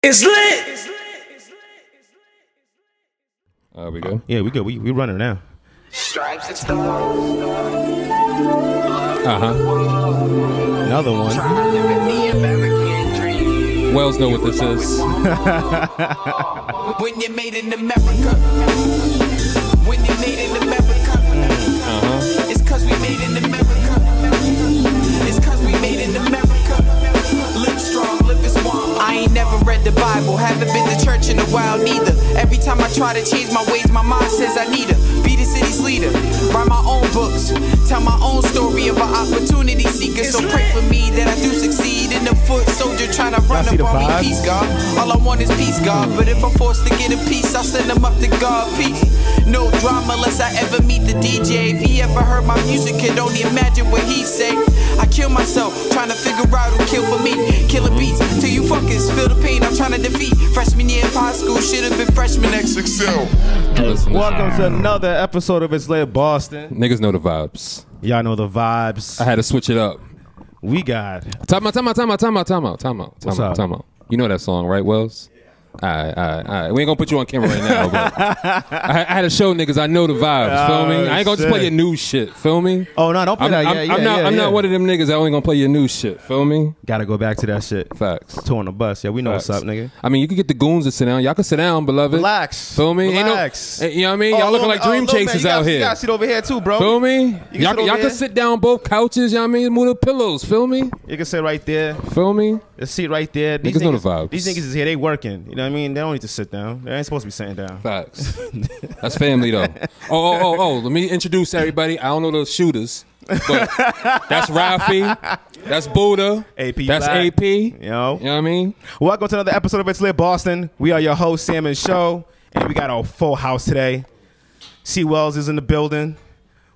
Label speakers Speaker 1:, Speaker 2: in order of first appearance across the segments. Speaker 1: It's lit.
Speaker 2: Are Uh, we good?
Speaker 3: Yeah, we good. We we running now.
Speaker 4: Stripes and stars.
Speaker 2: Uh huh.
Speaker 3: Another one.
Speaker 4: I'm living the American dream.
Speaker 2: Wells know what this is.
Speaker 4: When you're made in America. When you're made in America. It's cause we made in America. It's cause we made in America. Live strong, live as one. I ain't never read the Bible. Haven't been to church in a while, neither. Every time I try to change my ways, my mind says I need to be the city's leader. Write my own books. Tell my own story of an opportunity seeker. So pray for me that I do succeed. In the foot soldier trying to run
Speaker 3: see
Speaker 4: up
Speaker 3: the
Speaker 4: on me.
Speaker 3: vibes? Mm.
Speaker 4: Peace, God. All I want is peace, God. But if I'm forced to get a piece, I'll send them up to God. Peace. No drama unless I ever meet the DJ. If he ever heard my music, can only imagine what he say. I kill myself, trying to figure out who killed for me. Killer beats till you fuckers feel the pain I'm trying to defeat. Freshman year of high school, should have been freshman X Excel.
Speaker 2: Listen,
Speaker 3: Welcome to another episode of It's Lit Boston.
Speaker 2: Niggas know the vibes.
Speaker 3: Y'all know the
Speaker 2: I
Speaker 3: vibes.
Speaker 2: had to switch it up.
Speaker 3: We got
Speaker 2: Time out, time out, time out, time out, time out, time out, time
Speaker 3: What's
Speaker 2: out,
Speaker 3: up?
Speaker 2: time out. You know that song, right, Wells? Alright, alright, alright. We ain't gonna put you on camera right now, but I, I had to show niggas I know the vibes, feel me? I ain't gonna just
Speaker 3: Oh, shit.
Speaker 2: play your new shit, feel me?
Speaker 3: Oh no, don't play
Speaker 2: I'm,
Speaker 3: that.
Speaker 2: I'm-
Speaker 3: yeah, yeah,
Speaker 2: I'm not,
Speaker 3: yeah,
Speaker 2: I'm
Speaker 3: yeah.
Speaker 2: not one of them niggas that only gonna play your new shit, feel me?
Speaker 3: Gotta go back to that shit.
Speaker 2: Facts.
Speaker 3: Two on the bus. Yeah, we know what's
Speaker 2: Facts.
Speaker 3: up, nigga.
Speaker 2: I mean, you could get the goons to sit down. Y'all can sit down, beloved.
Speaker 3: Relax.
Speaker 2: Feel me? Ain't no-
Speaker 3: Relax.
Speaker 2: Eh, you know what I mean? Y'all
Speaker 3: Oh,
Speaker 2: looking
Speaker 3: little-
Speaker 2: like dream
Speaker 3: oh, little man,
Speaker 2: chasers
Speaker 3: you got-
Speaker 2: out here.
Speaker 3: You got shit over here too, bro.
Speaker 2: Feel me?
Speaker 3: Oh, can
Speaker 2: y'all
Speaker 3: sit over
Speaker 2: y'all can
Speaker 3: there.
Speaker 2: sit down both couches, y'all mean? Move the pillows, feel me?
Speaker 3: You can sit right there.
Speaker 2: Feel me?
Speaker 3: The seat right there. These
Speaker 2: Niggas know the vibes.
Speaker 3: These niggas is here. They working. You know what I mean? They don't need to sit down. They ain't supposed to be sitting down.
Speaker 2: Facts. That's family though. Oh, oh, oh, oh. Let me introduce everybody. I don't know the shooters, but that's Rafi. That's Buddha.
Speaker 3: AP
Speaker 2: That's
Speaker 3: Black.
Speaker 2: AP. You
Speaker 3: You
Speaker 2: know
Speaker 3: know?
Speaker 2: what I mean?
Speaker 3: Welcome to another episode of It's Lit Boston. We are your host, Sam and Show, and we got our full house today. C. Wells is in the building,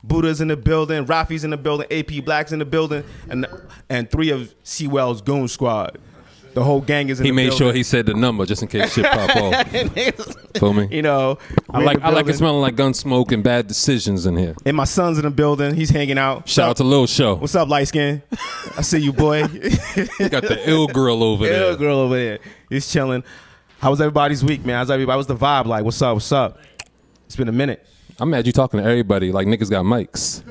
Speaker 3: Buddha's in the building, Rafi's in the building, AP Black's in the building, and and three of C. Wells' goon squad. The whole gang is in
Speaker 2: He
Speaker 3: the
Speaker 2: made
Speaker 3: building.
Speaker 2: sure he said the number just in case shit pop off. Feel me?
Speaker 3: you know,
Speaker 2: I
Speaker 3: we in
Speaker 2: like
Speaker 3: the
Speaker 2: I like it
Speaker 3: building.
Speaker 2: smelling like gun smoke and bad decisions in here.
Speaker 3: And my son's in the building. He's hanging out.
Speaker 2: Shout out to Lil Show.
Speaker 3: What's up, light skin? I see you, boy.
Speaker 2: He got the ill girl over
Speaker 3: Ill
Speaker 2: there.
Speaker 3: girl over there. He's chilling. How was everybody's week, man? How's everybody? What's the vibe like? What's up? What's up? It's been a minute.
Speaker 2: I'm mad you talking to everybody like niggas got mics.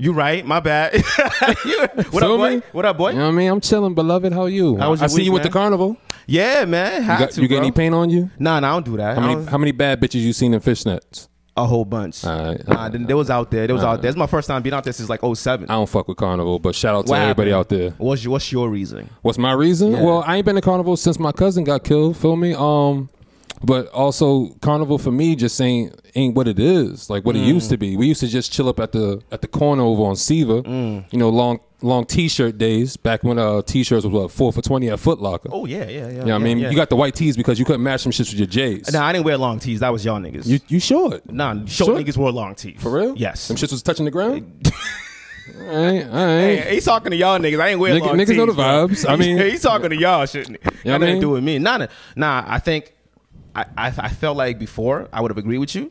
Speaker 3: You right. My bad. You- what
Speaker 2: Feel
Speaker 3: up, boy?
Speaker 2: me?
Speaker 3: What up, boy?
Speaker 2: You know what I mean? I'm chilling, beloved. How are you?
Speaker 3: How was
Speaker 2: I
Speaker 3: your
Speaker 2: see
Speaker 3: week,
Speaker 2: you at
Speaker 3: man?
Speaker 2: the carnival.
Speaker 3: Yeah, man.
Speaker 2: You
Speaker 3: Had
Speaker 2: got,
Speaker 3: to,
Speaker 2: you got
Speaker 3: bro.
Speaker 2: any paint on you?
Speaker 3: Nah, nah, I don't do that.
Speaker 2: How
Speaker 3: I
Speaker 2: many,
Speaker 3: don't-
Speaker 2: how many bad bitches you seen in fishnets?
Speaker 3: a whole bunch.
Speaker 2: right,
Speaker 3: nah,
Speaker 2: alright,
Speaker 3: then they was out there. They was out there. It's my first time being out there since like 07.
Speaker 2: I don't fuck with Carnival, but shout out to
Speaker 3: What
Speaker 2: everybody out
Speaker 3: happened?
Speaker 2: there.
Speaker 3: What's your, what's your reason?
Speaker 2: What's my reason? Well, I ain't been to Carnival since my cousin got killed. Feel me? Um, but also Carnival for me just ain't ain't what it is. Like what it used to be. We used to just chill up at the at the corner over on Siva.
Speaker 3: Mm.
Speaker 2: You know, long long T-shirt days back when uh T-shirts was what four for twenty at Foot Locker.
Speaker 3: Oh yeah, yeah, yeah.
Speaker 2: you know what I mean? You got the white tees because you couldn't match them shits with your J's.
Speaker 3: Nah, I didn't wear long tees. That was y'all niggas.
Speaker 2: you you should.
Speaker 3: nah, short
Speaker 2: Sure.
Speaker 3: niggas wore long tees.
Speaker 2: For real?
Speaker 3: Yes.
Speaker 2: Them shits was touching the ground. all right, all right.
Speaker 3: Hey, he's talking to y'all niggas. I ain't wearing
Speaker 2: Nigga-
Speaker 3: long
Speaker 2: niggas
Speaker 3: tees,
Speaker 2: know the
Speaker 3: bro.
Speaker 2: vibes. I mean-
Speaker 3: he's talking to y'all, shouldn't he?
Speaker 2: You know what I
Speaker 3: That ain't
Speaker 2: mean?
Speaker 3: do with me. Nah, nah, nah. I think I, I, I felt like before I would have agreed with you,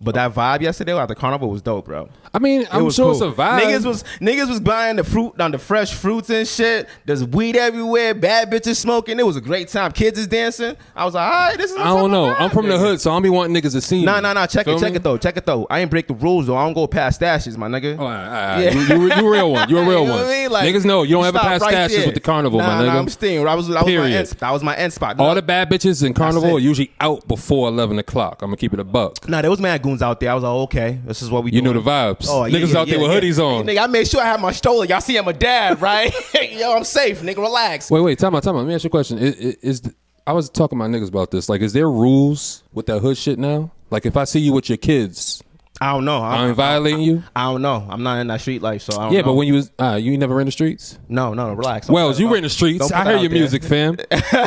Speaker 3: but that vibe yesterday at the carnival was dope, bro.
Speaker 2: I mean,
Speaker 3: It
Speaker 2: I'm
Speaker 3: was
Speaker 2: sure
Speaker 3: cool.
Speaker 2: it's a vibe.
Speaker 3: Niggas was niggas was buying the fruit on the fresh fruits and shit. There's weed everywhere. Bad bitches smoking. It was a great time. Kids is dancing. I was like, all right, this is.
Speaker 2: I don't know. I'm from the hood, so I don't be wanting niggas to see me.
Speaker 3: Nah, nah, nah. Check
Speaker 2: Feel
Speaker 3: it, check
Speaker 2: me?
Speaker 3: it though. Check it though. I ain't break the rules though. I don't go past stashes, my nigga.
Speaker 2: Oh, all right, all right,
Speaker 3: Yeah.
Speaker 2: all right. You, you, you a real one. You a real
Speaker 3: You know
Speaker 2: one.
Speaker 3: what I mean? Like,
Speaker 2: niggas know you don't ever
Speaker 3: stop
Speaker 2: pass
Speaker 3: right
Speaker 2: stashes
Speaker 3: there.
Speaker 2: with the carnival,
Speaker 3: nah,
Speaker 2: my
Speaker 3: Nah,
Speaker 2: nigga.
Speaker 3: I'm staying. I was, that was my
Speaker 2: Period.
Speaker 3: end. That was my end spot.
Speaker 2: All
Speaker 3: nah,
Speaker 2: the bad bitches in carnival
Speaker 3: it.
Speaker 2: are usually out before eleven o'clock. I'm gonna keep it a buck.
Speaker 3: nah, there was mad goons out there. I was like, okay, this is what we.
Speaker 2: You know
Speaker 3: doing. Oh,
Speaker 2: the vibes. niggas out there with hoodies on.
Speaker 3: Nigga, I made sure I had my stroller. Y'all see, I'm a dad, right? Yo, I'm safe, nigga. Relax.
Speaker 2: Wait, wait, time out, time out. Let me ask you a question. Is, is, is the, I was talking to my niggas about this. Like, is there rules with that hood shit now? Like, if I see you with your kids,
Speaker 3: I don't know.
Speaker 2: I'm
Speaker 3: I,
Speaker 2: violating you.
Speaker 3: I don't know. I'm not in that street life, so I don't
Speaker 2: Yeah,
Speaker 3: know.
Speaker 2: but when you was uh, you ain't never in the streets.
Speaker 3: no, no, no, relax.
Speaker 2: Wells,
Speaker 3: Oh, Don't-
Speaker 2: you were in the
Speaker 3: don't-
Speaker 2: streets.
Speaker 3: don't
Speaker 2: I
Speaker 3: put
Speaker 2: heard
Speaker 3: that
Speaker 2: your
Speaker 3: out there.
Speaker 2: music,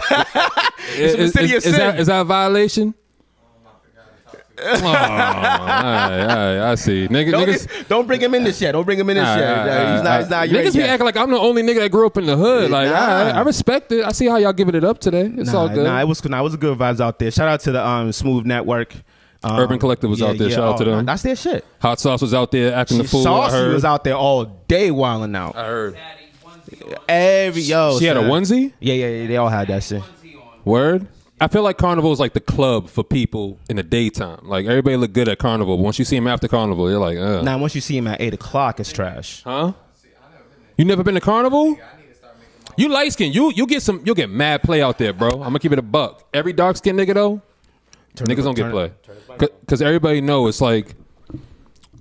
Speaker 2: fam. is, is-
Speaker 3: city
Speaker 2: is
Speaker 3: of
Speaker 2: that,
Speaker 3: sin.
Speaker 2: is that a violation? oh, all right, all right, I see. Nigga,
Speaker 3: Don't,
Speaker 2: niggas,
Speaker 3: get- don't bring him in this yet. Don't bring him in this
Speaker 2: all
Speaker 3: yet.
Speaker 2: right, all right,
Speaker 3: Yeah, he's
Speaker 2: all
Speaker 3: not. He's not.
Speaker 2: right.
Speaker 3: you ain't
Speaker 2: niggas be
Speaker 3: yet.
Speaker 2: acting like I'm the only nigga that grew up in the hood. Like,
Speaker 3: Nah.
Speaker 2: all right, I respect it. I see how y'all giving it up today. It's all
Speaker 3: Nah,
Speaker 2: good.
Speaker 3: Nah, it was nah, it was good vibes out there. Shout out to the um Smooth Network. Um, oh,
Speaker 2: Urban Collective was out there. Shout out to them.
Speaker 3: that's their shit.
Speaker 2: Hot sauce was out there acting the fool. I
Speaker 3: Saucy
Speaker 2: heard.
Speaker 3: was out there all day wilding out.
Speaker 2: I heard.
Speaker 3: Every yo,
Speaker 2: She had a
Speaker 3: son.
Speaker 2: onesie.
Speaker 3: Yeah, yeah, yeah. They all had that shit.
Speaker 2: Word. I feel like carnival is like the club for people in the daytime. Like everybody look good at carnival, but once you see them after carnival, you're like, uh.
Speaker 3: Now, once you see him at eight o'clock, it's trash.
Speaker 2: huh? You never been to carnival? You light skin, you you get some, you'll get mad play out there, bro. I'm gonna keep it a buck. Every dark skin nigga though, niggas don't get
Speaker 3: turn-
Speaker 2: play, because everybody know it's like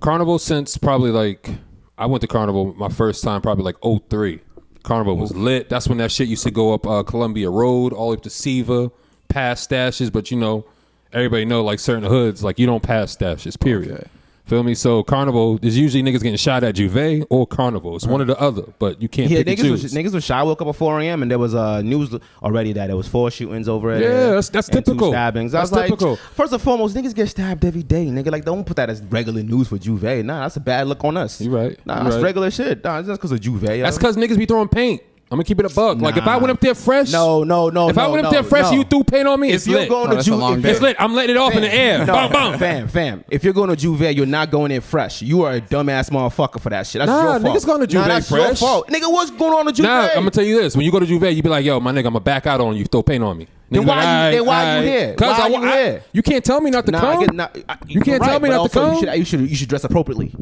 Speaker 2: carnival since probably like I went to carnival my first time probably like 03. Carnival
Speaker 3: Oh.
Speaker 2: was lit. That's when that shit used to go up uh, Columbia Road all the way up to Seva, past stashes. But you know, everybody know like certain hoods like you don't pass stashes. Period. Feel me? So carnival is usually niggas getting shot at Juve or carnival. It's one or the other, but you can't
Speaker 3: Yeah,
Speaker 2: pick and
Speaker 3: niggas was,
Speaker 2: choose.
Speaker 3: niggas was shy. I woke up at 4 a.m. and there was uh, news already that there was four shootings over it.
Speaker 2: Yeah, that's- that's
Speaker 3: and
Speaker 2: typical.
Speaker 3: Two stabbings. I
Speaker 2: That's
Speaker 3: was like,
Speaker 2: typical.
Speaker 3: first and foremost, niggas get stabbed every day, nigga. Like, don't put that as regular news for Juve. Nah, that's a bad look on us.
Speaker 2: You right.
Speaker 3: Nah,
Speaker 2: You
Speaker 3: that's
Speaker 2: right.
Speaker 3: regular shit. Nah, it's just because of Juve. yo.
Speaker 2: That's because niggas be throwing paint. I'm gonna keep it a buck. Like if I
Speaker 3: Nah.
Speaker 2: went up there fresh,
Speaker 3: No, no, no.
Speaker 2: If I
Speaker 3: no,
Speaker 2: went up
Speaker 3: no,
Speaker 2: there fresh,
Speaker 3: no.
Speaker 2: and you threw paint on me.
Speaker 3: If
Speaker 2: it's
Speaker 3: you're
Speaker 2: lit.
Speaker 3: going
Speaker 4: No,
Speaker 3: to
Speaker 4: that's a
Speaker 3: Juve,
Speaker 4: long
Speaker 3: if
Speaker 4: day.
Speaker 2: it's lit. I'm letting it off in the air.
Speaker 3: No,
Speaker 2: bang, bang.
Speaker 3: Fam, fam. If you're going to Juve, you're not going in fresh. You are a dumbass motherfucker for that shit. That's
Speaker 2: Nah,
Speaker 3: your fault.
Speaker 2: niggas going to
Speaker 3: nah,
Speaker 2: Juve
Speaker 3: that's Your
Speaker 2: fresh.
Speaker 3: fault. Nigga, what's going on to Juve?
Speaker 2: Now I'm gonna tell you this: when you go to Juve, you be like, "Yo, my nigga, I'm gonna back out on you. Throw paint on me."
Speaker 3: Then
Speaker 2: Niggas
Speaker 3: why
Speaker 2: like,
Speaker 3: you-
Speaker 2: "Aight,
Speaker 3: then why you
Speaker 2: aight."
Speaker 3: here?
Speaker 2: 'Cause
Speaker 3: Why
Speaker 2: I
Speaker 3: you
Speaker 2: wa- I-
Speaker 3: here?
Speaker 2: You can't tell me not to
Speaker 3: Nah,
Speaker 2: come.
Speaker 3: I get, nah, I,
Speaker 2: you can't
Speaker 3: right,
Speaker 2: tell me
Speaker 3: but
Speaker 2: not to
Speaker 3: also
Speaker 2: come.
Speaker 3: You should, you should you should dress appropriately.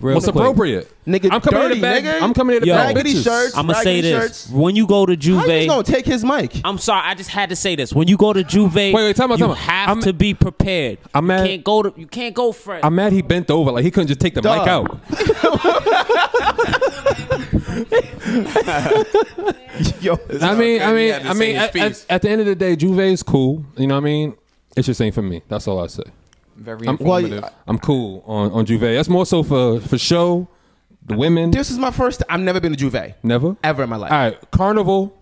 Speaker 2: What's
Speaker 4: quick.
Speaker 2: appropriate,
Speaker 3: Nigga,
Speaker 2: I'm coming
Speaker 3: dirty,
Speaker 2: in the back.
Speaker 3: nigga.
Speaker 2: I'm coming in the
Speaker 4: Yo.
Speaker 2: back.
Speaker 3: Raggedy
Speaker 2: bitches.
Speaker 3: shirts.
Speaker 4: I'm gonna say
Speaker 3: raggedy
Speaker 4: this:
Speaker 3: shirts.
Speaker 4: when you go to Juve,
Speaker 3: How you just gonna take his mic?
Speaker 4: I'm sorry, I just had to say this. When you go to Juve, wait,
Speaker 2: wait, time out,
Speaker 4: you
Speaker 2: time out.
Speaker 4: have
Speaker 2: I'm-
Speaker 4: to be prepared.
Speaker 2: I'm
Speaker 4: you
Speaker 2: mad-
Speaker 4: can't go to you can't go fresh.
Speaker 2: I'm mad he bent over. Like he couldn't just take the
Speaker 3: Dog.
Speaker 2: mic out.
Speaker 3: Yo,
Speaker 2: I mean, I
Speaker 4: okay,
Speaker 2: mean,
Speaker 4: yeah,
Speaker 2: I
Speaker 4: just
Speaker 2: mean. At,
Speaker 4: say his
Speaker 2: at-
Speaker 4: piece.
Speaker 2: at the end of the day, Juve is cool. You know what I mean? It just ain't for me. That's all I say.
Speaker 4: very
Speaker 2: I'm,
Speaker 3: Well,
Speaker 2: informative. I'm cool on, on Juve. That's more so for for show. The women
Speaker 3: this is my first. I've never been to Juve.
Speaker 2: never
Speaker 3: Ever in my life.
Speaker 2: All right, carnival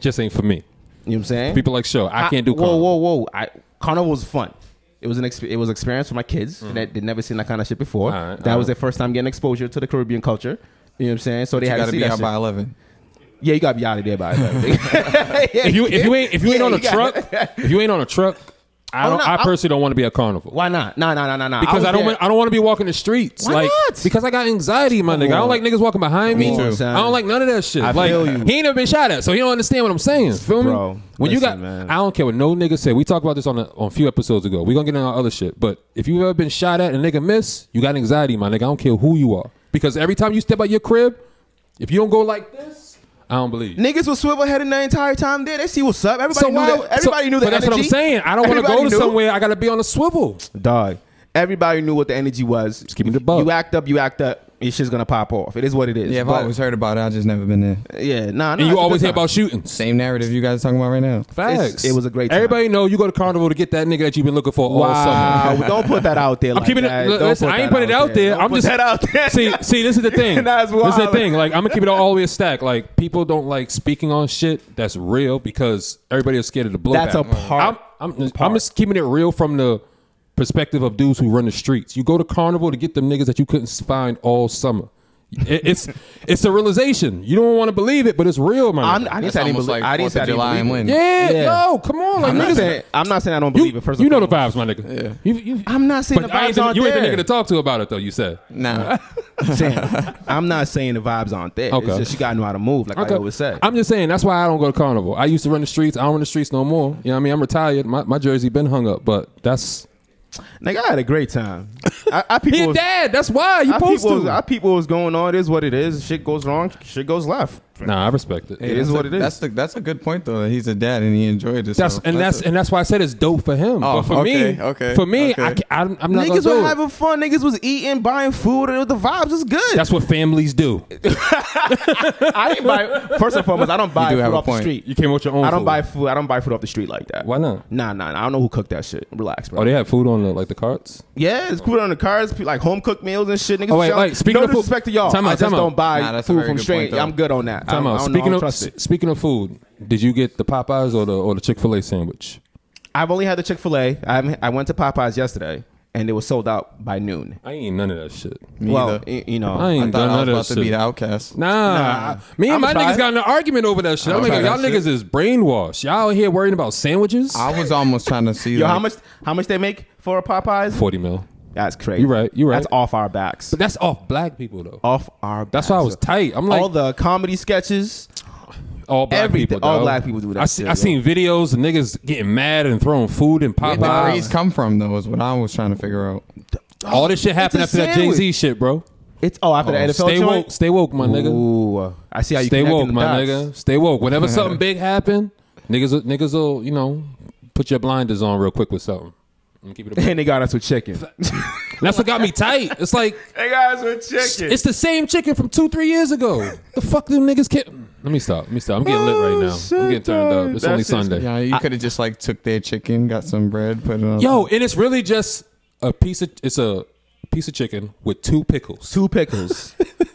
Speaker 2: just ain't for me.
Speaker 3: You know what I'm saying?
Speaker 2: People like show. I, can't do
Speaker 3: Whoa,
Speaker 2: carnival.
Speaker 3: whoa, whoa! I, carnival was fun. It was an exp- it was experience for my kids. They, would never seen that kind of shit before.
Speaker 2: Mm-hmm. All right,
Speaker 3: that
Speaker 2: all
Speaker 3: was
Speaker 2: right.
Speaker 3: their first time getting exposure to the Caribbean culture. You know what I'm saying? So they
Speaker 4: you
Speaker 3: had to
Speaker 4: gotta
Speaker 3: see
Speaker 4: be
Speaker 3: that
Speaker 4: out
Speaker 3: shit.
Speaker 4: by eleven.
Speaker 3: Yeah, you gotta be out of there by. if
Speaker 2: If you if you ain't if you ain't on a
Speaker 3: you got-
Speaker 2: truck, if you ain't on a truck, I
Speaker 3: Oh,
Speaker 2: don't.
Speaker 3: no,
Speaker 2: I
Speaker 3: I-
Speaker 2: personally don't want to be at carnival.
Speaker 3: why not? Nah, nah, nah, nah, nah.
Speaker 2: Because
Speaker 3: was
Speaker 2: I, don't
Speaker 3: there.
Speaker 2: want, I don't want to be walking the streets.
Speaker 3: Why
Speaker 2: like
Speaker 3: not?
Speaker 2: because I got anxiety, my nigga. I don't
Speaker 3: on.
Speaker 2: like niggas walking behind me.
Speaker 3: Come on,
Speaker 2: I
Speaker 3: son.
Speaker 2: don't like none of that shit.
Speaker 3: I
Speaker 2: like
Speaker 3: feel you.
Speaker 2: he ain't never been shot at, so he don't understand what I'm saying. Feel me?
Speaker 3: Bro,
Speaker 2: when you
Speaker 3: listen,
Speaker 2: got
Speaker 3: man.
Speaker 2: I don't care what no nigga said. We talked about this on a, on a few episodes ago. We're gonna get into our other shit. But if you've ever been shot at and a nigga miss, you got anxiety, my nigga. I don't care who you are. Because every time you step out your crib, if you don't go like this, I don't believe you.
Speaker 3: Niggas was swivel headed the entire time there. They see what's up. Everybody knew that.
Speaker 2: so-
Speaker 3: Everybody knew the
Speaker 2: But that's what I'm
Speaker 3: energy.
Speaker 2: saying. I don't want to
Speaker 3: Everybody
Speaker 2: go to
Speaker 3: knew.
Speaker 2: somewhere. I gotta be on a swivel.
Speaker 3: Dog. Everybody knew what the energy was.
Speaker 2: keep it a buck.
Speaker 3: You act up, you act up. Your shit's gonna pop off. It is what it is.
Speaker 5: Yeah, I've
Speaker 3: But-
Speaker 5: always heard about it. I just never been there.
Speaker 3: Yeah, nah. nah
Speaker 2: And
Speaker 3: it's
Speaker 2: you
Speaker 3: a
Speaker 2: always
Speaker 3: good
Speaker 2: hear
Speaker 3: time.
Speaker 2: about shootings.
Speaker 5: Same narrative you guys are talking about right now.
Speaker 2: Facts.
Speaker 3: It's- it was a great time.
Speaker 2: Everybody know you go to carnival to get that nigga that you've been looking for all summer.
Speaker 3: Wow, don't put that out there.
Speaker 2: I'm
Speaker 3: like
Speaker 2: keeping
Speaker 3: that.
Speaker 2: it.
Speaker 3: Don't
Speaker 2: Listen,
Speaker 3: put
Speaker 2: I ain't
Speaker 3: that
Speaker 2: putting it out there.
Speaker 3: Don't
Speaker 2: I'm
Speaker 3: put
Speaker 2: just
Speaker 3: that out there.
Speaker 2: see, see. This is the thing.
Speaker 3: That's
Speaker 2: this is the
Speaker 3: wild.
Speaker 2: thing. Like I'm gonna keep it all the way a stack. Like people don't like speaking on shit that's real because everybody is scared of the blowback. Mm.
Speaker 3: That's a part.
Speaker 2: I'm, I'm, I'm just keeping it real from the perspective of dudes who run the streets. You go to carnival to get them niggas that you couldn't find all summer. It- it's it's a realization. You don't want to believe it, but it's real,
Speaker 3: I'm,
Speaker 2: man.
Speaker 3: I didn't
Speaker 5: That's
Speaker 3: say I didn't
Speaker 5: almost like
Speaker 3: believe. I
Speaker 5: Fourth
Speaker 3: didn't say I
Speaker 5: of
Speaker 3: didn't
Speaker 5: July and
Speaker 3: believe. it.
Speaker 5: win.
Speaker 2: Yeah,
Speaker 3: Yeah.
Speaker 2: yo, come on, like
Speaker 3: I'm
Speaker 2: niggas.
Speaker 3: not saying. I'm not saying I don't
Speaker 2: you,
Speaker 3: believe it. First,
Speaker 2: you
Speaker 3: of
Speaker 2: know
Speaker 3: all.
Speaker 2: the vibes, my nigga. You, you,
Speaker 3: I'm not saying
Speaker 2: but
Speaker 3: the
Speaker 2: I ain't
Speaker 3: vibes
Speaker 2: the-
Speaker 3: aren't
Speaker 2: you ain't the
Speaker 3: there.
Speaker 2: nigga to talk to about it though. You said
Speaker 5: Nah.
Speaker 3: Sam, I'm not saying the vibes aren't there.
Speaker 2: Okay.
Speaker 3: It's just you gotta know how to move, like I always say.
Speaker 2: I'm just saying that's why I don't go to carnival. I used to run the streets. I don't run the streets no more. You know what I mean? I'm retired. My, my jersey been hung up, but that's
Speaker 3: Nigga, I had a great time. I, I people
Speaker 2: he
Speaker 3: was,
Speaker 2: dad. That's why you
Speaker 3: I people,
Speaker 2: supposed
Speaker 3: was, I
Speaker 2: to.
Speaker 3: people was going on. It is what it is. Shit goes wrong. Shit goes left.
Speaker 2: Nah, I respect it.
Speaker 3: It is
Speaker 5: That's
Speaker 3: what
Speaker 5: a-
Speaker 3: it is.
Speaker 5: That's the, that's a good point though. that He's a dad and he enjoyed it.
Speaker 2: That's
Speaker 5: so
Speaker 2: and that's
Speaker 5: a-
Speaker 2: and that's why I said it's dope for him.
Speaker 5: Oh,
Speaker 2: but for me,
Speaker 5: okay, okay,
Speaker 2: for me, I,
Speaker 5: okay.
Speaker 2: ca- I'm, I'm not gonna
Speaker 3: Niggas were
Speaker 2: do it.
Speaker 3: having fun. Niggas was eating, buying food. and The vibes was good.
Speaker 2: That's what families do.
Speaker 3: I didn't buy. First and foremost, I don't buy
Speaker 5: do
Speaker 3: food
Speaker 5: have a
Speaker 3: off the
Speaker 5: point.
Speaker 3: street.
Speaker 2: You came with your own.
Speaker 3: I don't
Speaker 2: food.
Speaker 3: buy food. I don't buy food off the street like that.
Speaker 2: Why not?
Speaker 3: Nah, nah. nah. I don't know who cooked that shit. Relax, bro.
Speaker 2: Oh, they have food on the like the carts.
Speaker 3: yeah, it's food on the cars, pe- like home cooked meals and shit. Niggas
Speaker 2: Oh, wait,
Speaker 3: sell-
Speaker 2: wait, speaking
Speaker 3: no
Speaker 2: of food-
Speaker 3: disrespect to y'all,
Speaker 2: Time
Speaker 3: I
Speaker 2: out,
Speaker 3: just
Speaker 2: time out.
Speaker 3: don't buy
Speaker 5: Nah, that's a
Speaker 3: food
Speaker 5: very
Speaker 3: from
Speaker 5: good
Speaker 3: straight.
Speaker 5: point, though.
Speaker 3: I'm good on that.
Speaker 2: Time
Speaker 3: I don't,
Speaker 2: out.
Speaker 3: I don't know, I
Speaker 2: Speaking
Speaker 3: don't
Speaker 2: of
Speaker 3: trust it.
Speaker 2: speaking of food, did you get the Popeyes or the or the Chick Fil A sandwich?
Speaker 3: I've only had the Chick Fil A. I haven't- I went to Popeyes yesterday, and it was sold out by noon.
Speaker 2: I ain't none of that shit.
Speaker 5: me
Speaker 3: well,
Speaker 5: either.
Speaker 3: y- you know,
Speaker 2: I
Speaker 5: I
Speaker 2: ain't
Speaker 5: thought
Speaker 2: done
Speaker 5: I was
Speaker 2: none
Speaker 5: about
Speaker 2: of
Speaker 5: to
Speaker 2: that
Speaker 5: be
Speaker 2: shit.
Speaker 5: the outcast.
Speaker 2: Nah.
Speaker 3: Nah.
Speaker 2: Me and
Speaker 3: I'ma
Speaker 2: my
Speaker 3: try
Speaker 2: niggas
Speaker 3: it.
Speaker 2: got in an argument over that shit. I'm
Speaker 5: I'ma
Speaker 2: like,
Speaker 5: try
Speaker 2: y'all
Speaker 5: that
Speaker 2: niggas
Speaker 5: shit.
Speaker 2: is brainwashed. Y'all out here worrying about sandwiches?
Speaker 5: I was almost trying to see.
Speaker 3: Yo,
Speaker 5: like,
Speaker 3: how much how much they make for a Popeyes?
Speaker 2: 40 mil.
Speaker 3: That's crazy.
Speaker 2: You right, you right.
Speaker 3: That's off our backs.
Speaker 2: But that's off black people, though.
Speaker 3: off our.
Speaker 2: That's
Speaker 3: backs.
Speaker 2: why I was tight. I'm like,
Speaker 3: all the comedy sketches,
Speaker 2: all black
Speaker 3: Everything-
Speaker 2: people.
Speaker 3: all
Speaker 2: dog.
Speaker 3: black people do that
Speaker 2: I, see,
Speaker 3: shit,
Speaker 2: I
Speaker 3: yo.
Speaker 2: seen videos of niggas getting mad and throwing food and
Speaker 5: Where the
Speaker 2: Popeyes.
Speaker 5: craze come from though is what I was trying to figure out.
Speaker 2: All this shit happened
Speaker 3: It's
Speaker 2: after
Speaker 3: a
Speaker 2: that Jay Z shit, bro.
Speaker 3: It's oh after the NFL
Speaker 2: Stay
Speaker 3: joint?
Speaker 2: woke, stay woke, my nigga.
Speaker 3: Ooh, I see how you
Speaker 2: Stay
Speaker 3: connecting
Speaker 2: woke,
Speaker 3: the
Speaker 2: my
Speaker 3: dots.
Speaker 2: nigga. Stay woke. Whenever something big happen, niggas, will- niggas will you know put your blinders on real quick with something. And keep it a buck.
Speaker 3: And they got us with chicken.
Speaker 2: That's what got me tight. It's like
Speaker 6: Hey guys, we're chicken.
Speaker 2: it's the same chicken from two, three years ago. The fuck them niggas can't. Let me stop. Let me stop. I'm getting lit right now. I'm getting turned up. It's
Speaker 6: That
Speaker 2: only
Speaker 6: shit's-
Speaker 2: Sunday.
Speaker 5: Yeah, you could have just like took their chicken, got some bread, put it on.
Speaker 2: Yo, and it's really just a piece of it's a piece of chicken with two pickles
Speaker 3: Two pickles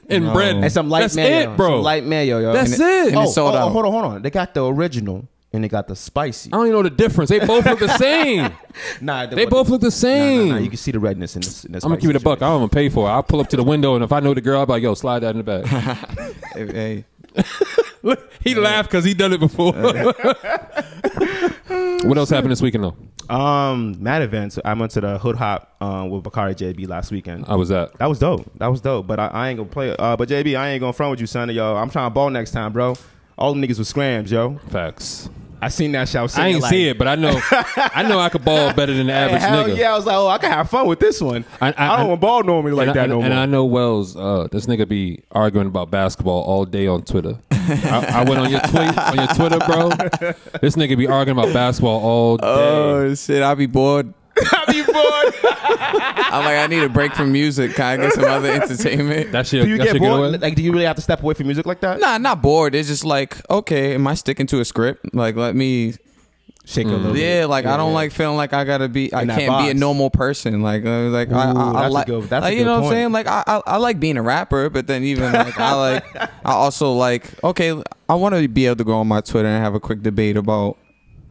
Speaker 2: and bread
Speaker 3: and some light
Speaker 2: That's
Speaker 3: mayo,
Speaker 2: it, bro.
Speaker 3: Some light mayo, yo.
Speaker 2: That's
Speaker 3: And
Speaker 2: it.
Speaker 3: oh,
Speaker 5: it's sold
Speaker 3: oh, oh,
Speaker 5: out.
Speaker 3: hold on, hold on. They got the original and they got the spicy.
Speaker 2: I don't even know the difference. They both look the same.
Speaker 3: Nah,
Speaker 2: They both look the
Speaker 3: Nah,
Speaker 2: same.
Speaker 3: nah, nah, you can see the redness in this. In this
Speaker 2: I'm gonna
Speaker 3: spicy
Speaker 2: give it a buck.
Speaker 3: joint.
Speaker 2: I don't even pay for it. I'll pull up to the window, and if I know the girl, I'll be like, "Yo, slide that in the back."
Speaker 5: Hey, hey,
Speaker 2: he laughed because he done it before. what else happened this weekend though?
Speaker 6: Um, mad events. I went to the Hood Hop
Speaker 3: uh,
Speaker 6: um, with Bakari JB last weekend.
Speaker 2: I was at.
Speaker 6: that was dope. That was dope. But I, I ain't gonna play. Uh, but JB, I ain't gonna front with you, son. Yo, I'm trying to ball next time, bro. All them niggas was scrams, yo.
Speaker 2: Facts.
Speaker 6: I seen that shit. I, was sitting
Speaker 2: I ain't
Speaker 6: there
Speaker 2: see
Speaker 6: like,
Speaker 2: it, but I know. I know I could ball better than the
Speaker 6: "Hey,
Speaker 2: average
Speaker 6: hell
Speaker 2: nigga.
Speaker 6: yeah! I was like, oh, I can have fun with this one. I,
Speaker 2: I- I-
Speaker 6: don't
Speaker 2: I-
Speaker 6: want ball normally like
Speaker 2: and
Speaker 6: that
Speaker 2: I, and,
Speaker 6: no
Speaker 2: and
Speaker 6: more.
Speaker 2: I know Wells. Uh, this nigga be arguing about basketball all day on Twitter. I, I went on your tweet on your Twitter, bro. This nigga be arguing about basketball all day.
Speaker 5: oh shit, I'll be bored.
Speaker 6: I be bored.
Speaker 5: I'm like, I need a break from music. Can I get some other entertainment?
Speaker 2: that shit.
Speaker 6: Do you
Speaker 2: that
Speaker 6: get
Speaker 2: shit
Speaker 6: bored?
Speaker 2: Good away?
Speaker 6: Like, do you really have to step away from music like that?
Speaker 5: Nah, not bored. It's just like, okay, am I sticking to a script? Like, let me.
Speaker 6: Shake a
Speaker 2: Mm.
Speaker 6: little.
Speaker 5: Yeah,
Speaker 6: bit.
Speaker 5: like I don't like feeling like I gotta be. I
Speaker 6: In that
Speaker 5: can't be a
Speaker 6: box.
Speaker 5: normal person. Like, uh, like I, I,
Speaker 6: Ooh,
Speaker 5: I
Speaker 6: that's a
Speaker 5: like,
Speaker 6: good- that's a
Speaker 5: like, you
Speaker 6: good
Speaker 5: know what
Speaker 6: point.
Speaker 5: I'm saying? Like, I, I, I like being a rapper, but then even like I like, I also like. Okay, I want to be able to go on my Twitter and have a quick debate about.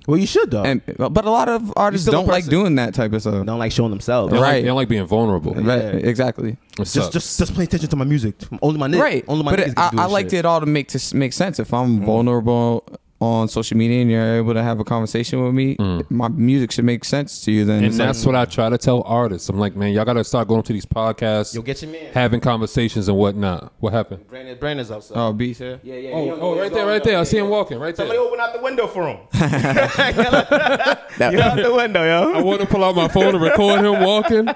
Speaker 3: Well, you should though.
Speaker 5: And but a lot of artists
Speaker 3: still a
Speaker 5: don't like
Speaker 3: person.
Speaker 5: doing that type of stuff.
Speaker 3: don't like showing themselves.
Speaker 2: They don't like-
Speaker 5: right.
Speaker 2: They don't like being vulnerable.
Speaker 5: Right, exactly.
Speaker 2: It
Speaker 3: Just,
Speaker 2: sucks.
Speaker 3: just, just pay attention to my music. Only my niggas.
Speaker 5: right.
Speaker 3: Only my
Speaker 5: but
Speaker 3: niggas.
Speaker 5: it,
Speaker 3: can
Speaker 5: I,
Speaker 3: do
Speaker 5: I
Speaker 3: this
Speaker 5: liked
Speaker 3: shit.
Speaker 5: it all to make to make sense. If I'm vulnerable on social media and you're able to have a conversation with me, my music should make sense to you. Then
Speaker 2: and
Speaker 5: it's like-
Speaker 2: that's what I try to tell artists. I'm like, man, y'all gotta start going to these podcasts,
Speaker 3: Yo, get your man.
Speaker 2: having conversations and whatnot. What happened?
Speaker 3: Brandon, Brandon's outside.
Speaker 5: oh, beats here.
Speaker 3: yeah, yeah.
Speaker 2: Oh, oh, right there, right there. I see him walking right
Speaker 6: Somebody
Speaker 2: there.
Speaker 6: open out the window for him. Get out the window,
Speaker 2: I
Speaker 6: yo.
Speaker 2: want to pull out my phone and record him walking.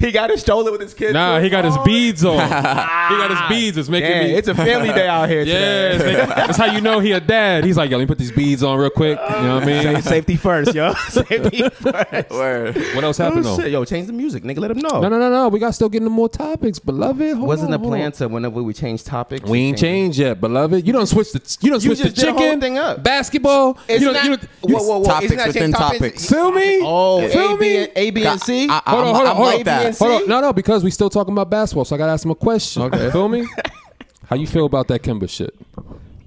Speaker 6: He got his stroller with his kids.
Speaker 2: Nah, he got
Speaker 3: Oh,
Speaker 2: his beads on. He got his beads. It's making
Speaker 6: Yeah,
Speaker 2: me.
Speaker 6: it's a family day out here.
Speaker 2: yeah,
Speaker 6: today.
Speaker 2: it's making- that's how you know he a dad. He's like, yo, let me put these beads on real quick. You know what I mean?
Speaker 6: Safety first, yo. Safety first.
Speaker 2: What else happened
Speaker 3: Oh,
Speaker 2: though?
Speaker 3: shit. Yo, change the music, nigga. Let him know.
Speaker 2: No, no, no, no. We got still getting to more topics, beloved. Hold
Speaker 3: Wasn't
Speaker 2: on,
Speaker 3: the
Speaker 2: hold on.
Speaker 3: plan to whenever we change topics?
Speaker 2: We ain't changed yet, beloved. You don't switch the you don't
Speaker 3: You
Speaker 2: switch the
Speaker 3: just did the
Speaker 2: chicken
Speaker 3: whole thing up.
Speaker 2: basketball.
Speaker 3: It's
Speaker 2: you don't,
Speaker 3: not.
Speaker 2: you don't,
Speaker 3: whoa, whoa, whoa.
Speaker 5: topics
Speaker 3: Isn't that
Speaker 5: within
Speaker 3: change
Speaker 5: topics.
Speaker 2: Feel me?
Speaker 3: Oh,
Speaker 2: feel
Speaker 3: A, B,
Speaker 2: me?
Speaker 3: and, A, B, and C.
Speaker 5: I- I-
Speaker 2: Hold on,
Speaker 5: I'm-
Speaker 2: hold on,
Speaker 5: I'm
Speaker 2: hold
Speaker 5: like
Speaker 2: on.
Speaker 5: that.
Speaker 2: Hold on. No, no, because we still talking about basketball, so I gotta ask him a question. Okay. Feel me? How you feel about that Kimba shit?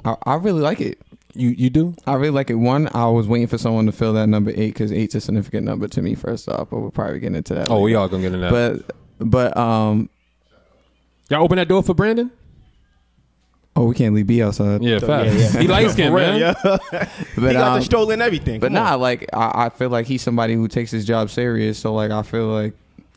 Speaker 5: I, I really like it.
Speaker 2: You you do?
Speaker 5: I really like it. One, I was waiting for someone to fill that number eight because eight's a significant number to me. First off, but we're probably getting into that.
Speaker 2: Oh,
Speaker 5: later.
Speaker 2: we all gonna get in that.
Speaker 5: But but um.
Speaker 2: Y'all open that door for Brandon?
Speaker 5: Oh, we can't leave B outside.
Speaker 2: Yeah, facts. He light skinned, man.
Speaker 6: Yeah.
Speaker 5: but,
Speaker 6: He got
Speaker 5: um,
Speaker 6: the stroller and everything.
Speaker 5: But
Speaker 6: Come on.
Speaker 5: nah, like I, I feel like he's somebody who takes his job serious. So like I feel like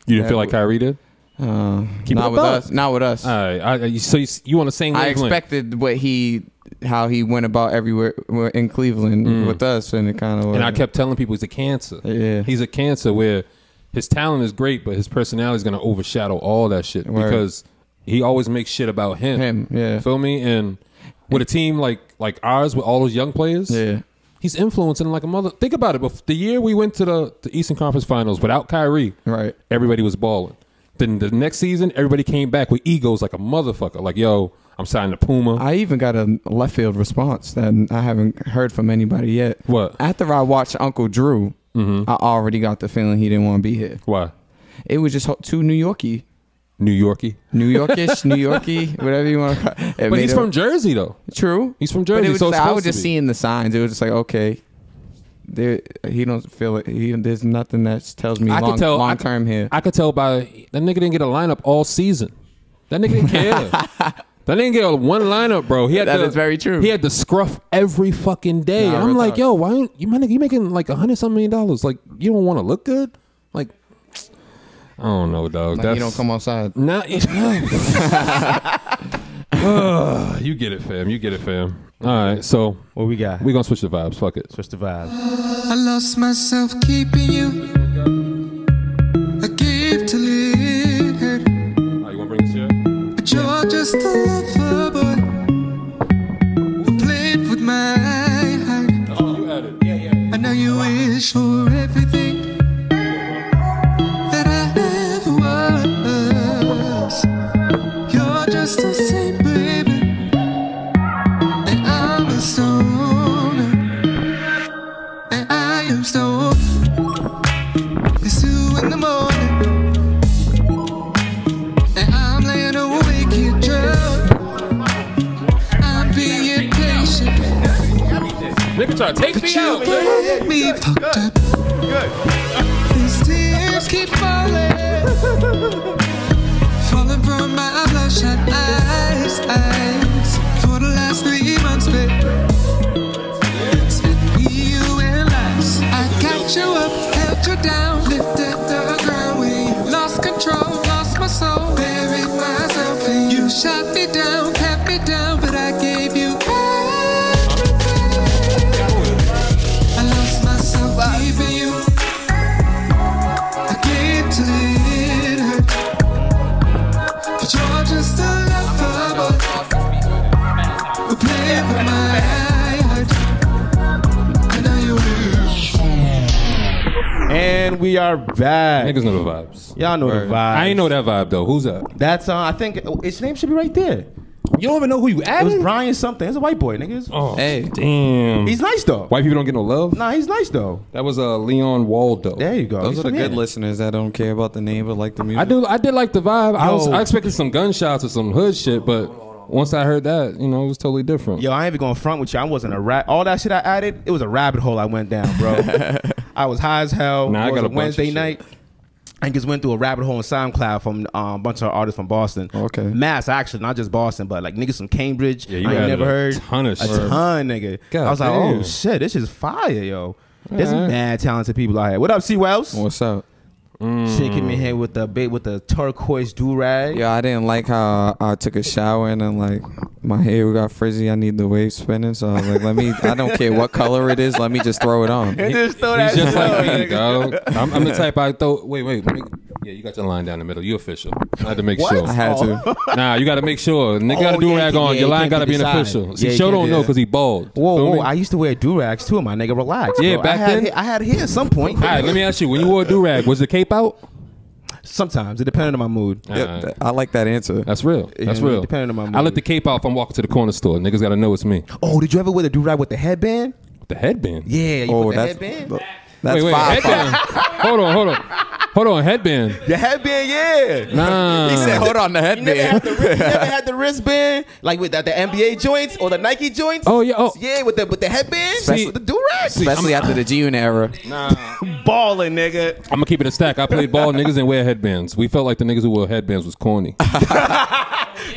Speaker 2: You didn't feel
Speaker 5: Yeah.
Speaker 2: like Kyrie did?
Speaker 5: uh,
Speaker 2: Keep it
Speaker 5: not
Speaker 2: a
Speaker 5: with
Speaker 2: buck.
Speaker 5: us, not with us.
Speaker 2: All right. I, I- so you, you on the same
Speaker 5: I
Speaker 2: wavelength?
Speaker 5: expected what he, how he went about everywhere where- in Cleveland with us, and it kind of.
Speaker 2: Mm. and I kept telling people he's a cancer.
Speaker 5: Yeah.
Speaker 2: He's a cancer where his talent is great, but his personality is going to overshadow all that shit
Speaker 5: Word.
Speaker 2: because he always makes shit about him.
Speaker 5: Him, yeah.
Speaker 2: Feel me? And with a team like like ours with all those young players,
Speaker 5: Yeah.
Speaker 2: he's influencing like a mother. Think about it. Bef- The year we went to the, the Eastern Conference Finals without Kyrie,
Speaker 5: Right.
Speaker 2: everybody was balling. Then the next season, everybody came back with egos like a motherfucker. Like, yo, I'm signing to Puma.
Speaker 5: I even got a left field response that I haven't heard from anybody yet.
Speaker 2: What? Mm-hmm.
Speaker 5: After I watched Uncle Drew, I already got the feeling he didn't want to be here.
Speaker 2: Why?
Speaker 5: It was just ho- too New Yorky,
Speaker 2: New Yorkie.
Speaker 5: New Yorkish, New Yorky, whatever you want to. call it. it.
Speaker 2: But he's
Speaker 5: made
Speaker 2: from
Speaker 5: it-
Speaker 2: Jersey, though.
Speaker 5: True.
Speaker 2: He's from
Speaker 5: But it
Speaker 2: Jersey,
Speaker 5: was
Speaker 2: so
Speaker 5: just
Speaker 2: it's
Speaker 5: like- I was
Speaker 2: supposed to
Speaker 5: just
Speaker 2: be.
Speaker 5: seeing the signs. It was just like okay, there he don't feel it. He, there's nothing that tells me
Speaker 2: I
Speaker 5: long,
Speaker 2: could tell I
Speaker 5: long
Speaker 2: could-
Speaker 5: term here.
Speaker 2: I could tell by that nigga didn't get a lineup all season. That nigga didn't care. that nigga get a one lineup, bro. He had
Speaker 5: That
Speaker 2: to,
Speaker 5: is very true.
Speaker 2: He had to scruff every fucking day.
Speaker 5: Nah,
Speaker 2: and I'm
Speaker 5: real
Speaker 2: like,
Speaker 5: talk.
Speaker 2: yo, why don't- you my nigga? You making like a hundred something million dollars? Like you don't want to look good? Like I don't know, dog.
Speaker 5: like, he don't come outside.
Speaker 2: Not you get it, fam. You get it, fam. All right, so
Speaker 3: What we got?
Speaker 2: we gonna switch the vibes. Fuck it.
Speaker 3: Switch the vibes.
Speaker 6: I lost myself keeping you. I gave to live,
Speaker 2: you wanna bring this here?
Speaker 6: but you're just a lover boy who played with my heart.
Speaker 2: you added. Yeah,
Speaker 6: I know you wish for everything that I ever was. You're just the same, baby, and I'm a stoner, and I am stoned. It's two in the morning, and I'm laying awake here drunk. I'm being patient.
Speaker 2: Nigga try to take me out.
Speaker 6: You got me fucked up. These tears keep falling, falling from my bloodshot eyes, eyes. For the last three months, babe, it's been me, you, and lies. I got you up, held you down, lifted the ground when you lost control, lost my soul, buried myself in you. Shot me down, kept me down, but I gave you everything. I lost myself leaving you. I gave till it hurt. But you're just a lover, boy. Who played with my heart. I know you will.
Speaker 3: And we are back.
Speaker 2: Niggas know the vibes.
Speaker 3: Y'all know the vibe.
Speaker 2: I ain't know that vibe though. Who's that?
Speaker 3: That's uh, I think oh, his name should be right there.
Speaker 2: You don't even know who you
Speaker 3: It was
Speaker 2: added.
Speaker 3: Brian something. It's a white boy, nigga. It's-
Speaker 2: Oh,
Speaker 5: Hey.
Speaker 2: damn.
Speaker 3: He's nice though.
Speaker 2: White people don't get no love.
Speaker 3: Nah, he's nice though.
Speaker 2: That was uh, Leon Waldo.
Speaker 3: There you go.
Speaker 5: Those
Speaker 3: He's
Speaker 5: are the
Speaker 3: from
Speaker 5: good
Speaker 3: here.
Speaker 5: listeners that don't care about the name but like the music.
Speaker 2: I do. I did like the vibe. I was.
Speaker 3: Yo.
Speaker 2: I expected some gunshots or some hood shit, but once I heard that, you know, it was totally different.
Speaker 3: Yo, I ain't even going to front with you. I wasn't a rat. All that shit I added, it was a rabbit hole I went down, bro. I was high as hell.
Speaker 2: Nah, I
Speaker 3: it was
Speaker 2: got a
Speaker 3: a
Speaker 2: bunch of
Speaker 3: Wednesday
Speaker 2: shit.
Speaker 3: night. I just went through a rabbit hole in SoundCloud from um, a bunch of artists from Boston.
Speaker 5: Okay.
Speaker 3: Mass, actually, not just Boston, but like niggas from Cambridge.
Speaker 2: Yeah, you
Speaker 3: I ain't
Speaker 2: added
Speaker 3: never
Speaker 2: a
Speaker 3: heard.
Speaker 2: ton of
Speaker 3: A
Speaker 2: shit.
Speaker 3: ton, nigga.
Speaker 2: God
Speaker 3: I was like,
Speaker 2: damn.
Speaker 3: oh shit, this is fire, yo. There's
Speaker 2: Alright.
Speaker 3: mad talented people out here. What up, Mm. C Wells?
Speaker 5: What's up?
Speaker 3: Shit came in here with the ba- with the turquoise do rag.
Speaker 5: Yeah, I didn't like how I took a shower and then like my hair got frizzy. I need the wave spinning, so I was like, let me. I don't care what color it is. Let me just throw it on.
Speaker 3: And just throw
Speaker 2: He's
Speaker 3: that
Speaker 2: just
Speaker 3: shit on,
Speaker 2: like me,
Speaker 3: nigga.
Speaker 2: dog. I'm, I'm the type I throw. Wait, wait. Let me, yeah, you got your line down the middle. You official. I had to make sure.
Speaker 5: I had to.
Speaker 2: Nah, you got to make sure. Nigga got
Speaker 3: Oh,
Speaker 2: a do
Speaker 3: yeah,
Speaker 2: rag
Speaker 3: he-
Speaker 2: on.
Speaker 3: yeah,
Speaker 2: your
Speaker 3: he
Speaker 2: line
Speaker 3: can't
Speaker 2: got to
Speaker 3: be
Speaker 2: be an
Speaker 3: decided.
Speaker 2: official.
Speaker 3: Yeah,
Speaker 2: See,
Speaker 3: he
Speaker 2: show
Speaker 3: can't
Speaker 2: don't
Speaker 3: be
Speaker 2: know
Speaker 3: decided.
Speaker 2: because he bald.
Speaker 3: Whoa,
Speaker 2: Feel
Speaker 3: whoa!
Speaker 2: me?
Speaker 3: I used to wear do rags too, my nigga. Relax.
Speaker 2: Yeah,
Speaker 3: bro.
Speaker 2: back
Speaker 3: I had,
Speaker 2: then-
Speaker 3: I had hair at some point.
Speaker 2: All right, let me ask you. When you wore a do rag, was the cape out?
Speaker 3: Sometimes it depended on my mood.
Speaker 5: Yeah, th- I like that answer.
Speaker 2: That's real. That's
Speaker 3: Yeah,
Speaker 2: real.
Speaker 3: depending on my
Speaker 2: I
Speaker 3: mood.
Speaker 2: let the cape off. I'm walking to the corner store. Niggas got to know it's me.
Speaker 3: Oh, did you ever wear the do rag with the headband?
Speaker 2: The headband.
Speaker 3: Yeah, you
Speaker 5: Oh,
Speaker 3: put the
Speaker 5: that's
Speaker 3: headband.
Speaker 5: th- that's
Speaker 2: wait, wait.
Speaker 5: five. five.
Speaker 2: headband. hold on, hold on, hold on. Headband.
Speaker 3: the headband, yeah. oh,
Speaker 2: Nah.
Speaker 5: He said, hold on, the
Speaker 3: You never,
Speaker 5: headband.
Speaker 3: had the, wrist- you never had the wristband like with the, the NBA joints or the Nike joints.
Speaker 2: Oh, yeah, oh.
Speaker 3: yeah, with the with the headband,
Speaker 5: See-
Speaker 3: with the do rag.
Speaker 5: Especially after the G Unit era.
Speaker 3: balling, nigga.
Speaker 2: I'm gonna keep it a stack. I played ball. Niggas didn't wear headbands. We felt like the niggas who wore headbands was corny.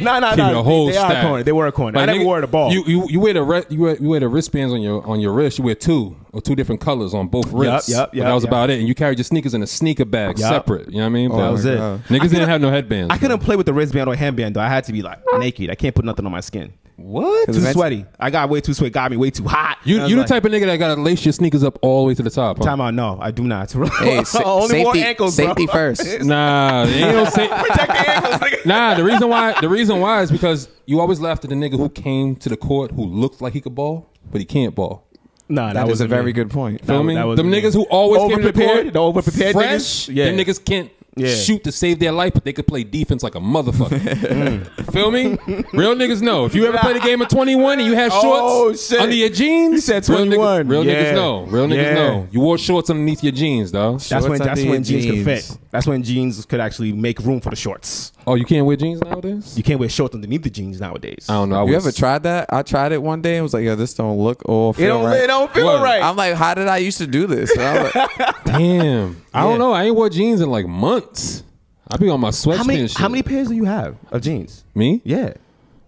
Speaker 3: Nah, nah,
Speaker 2: Keep
Speaker 3: nah.
Speaker 2: it a whole
Speaker 3: they
Speaker 2: stack.
Speaker 3: are corny. They were a corner. I
Speaker 2: Like,
Speaker 3: never
Speaker 2: nigga,
Speaker 3: wore the ball.
Speaker 2: You you, you wear the re- you wear, you wear the wristbands on your on your wrist. You wear two or two different colors on both wrists.
Speaker 3: yup,
Speaker 2: But
Speaker 3: yup,
Speaker 2: That was
Speaker 3: yup.
Speaker 2: about it. And you carried your sneakers in a sneaker bag
Speaker 3: Yup. Oh,
Speaker 2: separate. You know what I mean?
Speaker 5: That
Speaker 3: was it.
Speaker 2: Niggas didn't have no headbands.
Speaker 3: I couldn't play with the wristband or headband though. I had to be like naked. I can't put nothing on my skin.
Speaker 2: What?
Speaker 3: Too
Speaker 5: Eventu-
Speaker 3: sweaty. I got way too sweaty. Got me way too hot.
Speaker 2: You
Speaker 3: And I was
Speaker 2: you the
Speaker 3: like,
Speaker 2: type of nigga that gotta lace your sneakers up all the way to the top. huh?
Speaker 3: Time out. No, I do not.
Speaker 5: Hey, sa-
Speaker 3: Only more
Speaker 5: safety-
Speaker 3: ankles,
Speaker 5: safety
Speaker 3: bro.
Speaker 5: first.
Speaker 2: Nah, they ain't no sa-
Speaker 3: Protect the ankles, nigga.
Speaker 2: nah. The reason why the reason why is because you always laughed at the nigga who came to the court who looked like he could ball, but he can't ball.
Speaker 3: Nah, that,
Speaker 5: That was a
Speaker 3: wasn't
Speaker 5: very
Speaker 3: me.
Speaker 5: good point.
Speaker 2: Feel
Speaker 3: That-
Speaker 2: me?
Speaker 3: that was
Speaker 2: Them
Speaker 3: me.
Speaker 2: niggas who always came to the court,
Speaker 3: Overprepared, the overprepared
Speaker 2: fresh.
Speaker 3: niggas? Yeah.
Speaker 2: Them niggas can't
Speaker 3: Yeah.
Speaker 2: shoot to save their life, but they could play defense like a motherfucker. Mm. Feel me? Real niggas know. If you ever played a game of twenty one and you had shorts
Speaker 3: Oh, shit.
Speaker 2: under your jeans,
Speaker 3: You said
Speaker 2: real niggas-
Speaker 3: 21.
Speaker 2: Real,
Speaker 3: Yeah.
Speaker 2: niggas know. Real niggas
Speaker 3: Yeah.
Speaker 2: know. You wore shorts underneath your jeans, dog.
Speaker 3: That's
Speaker 5: Shorts
Speaker 3: when that's
Speaker 5: under
Speaker 3: when
Speaker 5: your
Speaker 3: jeans, could
Speaker 5: jeans.
Speaker 3: fit. That's when jeans could actually make room for the shorts.
Speaker 2: Oh, you can't wear jeans nowadays.
Speaker 3: You can't wear shorts underneath the jeans nowadays.
Speaker 2: I don't know. I
Speaker 5: You
Speaker 2: was-
Speaker 5: ever tried that? I tried it one day and was like, yo, this don't look or feel
Speaker 3: it don't
Speaker 5: right.
Speaker 3: it don't feel
Speaker 2: Word.
Speaker 3: right.
Speaker 5: I'm like, how did I used to do this? And I'm like,
Speaker 2: Damn. I don't know. I ain't wore jeans in like months. I be on my sweatpants.
Speaker 3: how many
Speaker 2: shit.
Speaker 3: how many pairs do you have of jeans?
Speaker 2: Me?
Speaker 3: Yeah.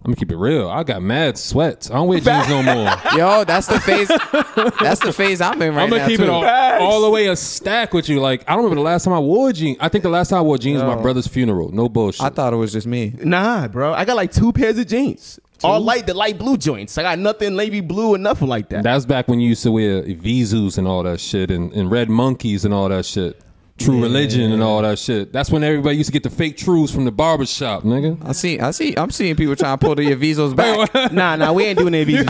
Speaker 2: I'm gonna keep it real. I got mad sweats. I don't wear jeans no more.
Speaker 5: yo, that's the phase. That's the phase I'm in right
Speaker 2: I'm
Speaker 5: now.
Speaker 2: gonna keep
Speaker 5: too.
Speaker 2: it all, all the way a stack with you. Like I don't remember the last time I wore jeans. I think the last time I wore jeans was my brother's funeral. No bullshit.
Speaker 5: I thought it was just me.
Speaker 3: Nah, bro. I got like two pairs of jeans. All light, the light blue joints. I got nothing navy blue or nothing like that.
Speaker 2: That's back when you used to wear Vizus and all that shit and, and red monkeys and all that shit. True religion and all that shit. That's when everybody used to get the fake truths from the barber shop, nigga.
Speaker 5: I see. I see. I'm seeing people trying to pull the Avisos back.
Speaker 3: nah, nah, we ain't doing any of these.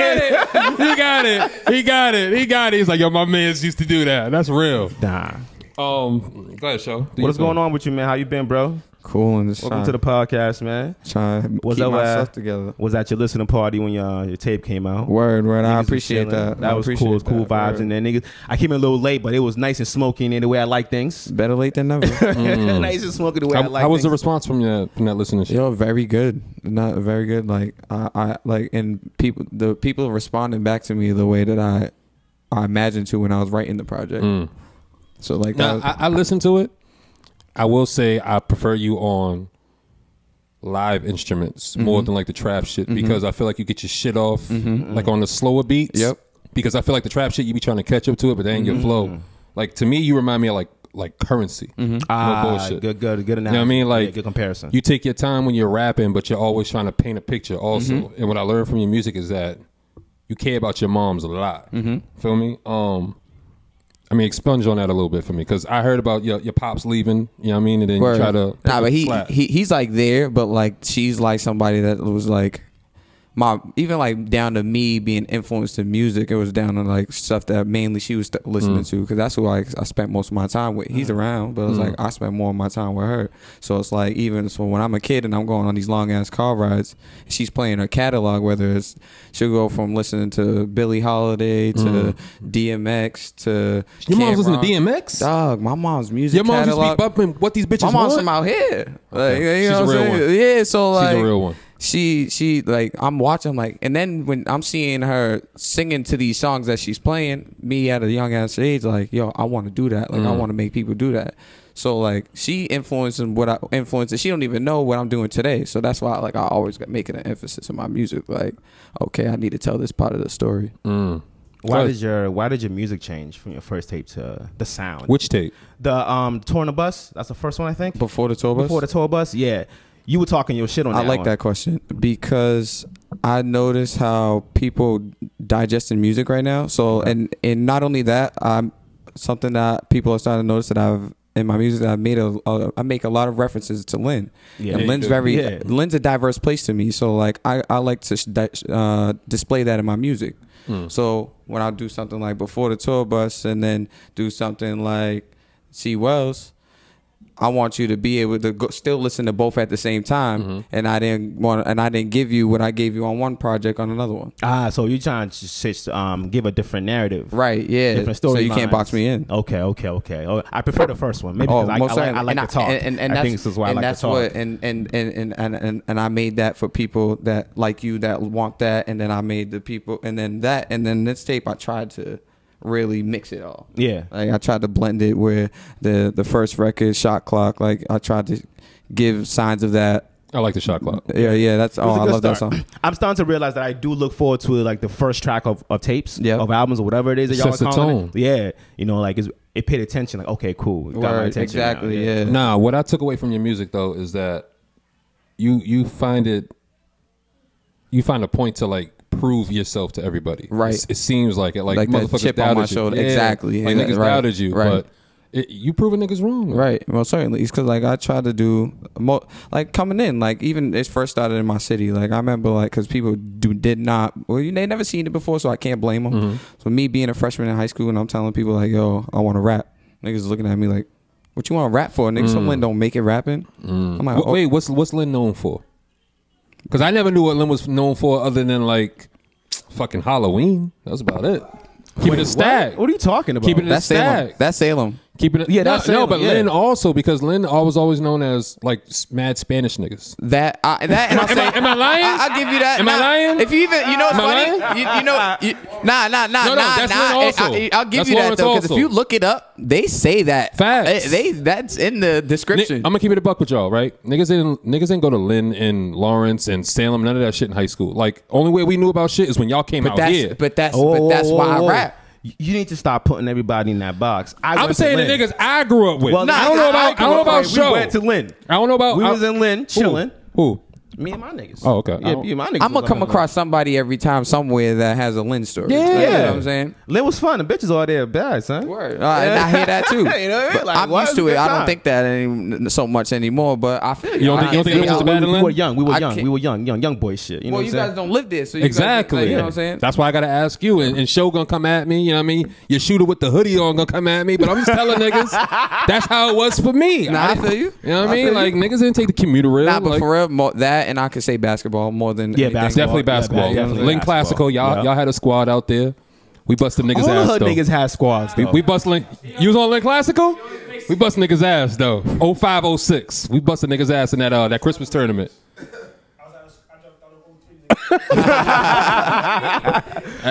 Speaker 2: he got it. He got it. He got it. He's like, yo, my mans used to do that. That's real.
Speaker 3: nah.
Speaker 2: Um, go ahead, show.
Speaker 6: What's going on with you, man? How you been, bro?
Speaker 5: Cool and just
Speaker 6: Welcome
Speaker 5: trying,
Speaker 6: to the podcast, man.
Speaker 5: trying to
Speaker 6: Was
Speaker 5: keep
Speaker 6: that why-
Speaker 5: myself together.
Speaker 6: Was at your listening party when
Speaker 3: uh,
Speaker 6: your your tape came out.
Speaker 5: Word, word.
Speaker 6: Niggas
Speaker 5: I
Speaker 6: was
Speaker 5: appreciate
Speaker 6: chilling.
Speaker 5: that.
Speaker 6: That
Speaker 5: I
Speaker 6: was
Speaker 5: appreciate
Speaker 6: cool. Cool
Speaker 5: that.
Speaker 6: vibes
Speaker 5: Word.
Speaker 6: in
Speaker 3: And then niggas, I came in a little late, but it was nice and smoky and the way I like things.
Speaker 5: Better late than never.
Speaker 3: nice and smoky the way I,
Speaker 2: Mm. How,
Speaker 3: like
Speaker 2: how was the
Speaker 3: things.
Speaker 2: response from that from that listening?
Speaker 5: Yo, very good. Not very good. Like I, I like and people the people responding back to me the way that I I imagined to when I was writing the project. So like that
Speaker 2: Now,
Speaker 5: was,
Speaker 2: I, I listened to it. I will say I prefer you on live instruments more
Speaker 5: Mm-hmm.
Speaker 2: than like the trap shit because I feel like you get your shit off like on the slower beats.
Speaker 5: Yep. Mm-hmm.
Speaker 2: Because I feel like the trap shit you be trying to catch up to it, but that ain't your flow. Like to me, you remind me of like like currency.
Speaker 5: Mm-hmm.
Speaker 2: No
Speaker 3: Ah,
Speaker 2: bullshit.
Speaker 3: good, good, good
Speaker 2: You know what I
Speaker 3: analogy.
Speaker 2: mean?
Speaker 3: Yeah,
Speaker 2: Like
Speaker 3: good comparison.
Speaker 2: You take your time when you're rapping, but you're always trying to paint a picture. Also,
Speaker 5: Mm-hmm.
Speaker 2: and what I learned from your music is that you care about your moms a lot.
Speaker 5: Mm-hmm.
Speaker 2: Feel me? Um, I mean, expunge on that a little bit for me because I heard about your your pops leaving. You know what I mean? And then
Speaker 5: Word.
Speaker 2: you try to
Speaker 5: nah, but he,
Speaker 2: slap.
Speaker 5: he he's like there, but like she's like somebody that was like my even like down to me being influenced in music. It was down to like stuff that mainly she was st-
Speaker 2: Hmm.
Speaker 5: listening to because that's who I I spent most of my time with. He's around, but
Speaker 2: Hmm.
Speaker 5: it's like I spent more of my time with her. So it's like even so when I'm a kid and I'm going on these long ass car rides, she's playing her catalog. Whether it's she'll go from listening to Billie Holiday to DMX to
Speaker 2: Hmm. your mom's listening to
Speaker 5: Cam'ron.
Speaker 2: DMX.
Speaker 5: Dog, my mom's music.
Speaker 2: your mom's just
Speaker 5: catalog.
Speaker 2: be bumping what these bitches
Speaker 5: My mom's
Speaker 2: want.
Speaker 5: from out here. Like,
Speaker 2: Okay.
Speaker 5: you
Speaker 2: She's
Speaker 5: know
Speaker 2: a
Speaker 5: what I'm
Speaker 2: real
Speaker 5: saying? Yeah, so
Speaker 2: She's
Speaker 5: like
Speaker 2: a real one.
Speaker 5: She she like I'm watching like and then when I'm seeing her singing to these songs that she's playing, me at a young ass age, like, yo, I wanna do that. Like I
Speaker 2: Mm-hmm.
Speaker 5: wanna make people do that. So like she influencing what I influences she don't even know what I'm doing today. So that's why like I always got making an emphasis in my music. Like, okay, I need to tell this part of the story.
Speaker 2: Mm-hmm.
Speaker 3: why
Speaker 2: Good.
Speaker 3: did your Why did your music change from your first tape to the sound?
Speaker 2: Which tape?
Speaker 3: the um tour on the bus? That's the first one I think.
Speaker 5: Before the tour bus?
Speaker 3: Before the tour bus, yeah. You were talking your shit on.
Speaker 5: I
Speaker 3: that
Speaker 5: like
Speaker 3: one.
Speaker 5: that question because I notice how people digesting music right now. So and and not only that, I'm something that people are starting to notice that I've in my music that I've made a, a I make a lot of references to Lynn.
Speaker 3: Yeah.
Speaker 5: and
Speaker 3: Yeah,
Speaker 5: Lynn's
Speaker 3: you do.
Speaker 5: very
Speaker 3: Yeah.
Speaker 5: Lynn's a diverse place to me. So like I I like to sh- di- uh, display that in my music. So when I do something like before the tour bus and then do something like C Wells. I want you to be able to go, still listen to both at the same time, and I didn't want, and I didn't give you what I gave you on one project on another one.
Speaker 3: Ah, so you trying to s- um give a different narrative,
Speaker 5: Right? Yeah.
Speaker 3: Different story.
Speaker 5: So you can't box me in.
Speaker 3: Okay, okay, okay. Oh, I prefer the first one. Maybe because I, I,
Speaker 5: Oh,
Speaker 3: like, I
Speaker 5: certainly.
Speaker 3: like
Speaker 5: And
Speaker 3: to talk.
Speaker 5: And, and, and
Speaker 3: I
Speaker 5: that's,
Speaker 3: think this is why I
Speaker 5: and
Speaker 3: like
Speaker 5: that's
Speaker 3: to talk.
Speaker 5: What, and, and, and, and, and, and, and I made that for people that like you that want that. And then I made the people, and then that, and then this tape, I tried to really mix it all.
Speaker 3: Yeah.
Speaker 5: Like I tried to blend it where the, the first record, Shot Clock, like I tried to give signs of that.
Speaker 2: I like the shot clock.
Speaker 5: Yeah, yeah, that's oh,
Speaker 3: It was a
Speaker 5: I
Speaker 3: good
Speaker 5: love that
Speaker 3: start.
Speaker 5: song.
Speaker 3: I'm starting to realize that I do look forward to like the first track of, of tapes,
Speaker 5: Yep.
Speaker 3: of albums, or whatever it is that y'all
Speaker 2: Sets the
Speaker 3: are calling
Speaker 2: tone.
Speaker 3: it. Yeah, you know, like it's, it paid attention. Like, okay, cool, It got my
Speaker 5: Word,
Speaker 3: attention.
Speaker 5: exactly,
Speaker 3: now.
Speaker 5: yeah.
Speaker 2: Nah, what I took away from your music though is that you you find it you find a point to like prove yourself to everybody.
Speaker 5: Right.
Speaker 2: It's- it seems like it. Like,
Speaker 5: Like that
Speaker 2: motherfuckers
Speaker 5: chip on
Speaker 2: doubted
Speaker 5: my
Speaker 2: you.
Speaker 5: shoulder.
Speaker 2: Yeah.
Speaker 5: Exactly.
Speaker 2: Like
Speaker 5: Yeah,
Speaker 2: niggas
Speaker 5: right,
Speaker 2: doubted you,
Speaker 5: right.
Speaker 2: but it, you proving niggas wrong. though.
Speaker 5: Right. Well, certainly. It's because, like, I tried to do, mo- like, coming in, like, even it first started in my city. Like, I remember, like, because people do did not, well, you, they never seen it before, so I can't blame them.
Speaker 2: Mm-hmm.
Speaker 5: So, me being a freshman in high school and I'm telling people, like, yo, I want to rap. Niggas looking at me like, what you want to rap for? Nigga, someone don't make it rapping. I'm like,
Speaker 2: Mm. Wh-
Speaker 5: oh,
Speaker 2: Wait, what's what's Lynn known for? Because I never knew what Lynn was known for other than like fucking Halloween. That's about it. Keeping it a stack.
Speaker 3: What? What are you talking about?
Speaker 2: Keeping it a
Speaker 5: that's Salem.
Speaker 2: stack.
Speaker 5: That's Salem.
Speaker 2: Keeping it.
Speaker 3: Yeah,
Speaker 2: no,
Speaker 3: that's
Speaker 2: no,
Speaker 3: Salem,
Speaker 2: but
Speaker 3: yeah.
Speaker 2: Lynn also because Lynn I was always known as like s- mad Spanish niggas.
Speaker 5: That I, that and I
Speaker 2: Am I- am I lying?
Speaker 5: I, will give you that.
Speaker 2: Am I
Speaker 5: Nah,
Speaker 2: lying?
Speaker 5: If you even you know what's
Speaker 2: Am I
Speaker 5: funny, you, you know you, nah nah nah
Speaker 2: No, no,
Speaker 5: nah
Speaker 2: that's
Speaker 5: nah.
Speaker 2: Lynn also.
Speaker 5: I, will give
Speaker 2: That's
Speaker 5: you that
Speaker 2: Lawrence
Speaker 5: though because if
Speaker 2: also.
Speaker 5: you look it up, they say that
Speaker 2: Facts.
Speaker 5: They, they- that's in the description.
Speaker 2: I'm gonna keep it a buck with y'all, right? Niggas didn't niggas didn't go to Lynn and Lawrence and Salem, none of that shit in high school. Like only way we knew about shit is when y'all came out
Speaker 5: that's
Speaker 2: here.
Speaker 5: but that's but
Speaker 3: Whoa,
Speaker 5: that's
Speaker 3: whoa,
Speaker 6: Oh,
Speaker 5: why
Speaker 3: whoa,
Speaker 5: I
Speaker 3: whoa.
Speaker 5: rap.
Speaker 3: You- You need to stop putting everybody in that box. I
Speaker 2: I'm
Speaker 3: went to
Speaker 2: saying the
Speaker 3: Lynn.
Speaker 2: niggas I grew up with.
Speaker 3: Well,
Speaker 2: I don't know about I,
Speaker 3: grew
Speaker 2: don't know
Speaker 3: up-
Speaker 2: about
Speaker 3: right,
Speaker 2: show.
Speaker 3: We went to Lynn.
Speaker 2: I don't know about
Speaker 3: We
Speaker 2: I-
Speaker 3: was in Lynn
Speaker 2: Who?
Speaker 3: chilling.
Speaker 2: Who?
Speaker 6: Me and my niggas.
Speaker 2: Oh, okay. I
Speaker 6: Yeah,
Speaker 2: don't-
Speaker 6: me and my niggas.
Speaker 5: I'm gonna
Speaker 6: was
Speaker 5: come
Speaker 6: like-
Speaker 5: across somebody every time somewhere that has a Lynn story.
Speaker 6: Yeah,
Speaker 5: Like, you know
Speaker 6: yeah.
Speaker 5: what I'm saying.
Speaker 6: Lynn was fun. The bitches all there bad, son.
Speaker 5: Word. Uh, and I hear that too.
Speaker 6: You know what I mean?
Speaker 5: But
Speaker 6: Like,
Speaker 5: I'm
Speaker 6: why
Speaker 5: used
Speaker 6: is it
Speaker 5: to it.
Speaker 6: good
Speaker 5: I don't
Speaker 6: time?
Speaker 5: think that any, so much anymore. But I feel you.
Speaker 2: don't think- you don't think
Speaker 5: I-
Speaker 2: it was
Speaker 5: I-
Speaker 2: just
Speaker 6: We,
Speaker 2: about-
Speaker 6: we were young. We were
Speaker 5: I
Speaker 6: young.
Speaker 5: can't-
Speaker 6: We were young. Young, young boy shit. You know
Speaker 5: Well,
Speaker 6: what
Speaker 5: you
Speaker 6: I'm
Speaker 5: guys
Speaker 6: saying?
Speaker 5: don't live there, so you guys-
Speaker 2: Exactly.
Speaker 5: like, you know what I'm saying.
Speaker 2: That's why I gotta ask you. And, and show gonna come at me. You know what I mean? Your shooter with the hoodie on gonna come at me. But I'm just telling niggas that's how it was for me.
Speaker 5: Nah, I
Speaker 2: didn't-
Speaker 5: feel you.
Speaker 2: You know what I
Speaker 5: I
Speaker 2: mean?
Speaker 5: feel
Speaker 2: Like niggas didn't take the commuter rail.
Speaker 5: Nah, but
Speaker 2: like,
Speaker 5: for real, more, that and I could say basketball more than
Speaker 6: Yeah,
Speaker 5: anything.
Speaker 6: basketball.
Speaker 2: definitely
Speaker 6: Yeah,
Speaker 2: basketball.
Speaker 6: yeah, definitely
Speaker 2: Link
Speaker 6: basketball.
Speaker 2: Classical. Y'all
Speaker 6: Yeah.
Speaker 2: y'all had a squad out there. We bust them niggas
Speaker 6: All the
Speaker 2: ass
Speaker 6: hood
Speaker 2: though.
Speaker 6: niggas Oh. had squads.
Speaker 2: We,
Speaker 6: though.
Speaker 2: we bust Link. You was on Link Classical? We bust niggas ass though. 0506. We busted niggas ass in that uh, that Christmas tournament. Uh,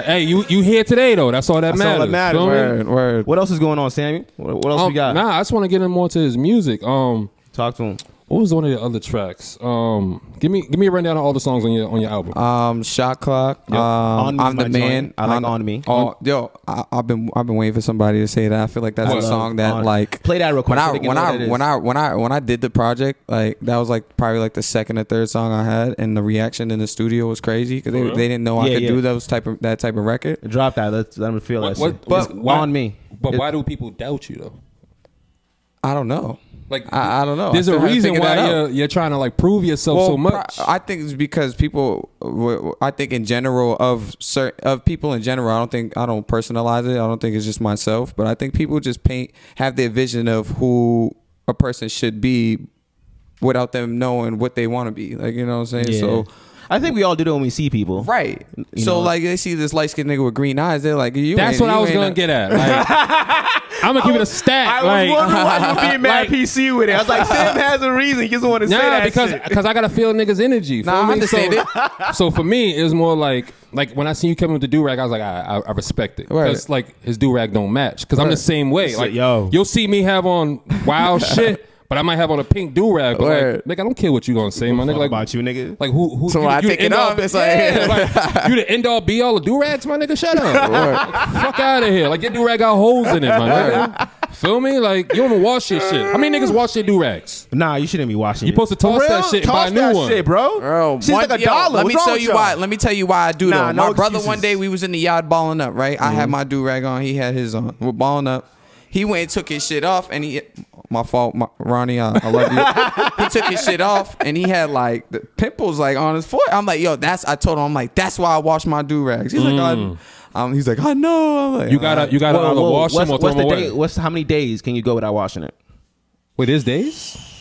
Speaker 2: hey, you you here today though? That's all that
Speaker 6: That's all
Speaker 2: matters.
Speaker 6: that matters,
Speaker 2: Feel me?
Speaker 6: man.
Speaker 5: Word, word.
Speaker 6: What else is going on, Sammy? What, what else
Speaker 2: Um,
Speaker 6: we got?
Speaker 2: Nah, I just want to get in more to his music. Um,
Speaker 6: Talk to him.
Speaker 2: what was one of the other tracks? Um, give me give me a rundown of all the songs on your on your album.
Speaker 6: Uh,
Speaker 5: Um, shot clock. Um,
Speaker 6: On Me's
Speaker 5: I'm the
Speaker 6: my joint.
Speaker 5: man.
Speaker 6: I like On Me.
Speaker 5: Oh, yo, I, I've been I've been waiting for somebody to say that. I feel like that's
Speaker 6: I
Speaker 5: a
Speaker 6: love
Speaker 5: song that
Speaker 6: On-
Speaker 5: like
Speaker 6: Play that real quick
Speaker 5: When
Speaker 6: so
Speaker 5: I
Speaker 6: they can
Speaker 5: when
Speaker 6: know
Speaker 5: I
Speaker 6: what it is.
Speaker 5: when I when I when I did the project, like that was like probably like the second or third song I had, and the reaction in the studio was crazy because they, they didn't know I
Speaker 6: Yeah,
Speaker 5: could
Speaker 6: yeah.
Speaker 5: do those type of that type of record.
Speaker 6: Drop that. Let's let him feel that.
Speaker 2: What-
Speaker 6: shit.
Speaker 2: what-
Speaker 6: It's
Speaker 2: why-
Speaker 6: on me.
Speaker 2: But
Speaker 6: It-
Speaker 2: why do people doubt you though?
Speaker 5: I don't know.
Speaker 2: Like
Speaker 5: I, I don't know. I
Speaker 2: There's
Speaker 5: still
Speaker 2: a
Speaker 5: haven't
Speaker 2: reason
Speaker 5: figured
Speaker 2: why uh,
Speaker 5: that out.
Speaker 2: you're, you're trying to like prove yourself so much.
Speaker 5: pro- I think it's because people. w- w- I think in general of certain of people in general. I don't think I don't personalize it. I don't think it's just myself, but I think people just paint have their vision of who a person should be without them knowing what they want to be. Like you know what I'm saying.
Speaker 6: Yeah.
Speaker 5: So.
Speaker 6: I think we all do that when we see people.
Speaker 5: Right,
Speaker 6: You
Speaker 5: so
Speaker 6: know.
Speaker 5: like they see this light skinned nigga with green eyes, they're like, "You." ain't-
Speaker 2: That's what I
Speaker 5: you
Speaker 2: was
Speaker 5: ain't
Speaker 2: gonna
Speaker 5: a-
Speaker 2: get at. I'm gonna keep it a stack.
Speaker 6: I
Speaker 2: like, uh-huh.
Speaker 6: was wondering why you were being mad
Speaker 2: Like-
Speaker 6: PC with it. I was like, Sam has a reason. He just want to say
Speaker 2: Nah,
Speaker 6: that
Speaker 2: because
Speaker 6: shit.
Speaker 2: because I gotta feel niggas' energy. feel
Speaker 5: Nah, I
Speaker 2: me?
Speaker 5: understand
Speaker 2: so,
Speaker 5: it.
Speaker 2: So for me, it was more like like when I seen you coming with the do rag, I was like, I, I, I respect it
Speaker 5: Right.
Speaker 2: because like his do rag don't match. Because I'm the
Speaker 5: Right.
Speaker 2: same way.
Speaker 6: Shit,
Speaker 2: Like
Speaker 6: yo.
Speaker 2: you'll see me have on wild shit, but I might have on a pink do rag. But
Speaker 5: Right.
Speaker 2: like, nigga, I don't care what you gonna say, my nigga. Like
Speaker 6: about you, nigga.
Speaker 2: Like who? who
Speaker 5: So
Speaker 2: you,
Speaker 5: when I
Speaker 2: you the
Speaker 5: take it
Speaker 2: end all-
Speaker 5: off, it's like-
Speaker 2: yeah, like, you the end all be all of do rags, my nigga. Shut up, Like, fuck out of here. Like your do rag got holes in it, my nigga. Feel me? Like you don't even wash your shit. How many niggas wash their do rags?
Speaker 6: Nah, you shouldn't be watching.
Speaker 2: You supposed to toss that shit and buy a new
Speaker 6: that
Speaker 2: one.
Speaker 6: shit, bro.
Speaker 5: Bro,
Speaker 6: Shit's
Speaker 5: one-
Speaker 6: like a
Speaker 5: yo,
Speaker 6: dollar.
Speaker 5: Let
Speaker 6: What's
Speaker 5: me
Speaker 6: wrong
Speaker 5: tell
Speaker 6: with
Speaker 5: you
Speaker 6: y'all?
Speaker 5: why. Let me tell you why I do
Speaker 6: Nah,
Speaker 5: though.
Speaker 6: no
Speaker 5: My brother
Speaker 6: excuses. Mm-hmm.
Speaker 5: one day we was in the yard balling up, right? I had my do rag on, he had his on. We're balling up. He went and took his shit off, and he. My fault, my, Ronnie. I, I love you. he took his shit off, and he had like the pimples like on his forehead. I'm like, yo, that's. I told him, I'm like, that's why I wash my do rags. He's like, I, um, he's like, I know. I'm like, "Uh,
Speaker 2: You gotta you gotta
Speaker 6: Whoa,
Speaker 2: either
Speaker 6: whoa,
Speaker 2: wash
Speaker 6: what's-
Speaker 2: them or throw
Speaker 6: what's
Speaker 2: them
Speaker 6: the
Speaker 2: away.
Speaker 6: day- What's how many days can you go without washing it?
Speaker 2: Wait, it's days?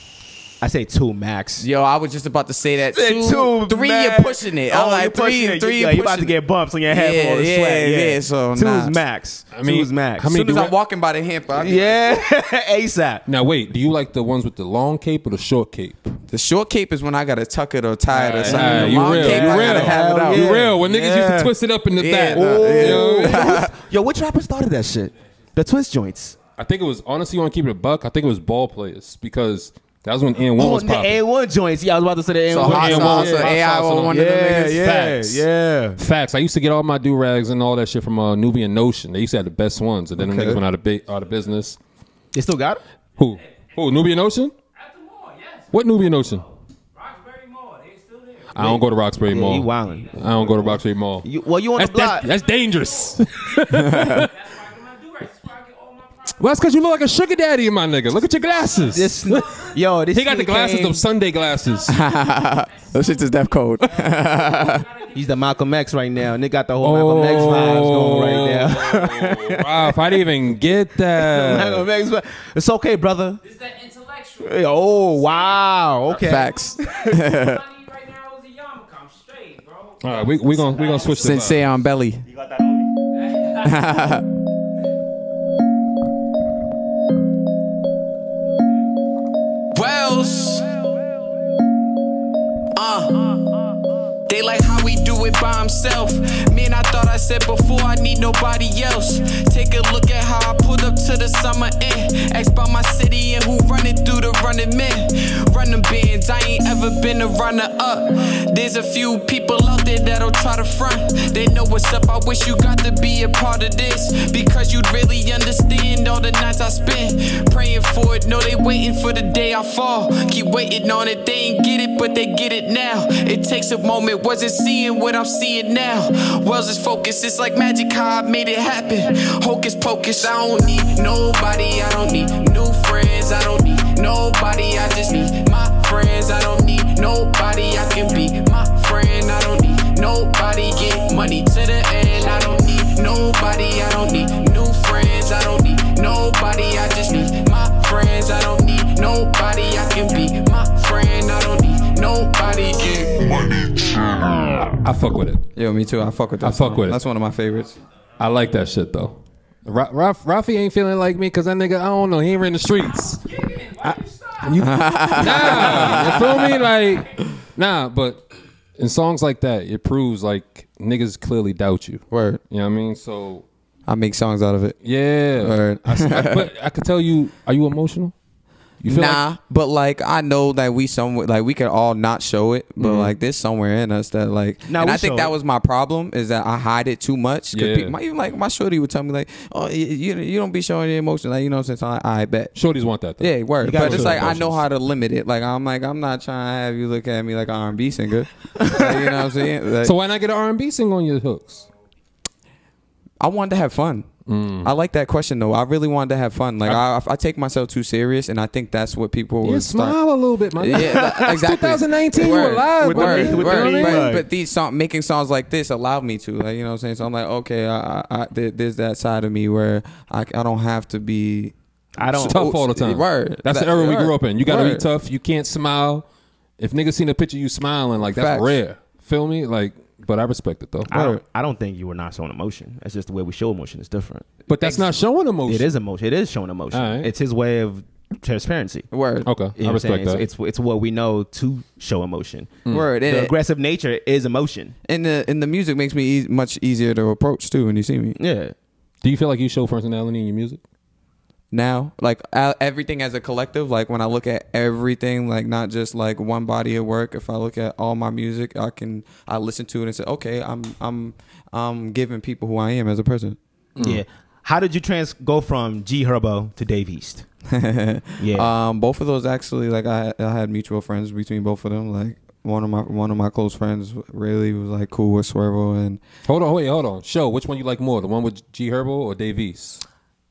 Speaker 6: I say two max.
Speaker 5: Yo, I was just about to say that.
Speaker 6: Say
Speaker 5: Two, three,
Speaker 6: max.
Speaker 5: you're pushing it. I'm
Speaker 6: Oh,
Speaker 5: like,
Speaker 6: you're
Speaker 5: three,
Speaker 6: pushing it.
Speaker 5: three,
Speaker 6: Yeah,
Speaker 5: you're
Speaker 6: you about to
Speaker 5: pushing
Speaker 6: get bumps on your head
Speaker 5: Yeah,
Speaker 6: for all the
Speaker 5: yeah,
Speaker 6: sweat. Yeah,
Speaker 5: yeah, so
Speaker 6: two's
Speaker 5: nah.
Speaker 6: max.
Speaker 2: I mean,
Speaker 6: two's max.
Speaker 2: how
Speaker 5: As soon
Speaker 2: many
Speaker 5: as
Speaker 2: do
Speaker 5: I'm walking by the hamper, I yeah.
Speaker 6: Yeah, ASAP.
Speaker 2: Now wait, do you like the ones with the long cape or the short cape?
Speaker 5: The short cape is when I gotta tuck it or tie it or something.
Speaker 2: Nah,
Speaker 5: the
Speaker 2: you
Speaker 5: long
Speaker 2: real,
Speaker 5: cape,
Speaker 2: you
Speaker 5: I
Speaker 2: real,
Speaker 5: gotta have it
Speaker 6: Hell
Speaker 5: out.
Speaker 6: yeah.
Speaker 2: you real. When niggas used
Speaker 6: Yeah.
Speaker 2: to twist it up in the
Speaker 5: Yeah,
Speaker 2: back.
Speaker 5: nah,
Speaker 2: You
Speaker 5: yeah.
Speaker 2: know what I mean?
Speaker 6: Yo, which rapper started that shit? The twist joints.
Speaker 2: I think it was honestly on keep it a buck. I think it was ball players because that was when N one
Speaker 6: Oh,
Speaker 2: was
Speaker 6: the
Speaker 2: popping.
Speaker 6: A1 joints. Yeah, I was about to say the A1
Speaker 5: So
Speaker 2: Hot
Speaker 5: hot
Speaker 2: and
Speaker 5: sauce,
Speaker 2: Wild.
Speaker 5: or AI or one of them
Speaker 6: Yeah,
Speaker 5: niggas.
Speaker 6: yeah,
Speaker 2: Facts.
Speaker 6: yeah.
Speaker 2: Facts. I used to get all my do rags and all that shit from uh, Nubian Notion. They used to have the best ones, and then them niggas went out of bi- out of business.
Speaker 6: They still got it?
Speaker 2: Who? Who? Nubian Ocean?
Speaker 7: At the mall, yes.
Speaker 2: What Nubian Ocean?
Speaker 7: Roxbury Mall, they still there.
Speaker 2: I don't go to Roxbury
Speaker 6: You
Speaker 2: Mall.
Speaker 6: wildin'.
Speaker 2: I don't go to Roxbury Mall.
Speaker 6: You, well, you on
Speaker 2: That's,
Speaker 6: the block.
Speaker 2: that's, that's dangerous.
Speaker 7: That's where I get my do-rags. That's where I get all my products.
Speaker 2: Well, that's because you look like a sugar daddy, my nigga. Look at your glasses.
Speaker 6: This, yo, this
Speaker 2: he got the
Speaker 6: nigga
Speaker 2: glasses,
Speaker 6: came-
Speaker 2: those Sunday glasses.
Speaker 5: Those shits is death code.
Speaker 6: He's the Malcolm X right now. Nigga got the whole Malcolm X vibes going right
Speaker 2: Oh.
Speaker 6: now.
Speaker 2: now. Ralph, I didn't even get that.
Speaker 6: Malcolm X, vi- it's okay, brother.
Speaker 7: This is that intellectual.
Speaker 6: Hey, Oh wow, okay.
Speaker 5: Facts.
Speaker 7: All I need right now is a yarmulke. I'm straight, bro.
Speaker 2: All right, we we gonna we gonna switch this. up.
Speaker 5: Sensei on belly.
Speaker 4: Wells. Uh. They like how we do it by himself. Man, I thought I said before I need nobody else. Take a look at how I put up to the summer end. Ask about my city and who running through the running men. Running bands, I ain't ever been a runner up. There's a few people out there that'll try to front. They know what's up. I wish you got to be a part of this because you'd really understand all all the nights I spent praying for it. No, they waiting for the day I fall. Keep waiting on it, they ain't get it, but they get it now. It takes a moment, wasn't seeing what I'm seeing now. Wells is focused, it's like magic how I made it happen. Hocus pocus, I don't need nobody, I don't need new friends, I don't need nobody, I just need my friends. I don't need nobody, I can be my friend, I don't need nobody, get money to the end, I don't need nobody, I don't need new friends, I don't need nobody, I just need my friends, I don't need nobody, I can be my friend, I don't need nobody, get
Speaker 2: I fuck with it.
Speaker 5: Yo, me too. I fuck with that.
Speaker 2: I fuck
Speaker 5: song.
Speaker 2: with it.
Speaker 5: That's one of my favorites.
Speaker 2: I like that shit though. Ra- Raf- Rafi ain't feeling like me because that nigga, I don't know, he ain't in the streets. I- you- nah, you feel me? Like, nah, but in songs like that, it proves like niggas clearly doubt you.
Speaker 5: Word.
Speaker 2: You know what I mean? So,
Speaker 5: I make songs out of it.
Speaker 2: yeah.
Speaker 5: Word.
Speaker 2: I, s- I- but I could tell you, are you emotional? You feel
Speaker 5: nah,
Speaker 2: like-
Speaker 5: but like I know that we somewhere like we could all not show it, but
Speaker 2: Mm-hmm.
Speaker 5: like there's somewhere in us that like.
Speaker 3: Nah,
Speaker 5: and
Speaker 3: we
Speaker 5: I think
Speaker 3: show
Speaker 5: that
Speaker 3: it.
Speaker 5: was my problem is that I hide it too much. 'cause
Speaker 2: Yeah.
Speaker 5: people- my, even like my shorty would tell me like, oh, y- you you don't be showing your emotion, like you know what I'm saying. So I, I bet.
Speaker 2: shorties want that. Though.
Speaker 5: Yeah, word.
Speaker 2: gotta
Speaker 5: But it's
Speaker 2: show
Speaker 5: like I know
Speaker 2: emotions.
Speaker 5: how to limit it. Like I'm like I'm not trying to have you look at me like an R&B singer. Like, you know what I'm saying? Like,
Speaker 2: So why not get an R&B sing on your hooks?
Speaker 5: I wanted to have fun.
Speaker 2: Mm.
Speaker 5: I like that question though. I really wanted to have fun. Like I, I, take myself too serious, and I think that's what people
Speaker 2: Yeah,
Speaker 5: would start.
Speaker 2: smile a little bit, man.
Speaker 5: Yeah, that- exactly.
Speaker 2: 2019, you
Speaker 5: Word.
Speaker 2: alive,
Speaker 5: word,
Speaker 2: my nigga.
Speaker 5: word,
Speaker 2: You know what I mean?
Speaker 5: But, but these song, making songs like this allowed me to, like, you know what I'm saying? So I'm like, okay, I, I, I, there- there's that side of me where I, I don't have to be.
Speaker 3: I don't.
Speaker 2: tough all the time.
Speaker 5: Word.
Speaker 2: That's the
Speaker 5: That-
Speaker 2: era we grew
Speaker 5: word.
Speaker 2: up in. You gotta be
Speaker 5: Word.
Speaker 2: tough. You can't smile. If niggas seen a picture of you smiling, like that's
Speaker 5: Facts.
Speaker 2: rare. Feel me? Like, but I respect it though.
Speaker 3: I don't, I don't think you were not showing emotion. That's just the way we show emotion. It's different.
Speaker 2: But that's not showing emotion.
Speaker 3: It is emotion. It is showing emotion.
Speaker 2: All right.
Speaker 3: It's his way of transparency.
Speaker 5: Word.
Speaker 2: Okay,
Speaker 3: You know
Speaker 2: I
Speaker 3: what I'm saying?
Speaker 2: respect that.
Speaker 3: It's, it's it's what we know to show emotion.
Speaker 2: Hmm.
Speaker 5: Word.
Speaker 2: Mm.
Speaker 3: The
Speaker 5: And,
Speaker 3: aggressive nature is emotion.
Speaker 5: and the and the music makes me eas much easier to approach too. When you see me
Speaker 3: Yeah.
Speaker 2: Do you feel like you show personality in your music?
Speaker 5: now, like I, everything as a collective, like when I look at everything, like not just like one body of work. If I look at all my music, I can I listen to it and say, okay, I'm I'm I'm giving people who I am as a person.
Speaker 3: Yeah.
Speaker 5: Hmm.
Speaker 3: How did you trans go from G Herbo to Dave East? yeah.
Speaker 5: Um, both of those actually, like I, I had mutual friends between both of them. Like one of my one of my close friends really was like cool with Swervo, and
Speaker 2: Hold on, wait, hold on. Show which one you like more, the one with G Herbo or Dave East?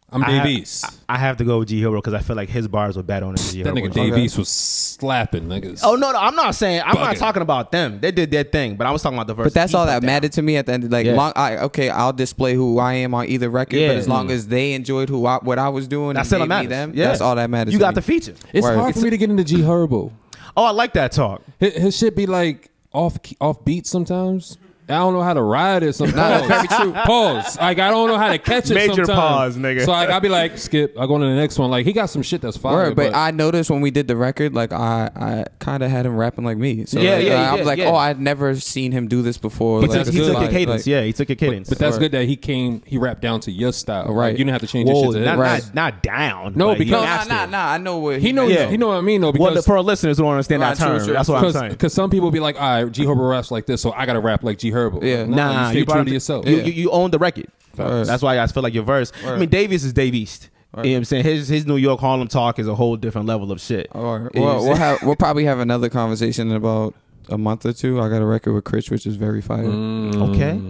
Speaker 2: I'm
Speaker 3: I
Speaker 2: Dave
Speaker 3: have-
Speaker 2: East.
Speaker 3: I, I have to go with G Herbo because I feel like his bars were better on the G
Speaker 2: that
Speaker 3: Herbo.
Speaker 2: nigga Dave East was slapping niggas.
Speaker 3: Oh no, no, I'm not saying I'm not
Speaker 2: Bugging.
Speaker 3: talking about them. They did their thing, but I was talking about the verse.
Speaker 5: but that's
Speaker 3: he
Speaker 5: all
Speaker 3: put
Speaker 5: that
Speaker 3: down.
Speaker 5: mattered to me at the end. Like,
Speaker 3: Yeah.
Speaker 5: long, I, okay, I'll display who I am on either record,
Speaker 3: Yeah.
Speaker 5: but as long as they enjoyed who I, what I was doing,
Speaker 3: That's
Speaker 5: and
Speaker 3: all that
Speaker 5: gave me
Speaker 3: matters.
Speaker 5: them.
Speaker 3: yeah.
Speaker 5: Mm. That's all that matters.
Speaker 3: You
Speaker 5: to
Speaker 3: got
Speaker 5: me.
Speaker 3: the feature.
Speaker 2: It's
Speaker 5: Word.
Speaker 2: hard for me to get into G Herbo.
Speaker 3: Oh, I like that talk.
Speaker 2: His, his shit be like off key- off beat sometimes. I don't know how to ride it sometimes.
Speaker 5: Nah, that's very true.
Speaker 2: Pause. Like I don't know how to catch it.
Speaker 3: Major
Speaker 2: sometimes.
Speaker 3: pause, nigga.
Speaker 2: So like I'll be like, skip. I'll go to the next one. Like he got some shit that's fire.
Speaker 5: Word, but, I noticed when we did the record, like I, I kind of had him rapping like me. So
Speaker 3: Yeah,
Speaker 5: like,
Speaker 3: yeah,
Speaker 5: I, I
Speaker 3: yeah,
Speaker 5: was like,
Speaker 3: yeah.
Speaker 5: oh, I'd never seen him do this before.
Speaker 3: He
Speaker 5: like,
Speaker 3: took,
Speaker 5: this
Speaker 3: he
Speaker 5: is
Speaker 3: took
Speaker 5: like-
Speaker 3: a cadence.
Speaker 5: like-
Speaker 3: yeah, he took a cadence.
Speaker 2: but that's
Speaker 5: Word.
Speaker 2: good that he came. He rapped down to your style. Like,
Speaker 5: Right.
Speaker 2: you didn't have to change
Speaker 3: Whoa,
Speaker 2: your shit to
Speaker 3: not,
Speaker 2: his.
Speaker 5: Right.
Speaker 3: not, not down.
Speaker 2: No,
Speaker 3: like, you
Speaker 2: because-
Speaker 5: No, nah,
Speaker 3: mastered.
Speaker 5: nah, nah. I know what
Speaker 2: He knows.
Speaker 3: Yeah.
Speaker 2: He know what I mean though.
Speaker 3: Well, the,
Speaker 2: Because
Speaker 3: for our listeners who don't understand
Speaker 5: Right,
Speaker 3: that
Speaker 5: true,
Speaker 3: term,
Speaker 5: true.
Speaker 3: that's what I'm saying.
Speaker 2: because some people be like, all right, G Herbo raps like this, so I gotta rap like G Herbo.
Speaker 5: Yeah.
Speaker 2: Nah,
Speaker 3: Nah,
Speaker 2: you stay
Speaker 3: brought
Speaker 2: true
Speaker 3: him
Speaker 2: to yourself.
Speaker 3: You,
Speaker 2: Yeah.
Speaker 3: you, you own the record.
Speaker 5: Word.
Speaker 3: That's why I feel like your verse. I mean, Davies is Dave East. You know what I'm saying? His his New York Harlem talk is a whole different level of shit.
Speaker 5: All right.
Speaker 3: You know
Speaker 5: Well,
Speaker 3: what I'm
Speaker 5: we'll,
Speaker 3: saying?
Speaker 5: have, we'll probably have another conversation in about a month or two. I got a record with Chris, which is very fire.
Speaker 3: okay.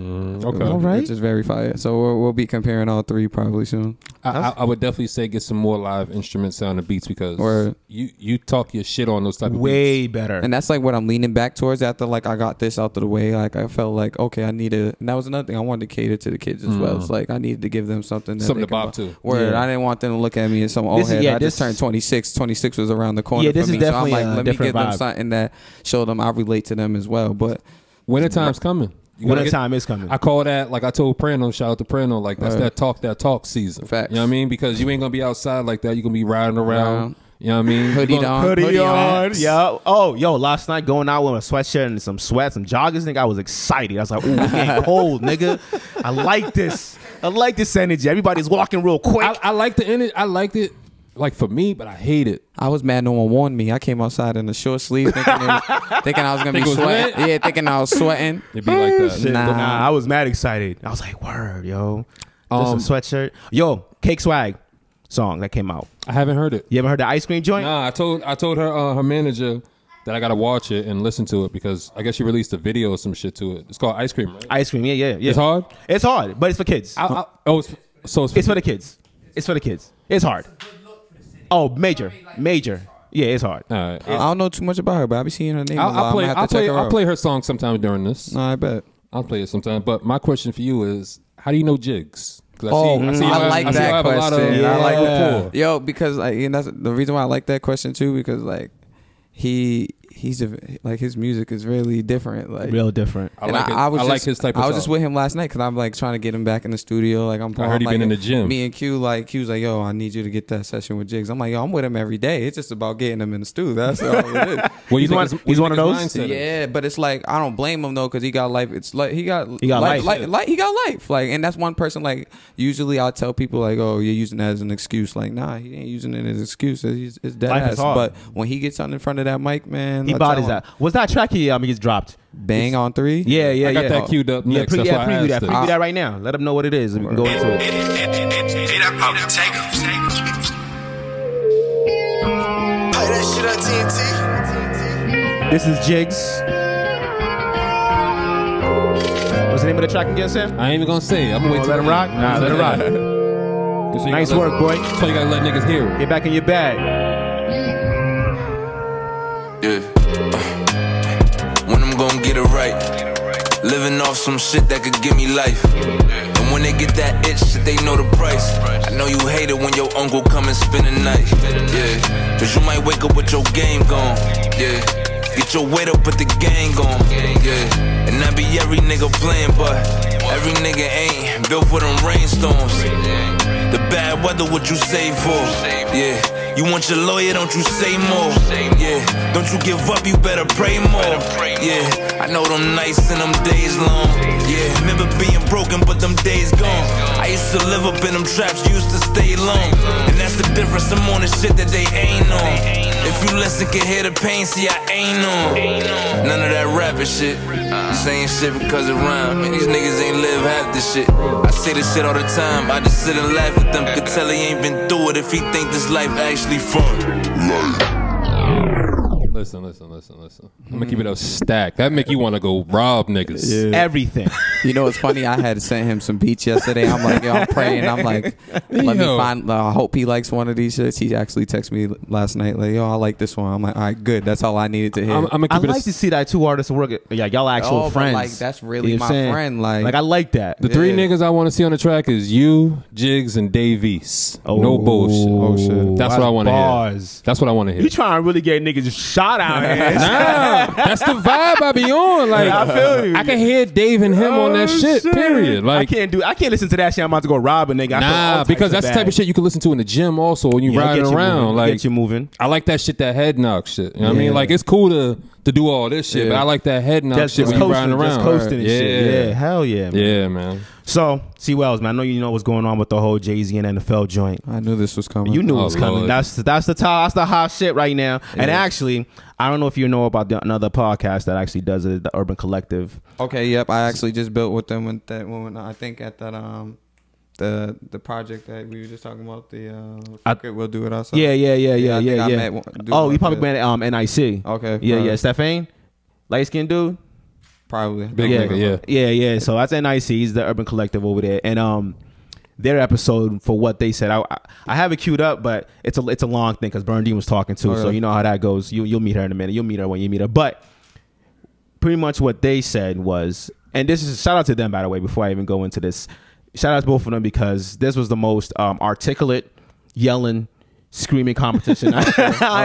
Speaker 2: Okay.
Speaker 3: All right.
Speaker 5: Which is very fire. So we'll, we'll be comparing all three probably soon.
Speaker 2: I, I, I would definitely say get some more live instrument sound and beats because
Speaker 5: Word.
Speaker 2: you you talk your shit on those type of beats.
Speaker 3: Way better.
Speaker 5: And that's like what I'm leaning back towards after like I got this out of the way. Like I felt like, okay, I need to. And that was another thing. I wanted to cater to the kids as well. It's like I needed to give them something. That
Speaker 2: Mm. Something
Speaker 5: they can
Speaker 2: to bop
Speaker 5: rock-
Speaker 2: to.
Speaker 5: Word.
Speaker 3: Yeah.
Speaker 5: I didn't want them to look at me as some old
Speaker 3: This is-
Speaker 5: head.
Speaker 3: yeah,
Speaker 5: I just
Speaker 3: this-
Speaker 5: turned 26. 26 was around the corner
Speaker 3: Yeah,
Speaker 5: for
Speaker 3: this
Speaker 5: me.
Speaker 3: is definitely
Speaker 5: so I'm
Speaker 3: a
Speaker 5: like, let me
Speaker 3: different
Speaker 5: give them
Speaker 3: vibe.
Speaker 5: something that show them I relate to them as well. But
Speaker 2: Winter time's coming. You gotta
Speaker 3: Winter
Speaker 2: get-
Speaker 3: time is coming.
Speaker 2: I call that like I told Prano. Shout out to Prano. Like that's
Speaker 5: Right.
Speaker 2: that talk that talk season.
Speaker 5: Facts.
Speaker 2: You know what I mean? Because you ain't gonna be outside like that. You gonna be riding around.
Speaker 5: Around.
Speaker 2: You know what I mean?
Speaker 5: Hoodie
Speaker 2: You gonna-
Speaker 5: on, hoodie on.
Speaker 3: Yo, oh, yo, last night going out with a sweatshirt and some sweats, some joggers, nigga, I was excited. I was like, ooh, it's getting cold, nigga. I like this. I like this energy. Everybody's walking real quick.
Speaker 2: I, I like the energy. I liked it. Like for me, but I hate it.
Speaker 5: I was mad no one warned me. I came outside in a short sleeve thinking, it was- thinking I was going to
Speaker 2: Think
Speaker 5: be
Speaker 2: it was
Speaker 5: sweating.
Speaker 2: wet?
Speaker 5: Yeah, thinking I was sweating.
Speaker 2: It'd be like that.
Speaker 3: Shit,
Speaker 5: Nah.
Speaker 3: but I was mad excited. I was like, word, yo. Just
Speaker 2: Um,
Speaker 3: a sweatshirt. Yo, cake swag.
Speaker 8: song that came out.
Speaker 2: I haven't heard it.
Speaker 8: You ever heard the ice cream joint?
Speaker 2: Nah, I told I told her uh, her manager that I gotta watch it and listen to it because I guess she released a video or some shit to it. It's called Ice Cream. Right?
Speaker 8: Ice cream, yeah, yeah, yeah.
Speaker 2: It's hard?
Speaker 8: It's hard, but it's for kids.
Speaker 2: I, I, oh, it's, so it's,
Speaker 8: It's for the kids. It's for the kids. It's hard. Oh, major, major. Yeah, it's hard.
Speaker 2: All right.
Speaker 5: I don't know too much about her, but I be seeing her name. a
Speaker 2: I'll,
Speaker 5: lot.
Speaker 2: I'll
Speaker 5: I'm
Speaker 2: play.
Speaker 5: gonna have to
Speaker 2: I'll
Speaker 5: check
Speaker 2: play.
Speaker 5: her
Speaker 2: I'll
Speaker 5: out.
Speaker 2: play her song sometime during this.
Speaker 5: No, I bet.
Speaker 2: I'll play it sometime. But my question for you is, how do you know Jigs? 'Cause
Speaker 5: Oh,
Speaker 2: see-
Speaker 5: I,
Speaker 2: see you have-
Speaker 5: like
Speaker 2: see you
Speaker 5: that
Speaker 2: have a lot of-
Speaker 5: question. I like
Speaker 2: rapport.
Speaker 5: Yo, because like and that's the reason why I like that question too. Because like he he's a, like his music is really different. Like
Speaker 3: Real different.
Speaker 2: I
Speaker 5: and
Speaker 2: like, it.
Speaker 5: I, I was
Speaker 2: I
Speaker 5: just,
Speaker 2: like his type. Of
Speaker 5: I was
Speaker 2: song.
Speaker 5: just with him last night because I'm like trying to get him back in the studio. Like I'm.
Speaker 2: I heard he
Speaker 5: like,
Speaker 2: been in the gym.
Speaker 5: Me and Q like Q was like, "Yo, I need you to get that session with Jigs." I'm like, "Yo, I'm with him every day. It's just about getting him in the studio. That's all it is."
Speaker 2: What do you
Speaker 3: He's
Speaker 2: think
Speaker 3: one-
Speaker 2: his- what
Speaker 3: he's
Speaker 2: do you
Speaker 3: one of
Speaker 2: think his
Speaker 3: those?
Speaker 2: mindset is?
Speaker 5: Yeah, but it's like I don't blame him though because he got life. It's like he got
Speaker 3: He got
Speaker 5: like,
Speaker 3: life.
Speaker 5: like, like, he got life. Like, and that's one person. Like, usually I'll tell people like, "Oh, you're using that as an excuse." Like, nah, he ain't using it as an excuse. It's, it's dead
Speaker 3: Life is
Speaker 5: ass.
Speaker 3: hard.
Speaker 5: But when he gets on in front of that mic, man,
Speaker 3: He
Speaker 5: I
Speaker 3: bodies
Speaker 5: tell him,
Speaker 3: that. Was that track he um he gets dropped?
Speaker 5: bang on three.
Speaker 3: Yeah, yeah,
Speaker 2: I
Speaker 3: yeah.
Speaker 2: got that queued up
Speaker 8: Yeah,
Speaker 2: next.
Speaker 8: pre-
Speaker 2: That's
Speaker 8: yeah,
Speaker 2: why I
Speaker 8: preview that.
Speaker 2: asked
Speaker 8: Preview
Speaker 2: it.
Speaker 8: that right now. Let them know what it is. and We can go into it.
Speaker 6: Play that shit on TNT.
Speaker 8: This is Jigs. What's the name of the track again, Sam?
Speaker 2: I ain't even gonna say. it. I'm gonna wait.
Speaker 8: Oh,
Speaker 2: till
Speaker 8: let him
Speaker 2: the-
Speaker 8: rock? Nah, let him rock.
Speaker 2: So you
Speaker 8: Nice
Speaker 2: gotta
Speaker 8: work,
Speaker 2: let-
Speaker 8: boy.
Speaker 2: So you gotta let niggas hear it.
Speaker 8: Get back in your bag.
Speaker 9: Yeah. Uh. When I'm gonna get it right. Living off some shit that could give me life. And when they get that itch, shit, they know the price. I know you hate it when your uncle come and spend a night. Yeah. Cause you might wake up with your game gone. Yeah. Get your weight up, put the gang on. Yeah. And that be every nigga playing, but every nigga ain't built for them rainstorms. The bad weather, what you save for? Yeah. You want your lawyer, don't you say more? Yeah. Don't you give up, you better pray more. Yeah. I know them nights and them days long. Yeah. Remember being broken, but them days gone. I used to live up in them traps, used to stay long. And that's the difference, I'm on the shit that they ain't on. If you listen, can hear the pain, see, I ain't on. None of that rapping shit. Saying shit because it rhyme. Man, these niggas ain't live half this shit. I say this shit all the time. I just sit and laugh at them. Could tell he ain't been through it if he think this life actually fun.
Speaker 2: Listen, listen, listen, listen. I'm gonna keep it up stacked. That make you want to go rob niggas.
Speaker 8: Everything.
Speaker 5: You know, it's funny. I had sent him some beats yesterday. I'm like, yo, I'm praying. I'm like, let me
Speaker 2: Yo.
Speaker 5: find. I hope he likes one of these shits. He actually texted me last night, like, yo, I like this one. I'm like, all right, good. That's all I needed to hear.
Speaker 2: I'm, I'm gonna
Speaker 3: I
Speaker 2: keep it. a-
Speaker 3: like to see that two artists work. At, yeah, y'all actual
Speaker 5: Oh, but,
Speaker 3: friends.
Speaker 5: like, that's really
Speaker 3: You know what
Speaker 5: my
Speaker 3: I'm saying?
Speaker 5: friend, like-
Speaker 3: I like that.
Speaker 2: the three niggas I want to see on the track is you, Jigs, and Davies. no bullshit.
Speaker 3: Oh, shit.
Speaker 2: That's what I want to hear.
Speaker 3: Bars.
Speaker 2: That's what I want to hear.
Speaker 3: You trying to really get niggas shot out here?
Speaker 2: Nah, Ah, that's the vibe I be on. Like
Speaker 3: I feel you.
Speaker 2: I can hear Dave and him on that
Speaker 3: Oh,
Speaker 2: shit, Period. Like
Speaker 3: I can't do. I can't listen to that shit. I'm about to go rob a nigga. I feel all
Speaker 2: nah,
Speaker 3: types
Speaker 2: because that's the type
Speaker 3: bad.
Speaker 2: of shit you can listen to in the gym also when you
Speaker 3: Yeah,
Speaker 2: riding
Speaker 3: get you
Speaker 2: around.
Speaker 3: moving,
Speaker 2: like
Speaker 3: get you moving.
Speaker 2: I like that shit, that head knock shit. You know what I mean?
Speaker 5: Yeah.
Speaker 2: Like it's cool to to do all this shit, but
Speaker 5: Yeah.
Speaker 2: I like that head knock
Speaker 3: That's
Speaker 2: shit
Speaker 3: just
Speaker 2: when you riding
Speaker 3: coasting,
Speaker 2: around.
Speaker 3: just coasting and
Speaker 2: yeah.
Speaker 3: shit. Yeah, hell yeah. Man.
Speaker 2: Yeah, man.
Speaker 3: So, C Wells, man, I know you know what's going on with the whole Jay Z and NFL joint.
Speaker 5: I knew this was coming.
Speaker 3: You knew
Speaker 2: Oh,
Speaker 3: it was coming.
Speaker 2: Lord.
Speaker 3: That's that's the top, that's the hot shit right now. And actually, I don't know if you know about the, another podcast that actually does it, the Urban Collective.
Speaker 5: Okay, yep. I actually just built with them with that woman. I think at that um the the project that we were just talking about. The uh,
Speaker 3: I-
Speaker 5: fuck it, we'll do it ourselves.
Speaker 3: Yeah, yeah, yeah,
Speaker 5: I
Speaker 3: yeah,
Speaker 5: think
Speaker 3: yeah,
Speaker 5: I
Speaker 3: yeah.
Speaker 5: met one- dude
Speaker 3: oh, you
Speaker 5: like
Speaker 3: probably
Speaker 5: that. Oh,
Speaker 3: met um NIC.
Speaker 5: Okay,
Speaker 3: Yeah,
Speaker 5: right.
Speaker 3: yeah. Stephane, light skinned dude.
Speaker 5: probably.
Speaker 2: Big
Speaker 3: yeah,
Speaker 2: nigga, yeah.
Speaker 3: yeah, yeah. So that's NIC. He's the Urban Collective over there, and um, their episode for what they said. I I, I have it queued up, but it's a it's a long thing because Bernadine was talking too. So
Speaker 5: Okay.
Speaker 3: you know how that goes. You you'll meet her in a minute. You'll meet her when you meet her. But pretty much what they said was, and this is shout out to them by the way. Before I even go into this, shout out to both of them because this was the most um, articulate yelling. Screaming competition I, I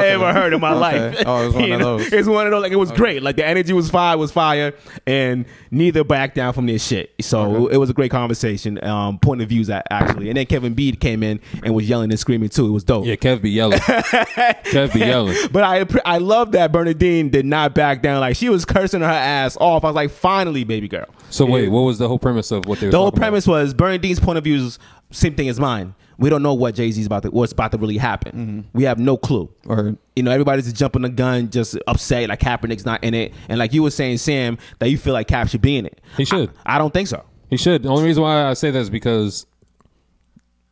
Speaker 5: Okay.
Speaker 3: ever heard in my
Speaker 5: Okay.
Speaker 3: life.
Speaker 5: Oh, it was one
Speaker 3: You
Speaker 5: of
Speaker 3: know?
Speaker 5: those.
Speaker 3: It's one of those like it was great. Like the energy was fire, was fire, and neither backed down from their shit. So it was a great conversation. Um, point of views a- actually, and then Kevin Bede came in and was yelling and screaming too. It was dope.
Speaker 2: Yeah, Kev be yelling. Kev be yelling.
Speaker 3: But I appre- I love that Bernadine did not back down. Like she was cursing her ass off. I was like, finally, baby girl.
Speaker 2: So wait, what was the whole premise of what they were
Speaker 3: The whole
Speaker 2: talking about?
Speaker 3: premise was Bernadine's point of view is same thing as mine. We don't know what Jay Z's about to what's about to really happen.
Speaker 2: Mm-hmm.
Speaker 3: We have no clue.
Speaker 5: Word.
Speaker 3: you know, everybody's just jumping the gun, just upset like Kaepernick's not in it, and like you were saying, Sam, that you feel like Cap should be in it.
Speaker 2: He should.
Speaker 3: I, I don't think so.
Speaker 2: He should. The only reason why I say that is because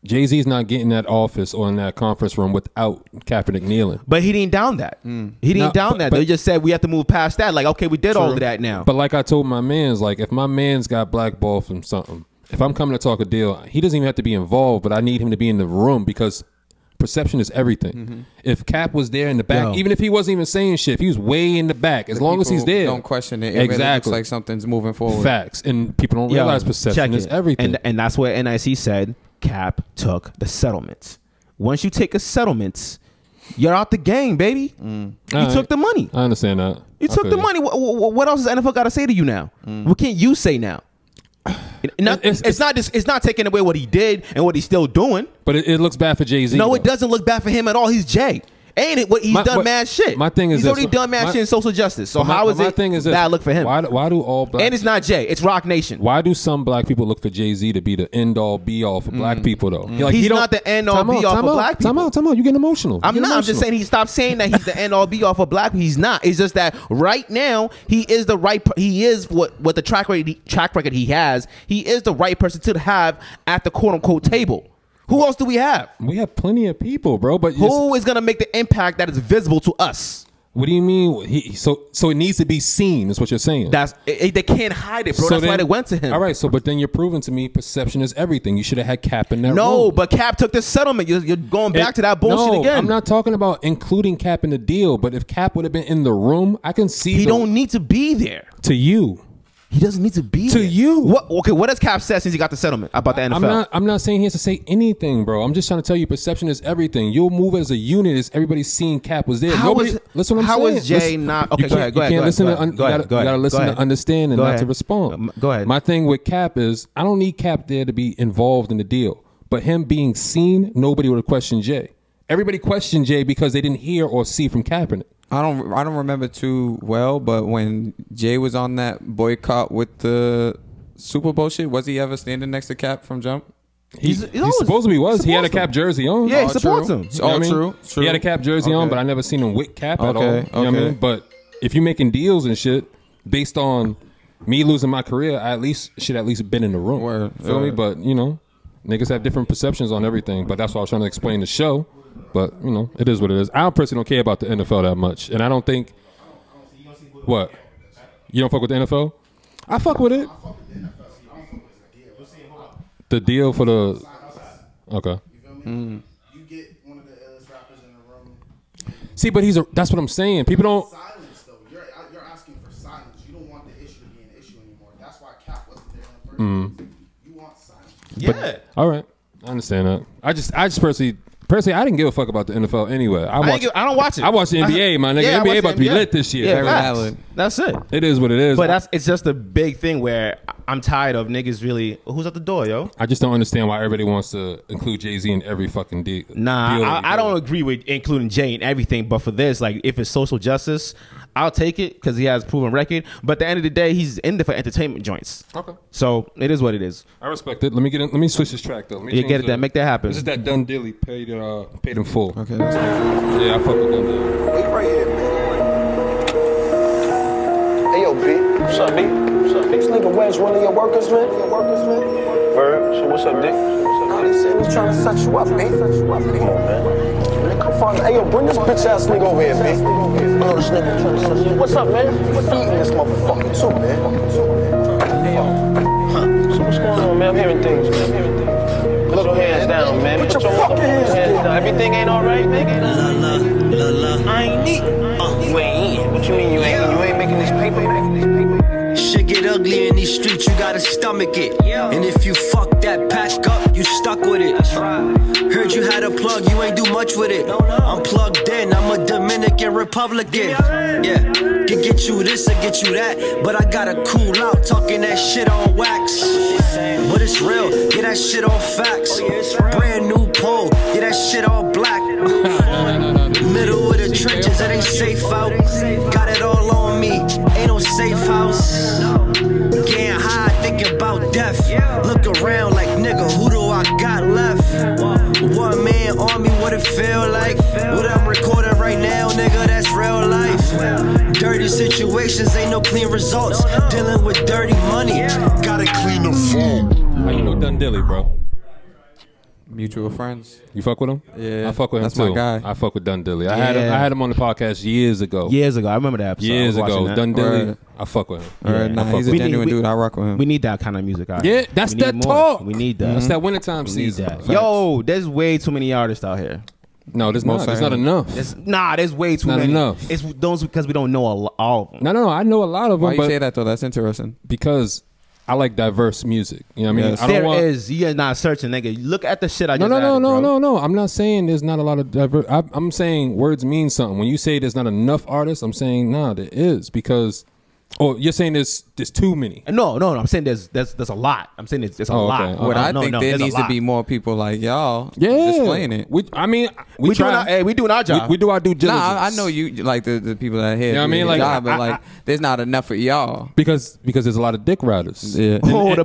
Speaker 2: Jay Z's not getting that office or in that conference room without Kaepernick kneeling.
Speaker 3: But he didn't down that. He didn't
Speaker 2: Mm. No,
Speaker 3: down
Speaker 2: but-
Speaker 3: that.
Speaker 2: but-
Speaker 3: they just said we have to move past that. Like, okay, we did all of that now.
Speaker 2: But like I told my man's, like if my man's got blackballed from something, if I'm coming to talk a deal, he doesn't even have to be involved, but I need him to be in the room because perception is everything. If Cap was there in the back,
Speaker 3: Mm-hmm. Yo.
Speaker 2: even if he wasn't even saying shit, if he was way in the back, as long as he's
Speaker 5: People
Speaker 2: there,
Speaker 5: Don't question it. It really looks
Speaker 2: exactly.
Speaker 5: like something's moving forward.
Speaker 2: Facts and people don't
Speaker 3: Yo,
Speaker 2: realize perception
Speaker 3: check
Speaker 2: is
Speaker 3: it.
Speaker 2: everything.
Speaker 3: And, and that's what NIC said. Cap took the settlements. Once you take a settlement, you're out the game, baby. You
Speaker 2: Mm. All right.
Speaker 3: took the money.
Speaker 2: I understand that.
Speaker 3: You
Speaker 2: I
Speaker 3: took
Speaker 2: feel
Speaker 3: the money. What, what, what else does NFL got to say to you now? What can't you say now? It- not-
Speaker 2: Mm. It's-
Speaker 3: it's,
Speaker 2: it's-
Speaker 3: not just, it's not taking away what he did and what he's still doing.
Speaker 2: But it, it looks bad for Jay Z.
Speaker 3: No, it doesn't look bad for him at all. He's Jay. Ain't it? What he's
Speaker 2: My-
Speaker 3: done
Speaker 2: but
Speaker 3: mad shit.
Speaker 2: my thing is
Speaker 3: he's
Speaker 2: this.
Speaker 3: already done mad
Speaker 2: My-
Speaker 3: shit in social justice. So how is
Speaker 2: my
Speaker 3: it
Speaker 2: thing is this.
Speaker 3: bad look for him?
Speaker 2: Why, do- why do all black
Speaker 3: and it's not Jay. It's Rock Nation.
Speaker 2: Why do some black people look for Jay Z to be the end all be all for black people though? Like,
Speaker 3: Mm. He's
Speaker 2: he don't-
Speaker 3: not the end-all,
Speaker 2: Time out,
Speaker 3: be-all
Speaker 2: time
Speaker 3: for
Speaker 2: out,
Speaker 3: black
Speaker 2: Time
Speaker 3: people.
Speaker 2: out, time out. You're getting emotional.
Speaker 3: I'm
Speaker 2: You're
Speaker 3: not. I'm just
Speaker 2: emotional.
Speaker 3: saying he's stopped saying that he's the end all be all for black. people. He's not. It's just that right now he is the right. per- He is what what the track record track record he has. He is the right person to have at the quote unquote table. Who else do we have?
Speaker 2: we have plenty of people, bro. But you just-
Speaker 3: Who is going to make the impact that is visible to us?
Speaker 2: what do you mean? He, so so it needs to be seen. Is what you're saying?
Speaker 3: That's it, it- they can't hide it, bro.
Speaker 2: So
Speaker 3: That's why
Speaker 2: then-
Speaker 3: they went to him.
Speaker 2: All right. So but then you're proving to me perception is everything. You should have had Cap in that
Speaker 3: No,
Speaker 2: room.
Speaker 3: but Cap took the settlement. You're, you're going
Speaker 2: It-
Speaker 3: back to that bullshit
Speaker 2: no,
Speaker 3: again.
Speaker 2: I'm not talking about including Cap in the deal. But if Cap would have been in the room, I can see
Speaker 3: he
Speaker 2: the-
Speaker 3: don't need to be there.
Speaker 2: to you.
Speaker 3: He doesn't need to be
Speaker 2: To
Speaker 3: there.
Speaker 2: you.
Speaker 3: What? Okay. What has Cap said since he got the settlement about the NFL?
Speaker 2: I'm not. I'm not saying he has to say anything, bro. I'm just trying to tell you, perception is everything. You'll move as a unit. Is everybody's seeing Cap was there?
Speaker 3: How
Speaker 2: Nobody,
Speaker 3: is-
Speaker 2: listen. What I'm
Speaker 3: how
Speaker 2: saying.
Speaker 3: is Jay
Speaker 2: Listen,
Speaker 3: not- okay,
Speaker 2: you
Speaker 3: go
Speaker 2: can't-
Speaker 3: ahead, go
Speaker 2: you
Speaker 3: ahead,
Speaker 2: can't
Speaker 3: go
Speaker 2: listen
Speaker 3: ahead,
Speaker 2: to. un-
Speaker 3: go ahead,
Speaker 2: you gotta,
Speaker 3: go
Speaker 2: you gotta
Speaker 3: ahead,
Speaker 2: listen
Speaker 3: go
Speaker 2: to
Speaker 3: ahead.
Speaker 2: understand and
Speaker 3: Go
Speaker 2: not to
Speaker 3: ahead.
Speaker 2: respond.
Speaker 3: Um, go ahead.
Speaker 2: My thing with Cap is I don't need Cap there to be involved in the deal, but him being seen, nobody would have questioned Jay. Everybody questioned Jay because they didn't hear or see from Kaepernick.
Speaker 5: I don't I don't remember too well, but when Jay was on that boycott with the Super Bowl shit, was he ever standing next to Cap from jump?
Speaker 2: He,
Speaker 3: He's-
Speaker 2: he's,
Speaker 3: he's always-
Speaker 2: supposedly was. He had a
Speaker 3: supposed to.
Speaker 2: cap jersey on.
Speaker 3: Yeah, he supports
Speaker 5: true.
Speaker 3: him.
Speaker 5: Oh, true, true.
Speaker 2: He had a cap jersey on,
Speaker 5: Okay.
Speaker 2: but I never seen him with cap at all. You
Speaker 5: Okay,
Speaker 2: know what I
Speaker 5: okay.
Speaker 2: mean? But if you're making deals and shit based on me losing my career, I at least should at least been in the room.
Speaker 5: Word,
Speaker 2: Feel me?
Speaker 5: word.
Speaker 2: But you know, niggas have different perceptions on everything. But that's why I was trying to explain the show. But you know, it is what it is. I personally don't care about the NFL that much, and I don't think what you don't fuck with the NFL. I fuck with it. The deal for the okay.
Speaker 10: You get one of the illest rappers in the room.
Speaker 2: See, but he's a. That's what I'm saying. People don't.
Speaker 10: Silence, though. You're you're asking for silence. You don't want the issue to be an issue anymore. That's why Cap wasn't there in the first
Speaker 2: Mm-hmm.
Speaker 10: place. You want silence.
Speaker 3: yeah.
Speaker 2: All right, I understand that. I just, I just personally, personally, I didn't give a fuck about the NFL anyway. I
Speaker 3: I,
Speaker 2: watch.
Speaker 3: ain't give- I don't watch it.
Speaker 2: I watch the NBA, my nigga.
Speaker 3: I
Speaker 2: NBA
Speaker 3: watch
Speaker 2: about
Speaker 3: the
Speaker 2: to be
Speaker 3: NBA.
Speaker 2: lit this year.
Speaker 3: Yeah,
Speaker 5: Very
Speaker 3: facts.
Speaker 5: valid.
Speaker 3: That's it.
Speaker 2: It is what it is.
Speaker 3: But that's it's just a big thing where I'm tired of niggas really. Who's at the door, yo?
Speaker 2: I just don't understand why everybody wants to include Jay Z in every fucking de- deal.
Speaker 3: Nah,
Speaker 2: that
Speaker 3: I,
Speaker 2: we
Speaker 3: I
Speaker 2: do.
Speaker 3: don't agree with including Jay and everything, but for this, like, if it's social justice, I'll take it because he has proven record. But at the end of the day, he's in there for entertainment joints.
Speaker 2: Okay.
Speaker 3: So it is what it is.
Speaker 2: I respect it. Let me get. In, let me switch this track though. Let me
Speaker 3: You
Speaker 2: change
Speaker 3: get it?
Speaker 2: the-
Speaker 3: That make that happen.
Speaker 2: This is that done dilly paid uh paid in full.
Speaker 5: Okay, that's
Speaker 2: Yeah, I fuck with done dilly.
Speaker 1: Wait right here, man. Hey, yo, B. What's up, B? What's up, B? This nigga Wes, one of your workers, man? Your workers, man? Bird, so what's up, Dick? Nah, they said was trying to set you up, B. Set you up, B. Come on, man. Man, come find Hey, yo, bring this bitch ass nigga over here, B. I know this nigga trying to set you up. What's up, man? What's up? Eating this motherfucker, too, man. Hey, yo. Huh. So what's going on, man? I'm hearing things, man. I'm hearing things. Put your hands down, man. Put your fucking hands down. Everything ain't alright, nigga. You ain't eating. What you mean you ain't? You ain't making this paper. Making this paper.
Speaker 11: Shit get ugly in these streets, you gotta stomach it. And if you fuck that pack up, you stuck with it. Heard you had a plug, you ain't do much with it. I'm plugged in, I'm a Dominican Republican. Yeah, can get you this or get you that, but I gotta cool out talking that shit on wax. But it's real, get that shit on facts. Brand new pole, get that shit all black. Middle of the trenches, it ain't safe out. Got it all on me, ain't no safe house. Getting high, thinking about death. Look around like, nigga, who do I got left? One man army, what it feel like? What I'm recording right now, nigga, that's real life. Dirty situations, ain't no clean results. Dealing with dirty money, gotta clean the phone.
Speaker 2: How you know done dilly, bro?
Speaker 5: Mutual friends.
Speaker 2: You fuck with him?
Speaker 5: Yeah,
Speaker 2: I fuck with him
Speaker 5: that's
Speaker 2: too.
Speaker 5: my guy.
Speaker 2: I fuck with Dun Dilly. I had him,
Speaker 5: Yeah.
Speaker 2: I had him on the podcast years ago.
Speaker 3: Years ago, I remember that episode. I
Speaker 2: Years
Speaker 3: was watching
Speaker 2: ago,
Speaker 3: that.
Speaker 2: Dun Dilly.
Speaker 3: Word.
Speaker 2: I fuck with him.
Speaker 3: Yeah.
Speaker 2: I fuck with
Speaker 3: We
Speaker 2: him.
Speaker 3: need- we- We need that kind of music. Out
Speaker 2: Yeah,
Speaker 3: here.
Speaker 2: that's
Speaker 3: We need
Speaker 2: that
Speaker 3: more.
Speaker 2: talk.
Speaker 3: We need that.
Speaker 2: That's that wintertime
Speaker 3: We need
Speaker 2: season.
Speaker 3: that.
Speaker 2: Facts.
Speaker 3: Yo, there's way too many artists out here.
Speaker 2: No, there's not. There's not enough.
Speaker 3: There's, nah, there's way too
Speaker 2: Not
Speaker 3: many.
Speaker 2: enough.
Speaker 3: It's those because we don't know a lo- all of them.
Speaker 2: No, no, no. I know a lot of them.
Speaker 3: Why you
Speaker 2: but
Speaker 3: say
Speaker 5: that though? That's interesting.
Speaker 2: Because I like diverse music. You know what I mean? I don't
Speaker 3: there
Speaker 2: want.
Speaker 3: is. You're not searching, nigga. Look at the shit I
Speaker 2: no,
Speaker 3: just
Speaker 2: no, no,
Speaker 3: added,
Speaker 2: no,
Speaker 3: bro.
Speaker 2: no, no. I'm not saying there's not a lot of diver- I, I'm saying words mean something. When you say there's not enough artists, I'm saying nah, there is because. Oh, you're saying there's there's too many.
Speaker 3: No, no, no. I'm saying there's there's there's a lot. I'm saying there's, there's a
Speaker 2: Oh,
Speaker 3: lot.
Speaker 2: okay.
Speaker 3: No,
Speaker 5: What I
Speaker 3: Uh-huh. no,
Speaker 5: think
Speaker 3: no,
Speaker 5: there
Speaker 3: there's a
Speaker 5: needs to
Speaker 3: lot.
Speaker 5: be more people like y'all.
Speaker 2: Yeah.
Speaker 5: displaying it.
Speaker 2: We, I mean, we,
Speaker 3: We doing
Speaker 2: try.
Speaker 3: our- hey, we doing our job.
Speaker 2: We, we do our due diligence.
Speaker 5: Nah, I, I know you like the, the people that here.
Speaker 2: You know what I
Speaker 5: do
Speaker 2: mean?
Speaker 5: your
Speaker 2: Like,
Speaker 5: job, but
Speaker 2: I-
Speaker 5: like, there's not enough for y'all.
Speaker 2: because because there's a lot of dick riders.
Speaker 5: Yeah.
Speaker 3: Oh, the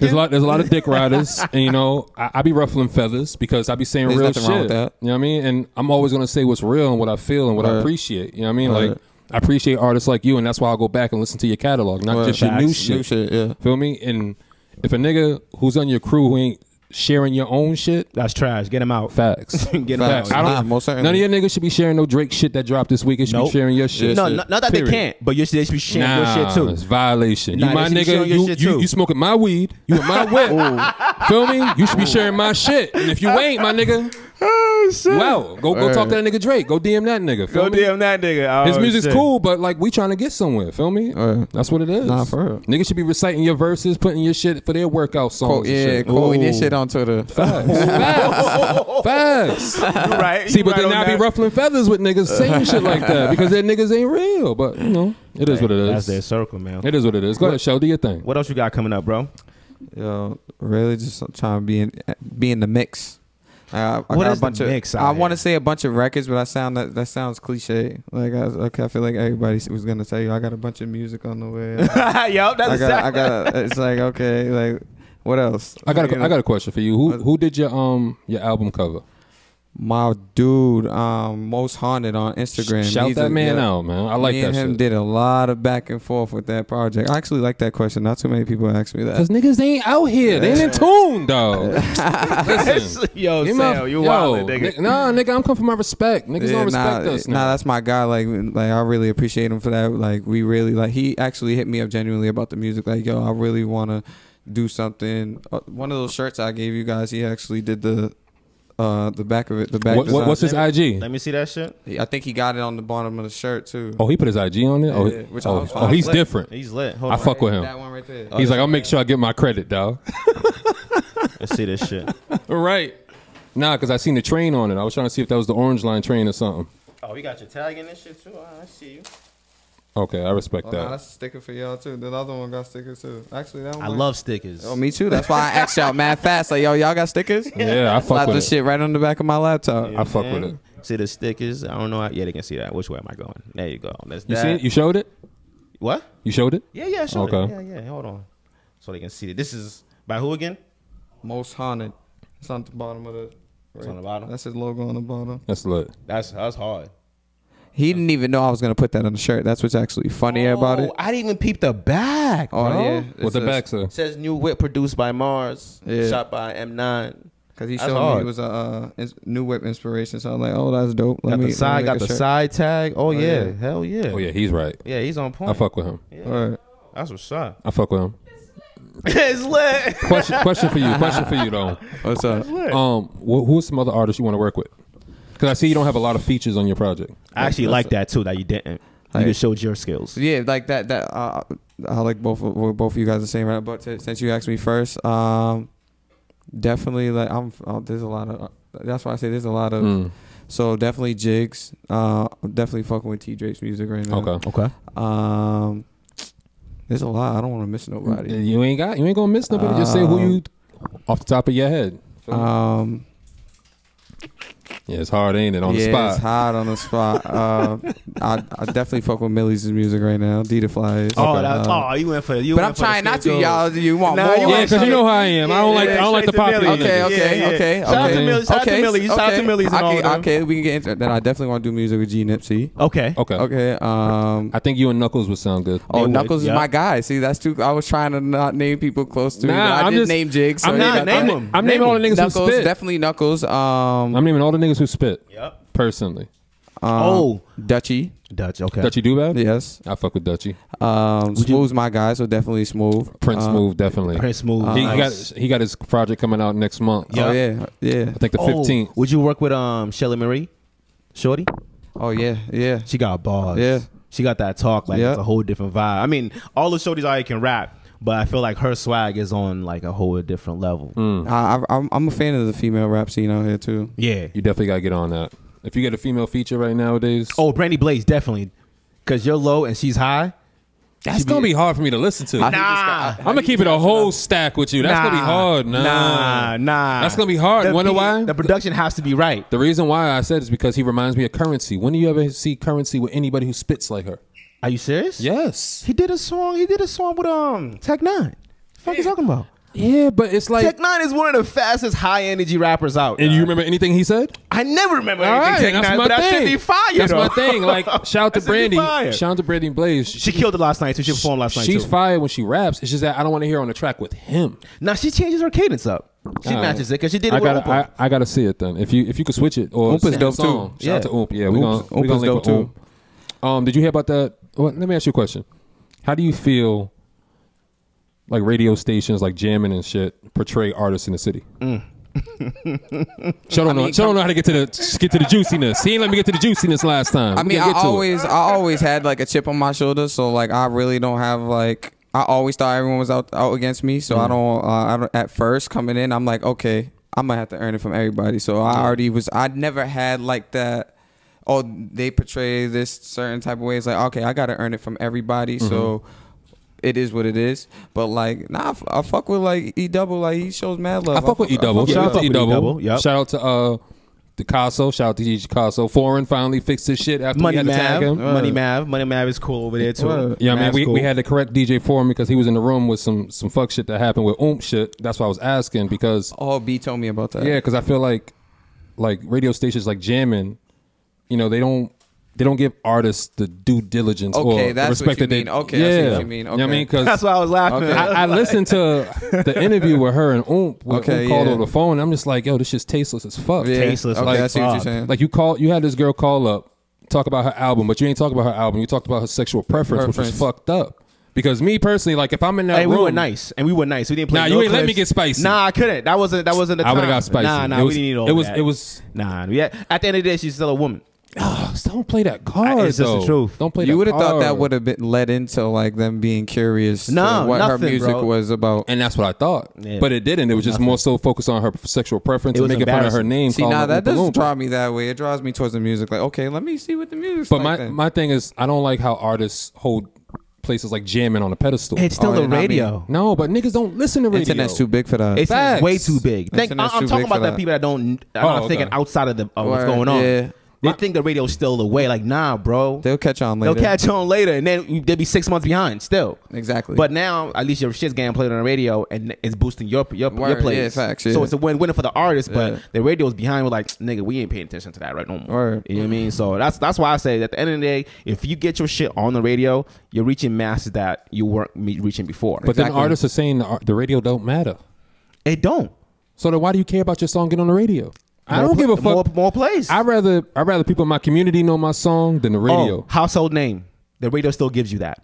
Speaker 2: There's a lot. There's a lot of dick riders, and you know, I, I be ruffling feathers because I be saying
Speaker 5: There's
Speaker 2: real
Speaker 5: nothing
Speaker 2: shit.
Speaker 5: wrong with that.
Speaker 2: You know what I mean? And I'm always gonna say what's real and what I feel and what I
Speaker 5: Right.
Speaker 2: appreciate. You know what I mean? Like
Speaker 5: Right.
Speaker 2: I appreciate artists like you, and that's why I'll go back and listen to your catalog, not
Speaker 5: Right.
Speaker 2: just your new
Speaker 5: Facts.
Speaker 2: shit.
Speaker 5: New shit, yeah.
Speaker 2: Feel me? And if a nigga who's on your crew who ain't sharing your own shit,
Speaker 3: That's trash. Get him out.
Speaker 2: facts.
Speaker 3: Get him
Speaker 2: Facts.
Speaker 3: out.
Speaker 2: I don't.
Speaker 5: Nah, most certainly.
Speaker 2: none of your niggas should be sharing no Drake shit that dropped this week. It should be
Speaker 3: Nope.
Speaker 2: sharing your shit.
Speaker 3: No, no, not that
Speaker 2: Period.
Speaker 3: they can't, but you should, they should be sharing
Speaker 2: Nah,
Speaker 3: your shit too.
Speaker 2: It's violation.
Speaker 3: Nah,
Speaker 2: you my
Speaker 3: they should be
Speaker 2: nigga.
Speaker 3: sharing your
Speaker 2: You,
Speaker 3: shit,
Speaker 2: you,
Speaker 3: too.
Speaker 2: you smoking my weed. You in my whip. Feel me? You should be sharing my shit. And if you ain't, my nigga,
Speaker 3: Oh,
Speaker 2: well, go go talk to that nigga Drake. Go DM that nigga. Feel
Speaker 3: Go
Speaker 2: me?
Speaker 3: DM that nigga. Oh,
Speaker 2: His music's
Speaker 3: shit.
Speaker 2: cool, but like we trying to get somewhere. Feel me? That's what it is.
Speaker 5: Nah, for real.
Speaker 2: Niggas should be reciting your verses, putting your shit for their workout songs.
Speaker 5: Quote,
Speaker 2: and
Speaker 5: yeah,
Speaker 2: shit.
Speaker 5: quoting this shit on Twitter.
Speaker 2: Facts.
Speaker 3: You right.
Speaker 2: See,
Speaker 3: you
Speaker 2: but
Speaker 3: right
Speaker 2: then
Speaker 3: on
Speaker 2: I be
Speaker 3: that.
Speaker 2: ruffling feathers with niggas saying shit like that because their niggas ain't real. But you know, it is what it is.
Speaker 3: That's their circle, man.
Speaker 2: It is what it is. Go ahead, show do your thing.
Speaker 3: What else you got coming up, bro?
Speaker 5: Yo, really just trying to be in be in the mix. I, I
Speaker 3: What
Speaker 5: got
Speaker 3: is
Speaker 5: a
Speaker 3: the
Speaker 5: bunch of,
Speaker 3: mix out
Speaker 5: I want to
Speaker 3: here?
Speaker 5: say a bunch of records, but I sound that that sounds cliche. Like I, okay, I feel like everybody was gonna tell you I got a bunch of music on the way.
Speaker 3: Yup,
Speaker 5: I
Speaker 3: that's
Speaker 5: got, I
Speaker 3: exactly.
Speaker 5: got. It's like okay, like what else?
Speaker 2: I got
Speaker 5: Like, uh,
Speaker 2: a, I got a question for you. Who who did your um your album cover?
Speaker 5: my dude, um, most haunted on Instagram.
Speaker 2: Shout
Speaker 5: He's
Speaker 2: that
Speaker 5: a-
Speaker 2: man
Speaker 5: yeah.
Speaker 2: out, man. I like
Speaker 5: Me
Speaker 2: that
Speaker 5: and him
Speaker 2: shit.
Speaker 5: did a lot of back and forth with that project. I actually like that question. Not too many people ask me that.
Speaker 2: Cause niggas they ain't out here. They ain't in tune, dog. Listen,
Speaker 3: Yo,
Speaker 2: Give my-
Speaker 3: Sam, you wildin',
Speaker 2: yo,
Speaker 3: nigga.
Speaker 2: ni- Nah, nigga, I'm coming for my respect. Niggas
Speaker 5: Yeah,
Speaker 2: don't respect
Speaker 5: nah,
Speaker 2: us.
Speaker 5: Nah,
Speaker 2: Nah,
Speaker 5: that's my guy. Like, like I really appreciate him for that. Like, we really like. He actually hit me up genuinely about the music. Like, yo, I really want to do something. Uh, one of those shirts I gave you guys, he actually did the uh the back of it. The back.
Speaker 2: What- what- what's his
Speaker 5: design.
Speaker 2: IG?
Speaker 3: Let me see that shit.
Speaker 5: I think he got it on the bottom of the shirt too.
Speaker 2: Oh, he put his IG on it. Oh,
Speaker 5: Yeah, which I
Speaker 2: oh,
Speaker 5: was-
Speaker 2: oh, he's
Speaker 3: Lit.
Speaker 2: different.
Speaker 3: He's lit. Hold
Speaker 2: I
Speaker 3: on.
Speaker 2: fuck with him.
Speaker 5: That one right there.
Speaker 2: he's like, I'll make sure I get my credit, dog.
Speaker 3: Let's see this shit.
Speaker 2: right. Nah, cause I seen the train on it. I was trying to see if that was the Orange Line train or something.
Speaker 3: Oh, you got your tag in this shit too. Oh, I see you.
Speaker 2: Okay, I respect
Speaker 5: Oh,
Speaker 2: that.
Speaker 5: nah, that's a sticker for y'all too. The other one got stickers too. Actually, that one.
Speaker 3: I love stickers.
Speaker 5: Oh, me too. That's why I asked y'all mad fast. Like, yo, y'all got stickers?
Speaker 2: yeah, I fuck
Speaker 5: Slap
Speaker 2: with it.
Speaker 5: this shit right on the back of my laptop.
Speaker 2: I fuck with
Speaker 3: Mhm.
Speaker 2: it.
Speaker 3: See the stickers? I don't know. How, yeah, they can see that. Which way am I going? There you go. That's
Speaker 2: You
Speaker 3: that.
Speaker 2: seen it? You showed it?
Speaker 3: What?
Speaker 2: You showed it?
Speaker 3: Yeah, yeah, sure.
Speaker 2: Okay.
Speaker 3: Yeah, yeah. Hold on. So they can see it. This is by who again?
Speaker 5: Most haunted. It's on the bottom of the.
Speaker 3: It's on the bottom.
Speaker 5: That's his logo on the bottom.
Speaker 2: That's lit.
Speaker 3: That's that's hard.
Speaker 5: He didn't even know I was gonna put that on the shirt. That's what's actually funnier about it.
Speaker 3: Oh, I didn't even peep the back.
Speaker 5: Oh
Speaker 3: bro.
Speaker 5: yeah,
Speaker 2: What the back say?
Speaker 3: It says new whip produced by Mars,
Speaker 5: Yeah.
Speaker 3: shot by M9.
Speaker 5: Because he
Speaker 3: That's
Speaker 5: showed me
Speaker 3: hard.
Speaker 5: he was a uh, ins- new whip inspiration. So I'm like, oh, that's dope. Let
Speaker 3: Got
Speaker 5: me
Speaker 3: the
Speaker 5: let
Speaker 3: side,
Speaker 5: me
Speaker 3: got
Speaker 5: make
Speaker 3: the
Speaker 5: a shirt.
Speaker 3: side tag. Oh, yeah.
Speaker 5: yeah.
Speaker 3: hell yeah.
Speaker 2: Oh yeah, he's right.
Speaker 3: yeah, he's on point.
Speaker 2: I fuck with him.
Speaker 5: All right.
Speaker 3: That's what's up.
Speaker 2: I fuck with him.
Speaker 3: it's lit.
Speaker 2: Question, question for you. Question for you though.
Speaker 5: What's up?
Speaker 2: Um, wh- who are some other artists you want to work with? Because I see you don't have a lot of features on your project.
Speaker 3: I actually like that too that you didn't. You
Speaker 5: Like-
Speaker 3: just showed your skills.
Speaker 5: So yeah, like that. That uh, I like both of, what both of you guys are saying right. But t- since you asked me first, um, definitely like I'm. Uh, there's a lot of. that's why I say there's a lot of.
Speaker 2: Mm.
Speaker 5: So definitely jigs. Uh, I'm definitely fucking with T Drake's music right now.
Speaker 2: Okay.
Speaker 3: Okay.
Speaker 5: Um, there's a lot. I don't want to miss nobody.
Speaker 2: You ain't got. You ain't gonna miss
Speaker 3: Um.
Speaker 2: nobody. Just say who you off the top of your head.
Speaker 5: Um,
Speaker 2: Yeah, it's hard, ain't it? On
Speaker 5: yeah,
Speaker 2: the spot.
Speaker 5: it's hot on the spot. Uh, I, I definitely fuck with Millie's music right now. D the Flies.
Speaker 3: Oh, that, oh, you went for you.
Speaker 5: But
Speaker 3: went
Speaker 5: I'm
Speaker 3: for the
Speaker 5: trying not to,
Speaker 3: scapegoat.
Speaker 5: y'all. You want more?
Speaker 3: you went straight- yeah, straight to Millie.
Speaker 5: Okay, okay,
Speaker 3: Yeah, yeah.
Speaker 5: okay.
Speaker 3: Shout out to
Speaker 5: okay.
Speaker 3: Millie. Shout out to
Speaker 5: Okay,
Speaker 3: Millie. Shout out to
Speaker 5: okay.
Speaker 3: Millie's and all of
Speaker 5: Okay,
Speaker 3: them.
Speaker 5: okay, we can get into Then I definitely want to do music with G Nipsey.
Speaker 3: Okay.
Speaker 2: Okay.
Speaker 5: Okay. Um,
Speaker 2: I think you and Knuckles would sound good.
Speaker 5: Oh,
Speaker 2: They would,
Speaker 5: Knuckles
Speaker 2: yeah.
Speaker 5: is my guy. See, that's too. I was trying to not name people close to me.
Speaker 2: Nah,
Speaker 5: but I
Speaker 2: I'm
Speaker 5: did
Speaker 2: just-
Speaker 5: name Jigs.
Speaker 2: I'm not- name 'em. I'm naming all the niggas who
Speaker 5: Knuckles,
Speaker 2: spit.
Speaker 5: Definitely Knuckles. Um,
Speaker 2: I'm naming all the niggas who spit.
Speaker 3: Yep. Uh,
Speaker 2: Personally.
Speaker 5: oh, Dutchy.
Speaker 3: Dutch. Okay.
Speaker 2: Dutchy do bad?
Speaker 5: Yes.
Speaker 2: I fuck with Dutchy.
Speaker 5: Um, Smooth's my guy, so definitely Smooth.
Speaker 2: Prince
Speaker 5: Uh,
Speaker 2: Smooth, definitely.
Speaker 3: Prince Smooth.
Speaker 2: He
Speaker 3: Nice.
Speaker 2: got he got his project coming out next month.
Speaker 5: Oh yeah, yeah.
Speaker 2: I think the
Speaker 3: Oh,
Speaker 2: 15th.
Speaker 3: would you work with um Shelly Marie, Shorty?
Speaker 5: Oh yeah, yeah.
Speaker 3: She got bars.
Speaker 5: Yeah.
Speaker 3: She got that talk like
Speaker 5: Yeah.
Speaker 3: it's a whole different vibe. I mean, all the shorties already can rap, but I feel like her swag is on like a whole different level.
Speaker 2: Hmm.
Speaker 5: I, I, I'm, I'm a fan of the female rap scene out here too.
Speaker 3: Yeah.
Speaker 2: You definitely got to get on that. If you get a female feature right nowadays,
Speaker 3: Oh, Brandy Blaze definitely, because you're low and she's high.
Speaker 2: that's going to be hard for me to listen to.
Speaker 5: Nah.
Speaker 2: I'm going to keep it a whole stack with you. That's going to be hard. Nah.
Speaker 3: nah, nah.
Speaker 2: That's gonna be hard.
Speaker 3: The
Speaker 2: Wonder
Speaker 3: beat-
Speaker 2: why?
Speaker 3: The production has to be right.
Speaker 2: The reason why I said is because he reminds me of Currency. When do you ever see Currency with anybody who spits like her?
Speaker 3: Are you serious?
Speaker 2: Yes.
Speaker 3: He did a song. He did a song with um Tech Nine. The fuck you talking about?
Speaker 2: Yeah, but it's like.
Speaker 3: Tech Nine is one of the fastest high energy rappers out.
Speaker 2: and you remember anything he said?
Speaker 3: I never remember
Speaker 2: All
Speaker 3: anything
Speaker 2: right,
Speaker 3: Tech
Speaker 2: that's
Speaker 3: Nine,
Speaker 2: my
Speaker 3: but that
Speaker 2: thing.
Speaker 3: should be fire.
Speaker 2: That's
Speaker 3: though.
Speaker 2: my thing. Like shout out to
Speaker 3: That should be
Speaker 2: Brandy.
Speaker 3: fire.
Speaker 2: Shout out to Brandy Blaze.
Speaker 3: She killed it last night too. She performed last night
Speaker 2: She's
Speaker 3: too.
Speaker 2: fire when she raps. It's just that I don't want to hear her on the track with him.
Speaker 3: now she changes her cadence up. She
Speaker 2: All
Speaker 3: matches it because she did it
Speaker 2: I
Speaker 3: with
Speaker 2: gotta,
Speaker 3: Oprah.
Speaker 2: I, I gotta see it then. If you if you could switch it or
Speaker 5: Oomp is
Speaker 2: send
Speaker 5: dope,
Speaker 2: a song.
Speaker 5: too.
Speaker 2: Shout out to
Speaker 5: Yeah.
Speaker 2: Oomp. Yeah, we
Speaker 5: Oomp-
Speaker 2: gonna
Speaker 5: Oomp
Speaker 2: we gonna
Speaker 5: is
Speaker 2: link
Speaker 5: dope,
Speaker 2: with Oomp. Um, did you hear about that? Well, let me ask you a question. How do you feel? Like radio stations, like jamming and shit, portray artists in the city.
Speaker 3: Mm.
Speaker 2: She don't know. she don't know how to get to the get to the juiciness. He ain't let me get to the juiciness last time.
Speaker 5: I
Speaker 2: We
Speaker 5: mean,
Speaker 2: gotta
Speaker 5: I
Speaker 2: get to it.
Speaker 5: always, I always had like a chip on my shoulder, so like I really don't have like. I always thought everyone was out out against me,
Speaker 2: Mm.
Speaker 5: so I don't. Uh, I don't. At first coming in, I'm like, okay, I'm gonna have to earn it from everybody. So I already was. I never had like that. Oh, they portray this certain type of way. It's like, okay, I gotta earn it from everybody. So.
Speaker 2: Mm-hmm.
Speaker 5: It is what it is, but like, nah, I f- I fuck with like E Double, like he shows mad love.
Speaker 2: I fuck with E
Speaker 5: I
Speaker 2: Double.
Speaker 5: fuck
Speaker 3: Yeah, I
Speaker 2: Shout out
Speaker 3: fuck
Speaker 2: to E
Speaker 3: with
Speaker 2: Double.
Speaker 3: E-Double, yep.
Speaker 2: Shout out to uh Picasso. Shout out to DJ Picasso. Foreign finally fixed his shit after we
Speaker 3: Money
Speaker 2: had to tag
Speaker 3: Mav,
Speaker 2: him. Uh,
Speaker 3: Money Mav, Money Mav is cool over there too.
Speaker 2: Yeah, I mean,
Speaker 3: Mav's
Speaker 2: we,
Speaker 3: cool.
Speaker 2: we had to correct DJ Foreign because he was in the room with some some fuck shit that happened with Oomp shit. That's why I was asking because
Speaker 5: Oh, B told me about that.
Speaker 2: yeah, because I feel like like radio stations like jamming, you know, they don't they don't give artists the due diligence
Speaker 5: Okay,
Speaker 2: or
Speaker 5: that's what
Speaker 2: the respect
Speaker 5: you
Speaker 2: that
Speaker 5: mean.
Speaker 2: they
Speaker 5: Okay, I see what you mean.
Speaker 2: know what I
Speaker 5: Okay.
Speaker 2: mean, because
Speaker 3: That's why I was laughing.
Speaker 5: Okay.
Speaker 2: I, I listened to the interview with her and Oomp when
Speaker 5: Okay,
Speaker 2: Oomp called
Speaker 5: yeah.
Speaker 2: over the phone. I'm just like, yo, this shit's tasteless as fuck.
Speaker 5: Yeah.
Speaker 3: Tasteless
Speaker 5: Okay,
Speaker 3: like
Speaker 5: I see what you're
Speaker 3: fuck.
Speaker 5: saying.
Speaker 2: Like you call, you had this girl call up, talk about her album, but you ain't talk about her album. You talked about her sexual preference, which
Speaker 5: Preference.
Speaker 2: was fucked up. Because me personally, like if I'm in that
Speaker 3: Hey,
Speaker 2: room,
Speaker 3: we were nice, and we were nice. We didn't play.
Speaker 2: Nah,
Speaker 3: no
Speaker 2: you ain't let
Speaker 3: clips.
Speaker 2: me get spicy.
Speaker 3: Nah, I couldn't. That wasn't. That wasn't the
Speaker 2: I
Speaker 3: time.
Speaker 2: would've got spicy.
Speaker 3: Nah, nah,
Speaker 2: It
Speaker 3: we
Speaker 2: was-
Speaker 3: didn't need all
Speaker 2: it was-
Speaker 3: that.
Speaker 2: it was-
Speaker 3: Nah, we had, at the end of the day, she's still a woman.
Speaker 2: "Ugh, don't play that card.
Speaker 3: It's just the
Speaker 2: though.
Speaker 3: truth.
Speaker 2: Don't play.
Speaker 5: You
Speaker 2: that
Speaker 5: would have thought that
Speaker 2: card."
Speaker 5: would have been led into like them being curious to
Speaker 3: No,
Speaker 5: what
Speaker 3: nothing,
Speaker 5: her music
Speaker 3: bro.
Speaker 5: was about.
Speaker 2: and that's what I thought.
Speaker 3: Yeah.
Speaker 2: But it didn't. It was just more so focused on her sexual preference and
Speaker 3: It was
Speaker 2: making fun of her
Speaker 3: embarrassing.
Speaker 2: name.
Speaker 5: see,
Speaker 2: calling
Speaker 5: now
Speaker 2: her
Speaker 5: that
Speaker 2: Oompa
Speaker 5: doesn't
Speaker 2: Loompa.
Speaker 5: draw me that way. It draws me towards the music. Like, okay, let me see what the music's
Speaker 2: But
Speaker 5: like.
Speaker 2: my
Speaker 5: then.
Speaker 2: my thing is, I don't like how artists hold places like jamming on a pedestal.
Speaker 3: It's still
Speaker 5: Oh,
Speaker 3: the
Speaker 5: and I mean-
Speaker 3: radio.
Speaker 2: no, but niggas don't listen to radio.
Speaker 5: internet's too big for that.
Speaker 3: It's
Speaker 2: Facts.
Speaker 3: way too big. Think, I,
Speaker 5: Internet's
Speaker 3: I'm
Speaker 5: too
Speaker 3: talking
Speaker 5: big for
Speaker 3: about the
Speaker 5: that.
Speaker 3: people that don't. I'm
Speaker 2: Oh, okay.
Speaker 3: thinking outside of the of what's
Speaker 5: Word,
Speaker 3: going on.
Speaker 5: yeah.
Speaker 3: They think the radio's still the way. Like, nah, bro.
Speaker 5: They'll catch on later.
Speaker 3: They'll catch on later, and then they'll be six months behind still.
Speaker 5: Exactly.
Speaker 3: But now, at least your shit's getting played on the radio, and it's boosting your your, your
Speaker 5: Word,
Speaker 3: plays.
Speaker 5: yeah, facts,
Speaker 3: So
Speaker 5: yeah.
Speaker 3: it's a win win for the artist, but
Speaker 5: Yeah.
Speaker 3: the radio's behind. We're like, nigga, we ain't paying attention to that right no more.
Speaker 5: Word.
Speaker 3: You know what I mean? So that's that's why I say at the end of the day, if you get your shit on the radio, you're reaching masses that you weren't me- reaching before.
Speaker 2: But then
Speaker 5: Exactly.
Speaker 2: artists are saying the, ar- the radio don't matter.
Speaker 3: it don't.
Speaker 2: So then why do you care about your song getting on the radio? I don't
Speaker 3: More pla-
Speaker 2: give a fuck.
Speaker 3: More, more plays.
Speaker 2: I rather I rather people in my community know my song than the radio.
Speaker 3: Oh, household name. The radio still gives you that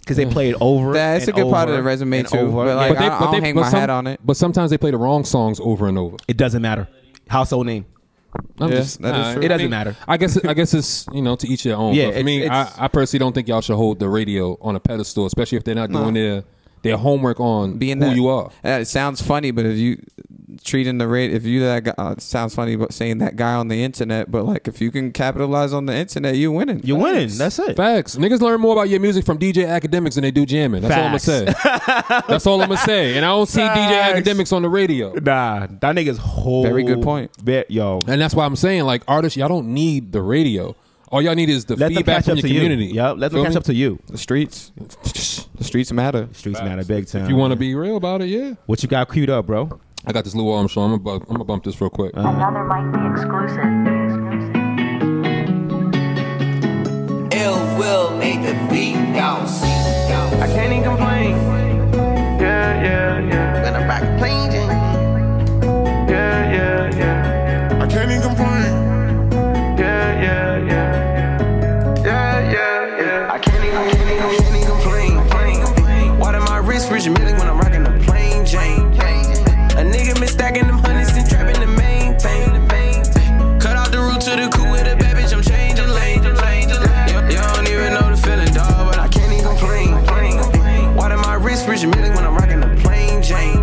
Speaker 3: because they play it over.
Speaker 5: That's a
Speaker 3: and
Speaker 5: good part of the
Speaker 3: over
Speaker 5: resume
Speaker 3: and
Speaker 5: too,
Speaker 3: over.
Speaker 5: but, like,
Speaker 3: Yeah.
Speaker 5: I- I don't hang my hat on it.
Speaker 2: But sometimes they play the wrong songs over and over.
Speaker 3: it doesn't matter. Household name.
Speaker 2: I'm
Speaker 5: Yeah,
Speaker 2: just,
Speaker 5: that is
Speaker 2: nah,
Speaker 5: true.
Speaker 2: I
Speaker 3: It doesn't
Speaker 2: mean,
Speaker 3: matter.
Speaker 2: I guess I guess it's you know to each their own.
Speaker 3: Yeah,
Speaker 2: Yeah, but for
Speaker 3: it's-
Speaker 2: me,
Speaker 3: it's-
Speaker 2: I, I personally don't think y'all should hold the radio on a pedestal, especially if they're not doing their their homework on
Speaker 5: being
Speaker 2: who
Speaker 5: that,
Speaker 2: you are.
Speaker 5: Uh, It sounds funny, but if you treating the rate, if you that guy, uh, it sounds funny, but saying that guy on the internet, but like if you can capitalize on the internet, you're winning. You're
Speaker 3: winning. That's it.
Speaker 2: Facts. Niggas learn more about your music from DJ Academics than they do jamming. That's all I'm gonna say. That's all I'm gonna say. And I don't see DJ Academics on the radio.
Speaker 3: Nah, that nigga's whole
Speaker 2: Very good point.
Speaker 3: Bit, yo.
Speaker 2: And that's why I'm saying, like, artists, y'all don't need the radio. All y'all need is the
Speaker 3: Let them
Speaker 2: feedback
Speaker 3: catch
Speaker 2: from
Speaker 3: up
Speaker 2: your
Speaker 3: to you.
Speaker 2: community.
Speaker 3: Yup, let them
Speaker 2: Feel
Speaker 3: catch
Speaker 2: me?
Speaker 3: up to you.
Speaker 5: The streets. The streets matter.
Speaker 3: streets matter big time.
Speaker 2: If you want to be real about it, yeah.
Speaker 3: What you got queued up, bro?
Speaker 2: I got this Lou Armstrong. I'm gonna bu- I'm gonna bump this real quick.
Speaker 3: Uh-huh.
Speaker 12: Another might be exclusive.
Speaker 1: Ill will made the beat bounce. I can't even complain. Yeah, yeah, yeah. Gonna rock a plain Jane. Yeah, yeah, yeah. I can't even complain. Yeah, yeah, yeah. Yeah, yeah, yeah. I can't even, I can't even, I can't even complain. complain, complain. Why do my wrist rich million when I'm rocking the plain Jane? A nigga been stacking them hundreds and trapping to maintain, to maintain. Cut out the route to the coup with a bad bitch, I'm changing lane, I'm changing lane. You, you don't even know the feeling, dog, but I can't even complain. complain. Why do my wrist rich million when I'm rocking the plain Jane?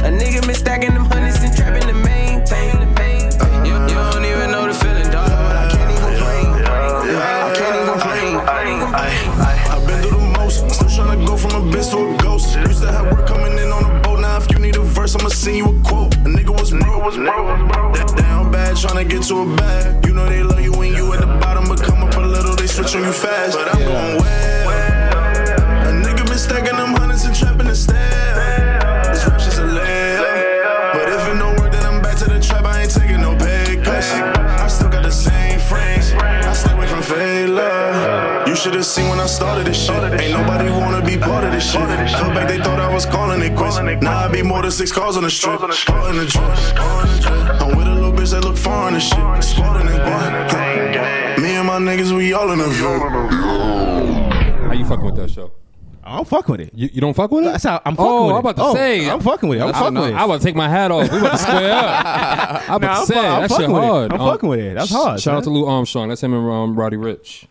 Speaker 1: A nigga been stacking them hundreds and trapping to maintain, to maintain. You, you don't even know the feeling, dog, but I can't even complain. I can't even complain.
Speaker 13: I've been through the most, still tryna go from a bitch to a ghost. Used to have work coming in on a boat, now if you need a verse, I'ma send you a quote. A nigga was broke, was broke. That down bad, tryna get to a bag. You know they love you when you at the bottom, but come up a little, they switch on you fast. But I'm going well. A nigga been stacking them hundreds and trapping the stab. This rap shit's a layup. But if it don't work, then I'm back to the trap. I ain't taking no pay cuts. I still got the same friends. I stay away from failure. You should have seen when I started this shit. Ain't nobody wanna be part of this shit. Come back, they thought I was calling it quits. Now I be more than six cars on the strip. Caught in the drip. I'm with a little bitch that look foreign and shit. Squatting and blunt. Me and my niggas, we all in the view.
Speaker 2: How you fucking with that show?
Speaker 3: I don't fuck with it.
Speaker 2: You, you don't fuck with it?
Speaker 3: That's how I'm fucking
Speaker 2: oh,
Speaker 3: with
Speaker 2: I'm
Speaker 3: it.
Speaker 2: about to
Speaker 3: Oh,
Speaker 2: say.
Speaker 3: I'm fucking with it. I'm
Speaker 2: I
Speaker 3: fucking
Speaker 2: know.
Speaker 3: with it.
Speaker 2: I about to take my hat off. We about to square up. I'm about
Speaker 3: Nah,
Speaker 2: to
Speaker 3: I'm
Speaker 2: say
Speaker 3: fuck-
Speaker 2: that
Speaker 3: I'm
Speaker 2: shit
Speaker 3: fucking with it.
Speaker 2: hard.
Speaker 3: I'm fucking with it. That's
Speaker 2: sh-
Speaker 3: hard,
Speaker 2: Shout out
Speaker 3: man.
Speaker 2: to Lou Armstrong. That's him and um, Roddy Rich.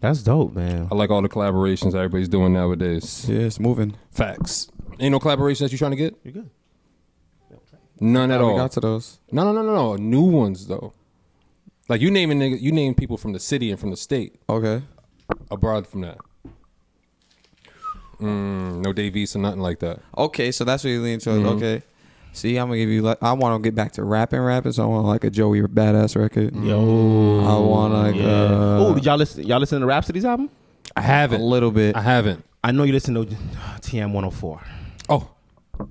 Speaker 3: That's dope, man.
Speaker 2: I like all the collaborations everybody's doing nowadays.
Speaker 5: Yeah, it's moving.
Speaker 2: Facts. Ain't no collaborations that you trying to get?
Speaker 3: You good?
Speaker 2: None at
Speaker 5: We
Speaker 2: all.
Speaker 5: got to those.
Speaker 2: No, no, no, no, no. New ones though. Like you naming nigga, you name people from the city and from the state.
Speaker 5: Okay.
Speaker 2: Abroad from that. Mm, no Dave East or nothing like that.
Speaker 5: Okay, so that's what you lean towards.
Speaker 3: Mm-hmm.
Speaker 2: Mhm.
Speaker 5: Okay. See, I'm gonna give you. Like, I want to get back to rapping, rapping. So I want like a Joey badass record.
Speaker 2: Oh.
Speaker 3: Yo,
Speaker 5: I want like.
Speaker 3: Yeah.
Speaker 5: Uh,
Speaker 3: oh, did y'all listen? Y'all listen to Rhapsody's album?
Speaker 2: I haven't.
Speaker 5: A little bit.
Speaker 2: I haven't.
Speaker 3: I know you listen to TM 104.
Speaker 2: Oh,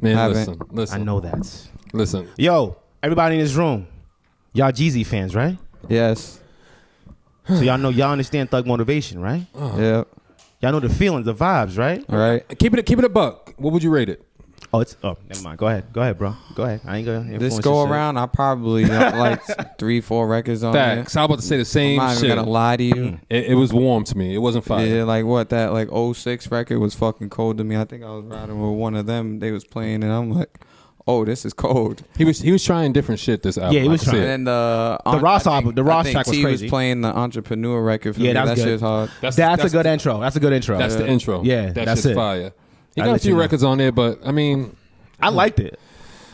Speaker 2: man,
Speaker 3: Haven't.
Speaker 2: listen, listen.
Speaker 3: I know that.
Speaker 2: Listen,
Speaker 3: Yo, everybody in this room, y'all Jeezy fans, right?
Speaker 5: Yes.
Speaker 3: So y'all know y'all understand thug motivation, right?
Speaker 5: Yeah.
Speaker 3: Y'all know the feelings, the vibes, right?
Speaker 5: All right.
Speaker 2: keep it, keep it a buck. What would you rate it?
Speaker 3: Oh, it's oh, never mind. Go ahead, go ahead, bro. Go ahead. I ain't gonna influence
Speaker 5: This
Speaker 3: your
Speaker 5: go
Speaker 3: shit.
Speaker 5: around, I probably got like three, four records on there.
Speaker 2: Facts. I was about to say the same
Speaker 5: I'm not
Speaker 2: shit.
Speaker 5: even gonna lie to
Speaker 3: Mm.
Speaker 5: you.
Speaker 2: It, it was warm to me. It wasn't fire.
Speaker 5: Yeah, like what that like 06 record was fucking cold to me. I think I was riding with one of them. They was playing, and I'm like, oh, this is cold.
Speaker 2: He was he was trying different shit this album.
Speaker 3: Yeah, he was
Speaker 2: I can see
Speaker 3: trying.
Speaker 2: it.
Speaker 5: And then the
Speaker 3: The Ross album- the Ross
Speaker 5: I think
Speaker 3: track was
Speaker 5: T
Speaker 3: crazy.
Speaker 5: was playing the entrepreneur record. For
Speaker 3: Yeah,
Speaker 5: me.
Speaker 3: that was
Speaker 5: that
Speaker 3: good.
Speaker 5: shit's hard.
Speaker 3: That's, a good intro. That's a good intro.
Speaker 2: Uh, That's the
Speaker 3: Yeah.
Speaker 2: intro.
Speaker 3: Yeah,
Speaker 2: that
Speaker 3: that's
Speaker 2: shit's
Speaker 3: it.
Speaker 2: fire. He
Speaker 3: I'll
Speaker 2: got a
Speaker 3: let you
Speaker 2: few
Speaker 3: know.
Speaker 2: records on there, but I mean,
Speaker 3: I liked it.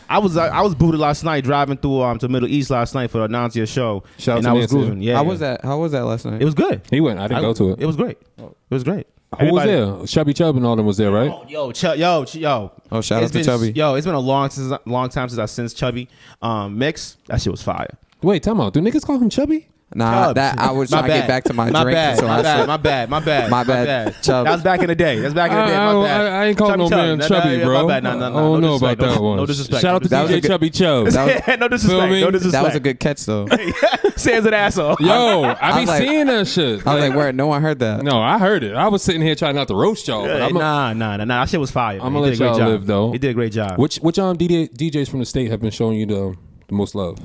Speaker 3: I was I, I was booted last night driving through um to Middle East last night for the Nancia show.
Speaker 2: Shout out
Speaker 3: and
Speaker 2: to
Speaker 3: I was
Speaker 2: Nancia.
Speaker 3: grooving. Yeah,
Speaker 5: How was that? How was that last night?
Speaker 3: It was good.
Speaker 2: he went. I didn't go to it.
Speaker 3: It was great. It was great.
Speaker 2: Who was
Speaker 3: Everybody-
Speaker 2: there? Chubby Chubb and all them was there, right?
Speaker 3: Yo, Ch- yo, Ch- yo.
Speaker 5: Oh, shout out
Speaker 3: It's
Speaker 5: to
Speaker 3: been-
Speaker 5: Chubby.
Speaker 3: Yo, it's been a long since long time since I since Chubby. Um, mix that shit was fire.
Speaker 2: Wait, time out. Do niggas call him Chubby?
Speaker 5: Nah,
Speaker 3: Chubbs.
Speaker 5: that I was
Speaker 3: My
Speaker 5: trying to
Speaker 3: bad.
Speaker 5: get back to my,
Speaker 3: my
Speaker 5: drink.
Speaker 3: Bad,
Speaker 5: so
Speaker 3: my,
Speaker 5: I
Speaker 3: bad,
Speaker 5: said-
Speaker 3: my bad, my bad,
Speaker 5: My bad, Chubbs.
Speaker 3: That was back in the day. That's back in the day.
Speaker 2: I,
Speaker 3: My
Speaker 2: I-
Speaker 3: bad.
Speaker 2: I- I ain't calling no
Speaker 3: Chubby
Speaker 2: man
Speaker 3: Chubbs. Nah, nah,
Speaker 2: Chubby,
Speaker 3: yeah,
Speaker 2: bro.
Speaker 3: My bad. Nah,
Speaker 2: I
Speaker 3: nah, nah.
Speaker 2: don't
Speaker 3: no
Speaker 2: know
Speaker 3: disrespect.
Speaker 2: about that
Speaker 3: no,
Speaker 2: one.
Speaker 3: No disrespect.
Speaker 2: Shout out to
Speaker 3: no
Speaker 5: was
Speaker 2: DJ
Speaker 5: a good-
Speaker 2: Chubby
Speaker 5: That
Speaker 2: Chubb.
Speaker 5: was-
Speaker 3: disrespect. no
Speaker 2: Feel
Speaker 3: disrespect.
Speaker 2: me?
Speaker 3: No
Speaker 5: that was a
Speaker 3: disrespect.
Speaker 5: good catch though.
Speaker 3: Sands an asshole.
Speaker 2: Yo, I be
Speaker 5: was like-
Speaker 2: seeing that shit.
Speaker 5: I was like, where? No one heard that.
Speaker 2: no, I heard it. I was sitting here trying not to roast y'all. but
Speaker 3: Hey,
Speaker 2: I'm a-
Speaker 3: nah, nah, nah, nah. That shit was fire.
Speaker 2: I'm
Speaker 3: man.
Speaker 2: gonna
Speaker 3: He did a
Speaker 2: let
Speaker 3: great
Speaker 2: y'all
Speaker 3: job.
Speaker 2: live, though.
Speaker 3: He did a great job.
Speaker 2: Which which um DJ, DJs from the state have been showing you the, the most love?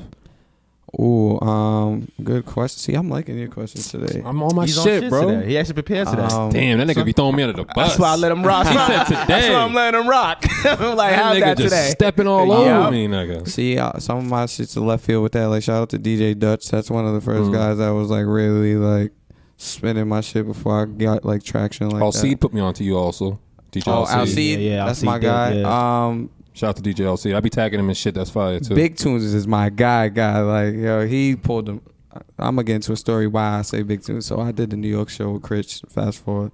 Speaker 5: Ooh, um, good question. See, I'm liking your questions today.
Speaker 2: I'm on my
Speaker 3: He's on
Speaker 2: shit, bro.
Speaker 3: Today. He actually prepared today.
Speaker 5: Um,
Speaker 2: Damn, that nigga be throwing me under the bus.
Speaker 3: That's why I let him rock.
Speaker 2: He said today.
Speaker 3: That's why I'm letting him rock. I'm like,
Speaker 2: That
Speaker 3: how's
Speaker 2: nigga
Speaker 3: that
Speaker 2: just
Speaker 3: today?
Speaker 2: stepping all
Speaker 3: Yeah.
Speaker 2: over me, nigga.
Speaker 5: See, uh, some of my shit's to left field with that. Like, shout out to DJ Dutch. That's one of the
Speaker 3: Mm.
Speaker 5: 1st guys that was like really like spinning my shit before I got like traction like
Speaker 2: Paul
Speaker 5: that.
Speaker 2: C put me on to you also. DJ
Speaker 5: Oh,
Speaker 2: LC.
Speaker 5: Alcide, Yeah, yeah, that's Alcide my did, guy. yeah. Um,
Speaker 2: Shout out to DJ LC. I be tagging him and shit. That's fire too.
Speaker 5: Big Tunes is my guy, guy. Like, yo, he pulled them. I'm gonna get into a story why I say Big Tunes. So I did the New York show with Chris. Fast forward,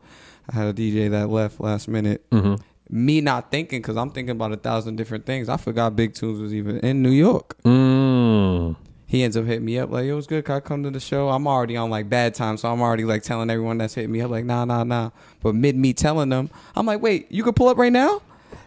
Speaker 5: I had a DJ that left last minute.
Speaker 2: Mhm.
Speaker 5: Me not thinking because I'm thinking about a thousand different things. I forgot Big Tunes was even in New York.
Speaker 2: Mm.
Speaker 5: He ends up hitting me up like, "Yo, it's good. Can I come to the show?" I'm already on like bad time, so I'm already like telling everyone that's hitting me up like, "Nah, nah, nah." But mid me telling them, I'm like, "Wait, you can pull up right now?"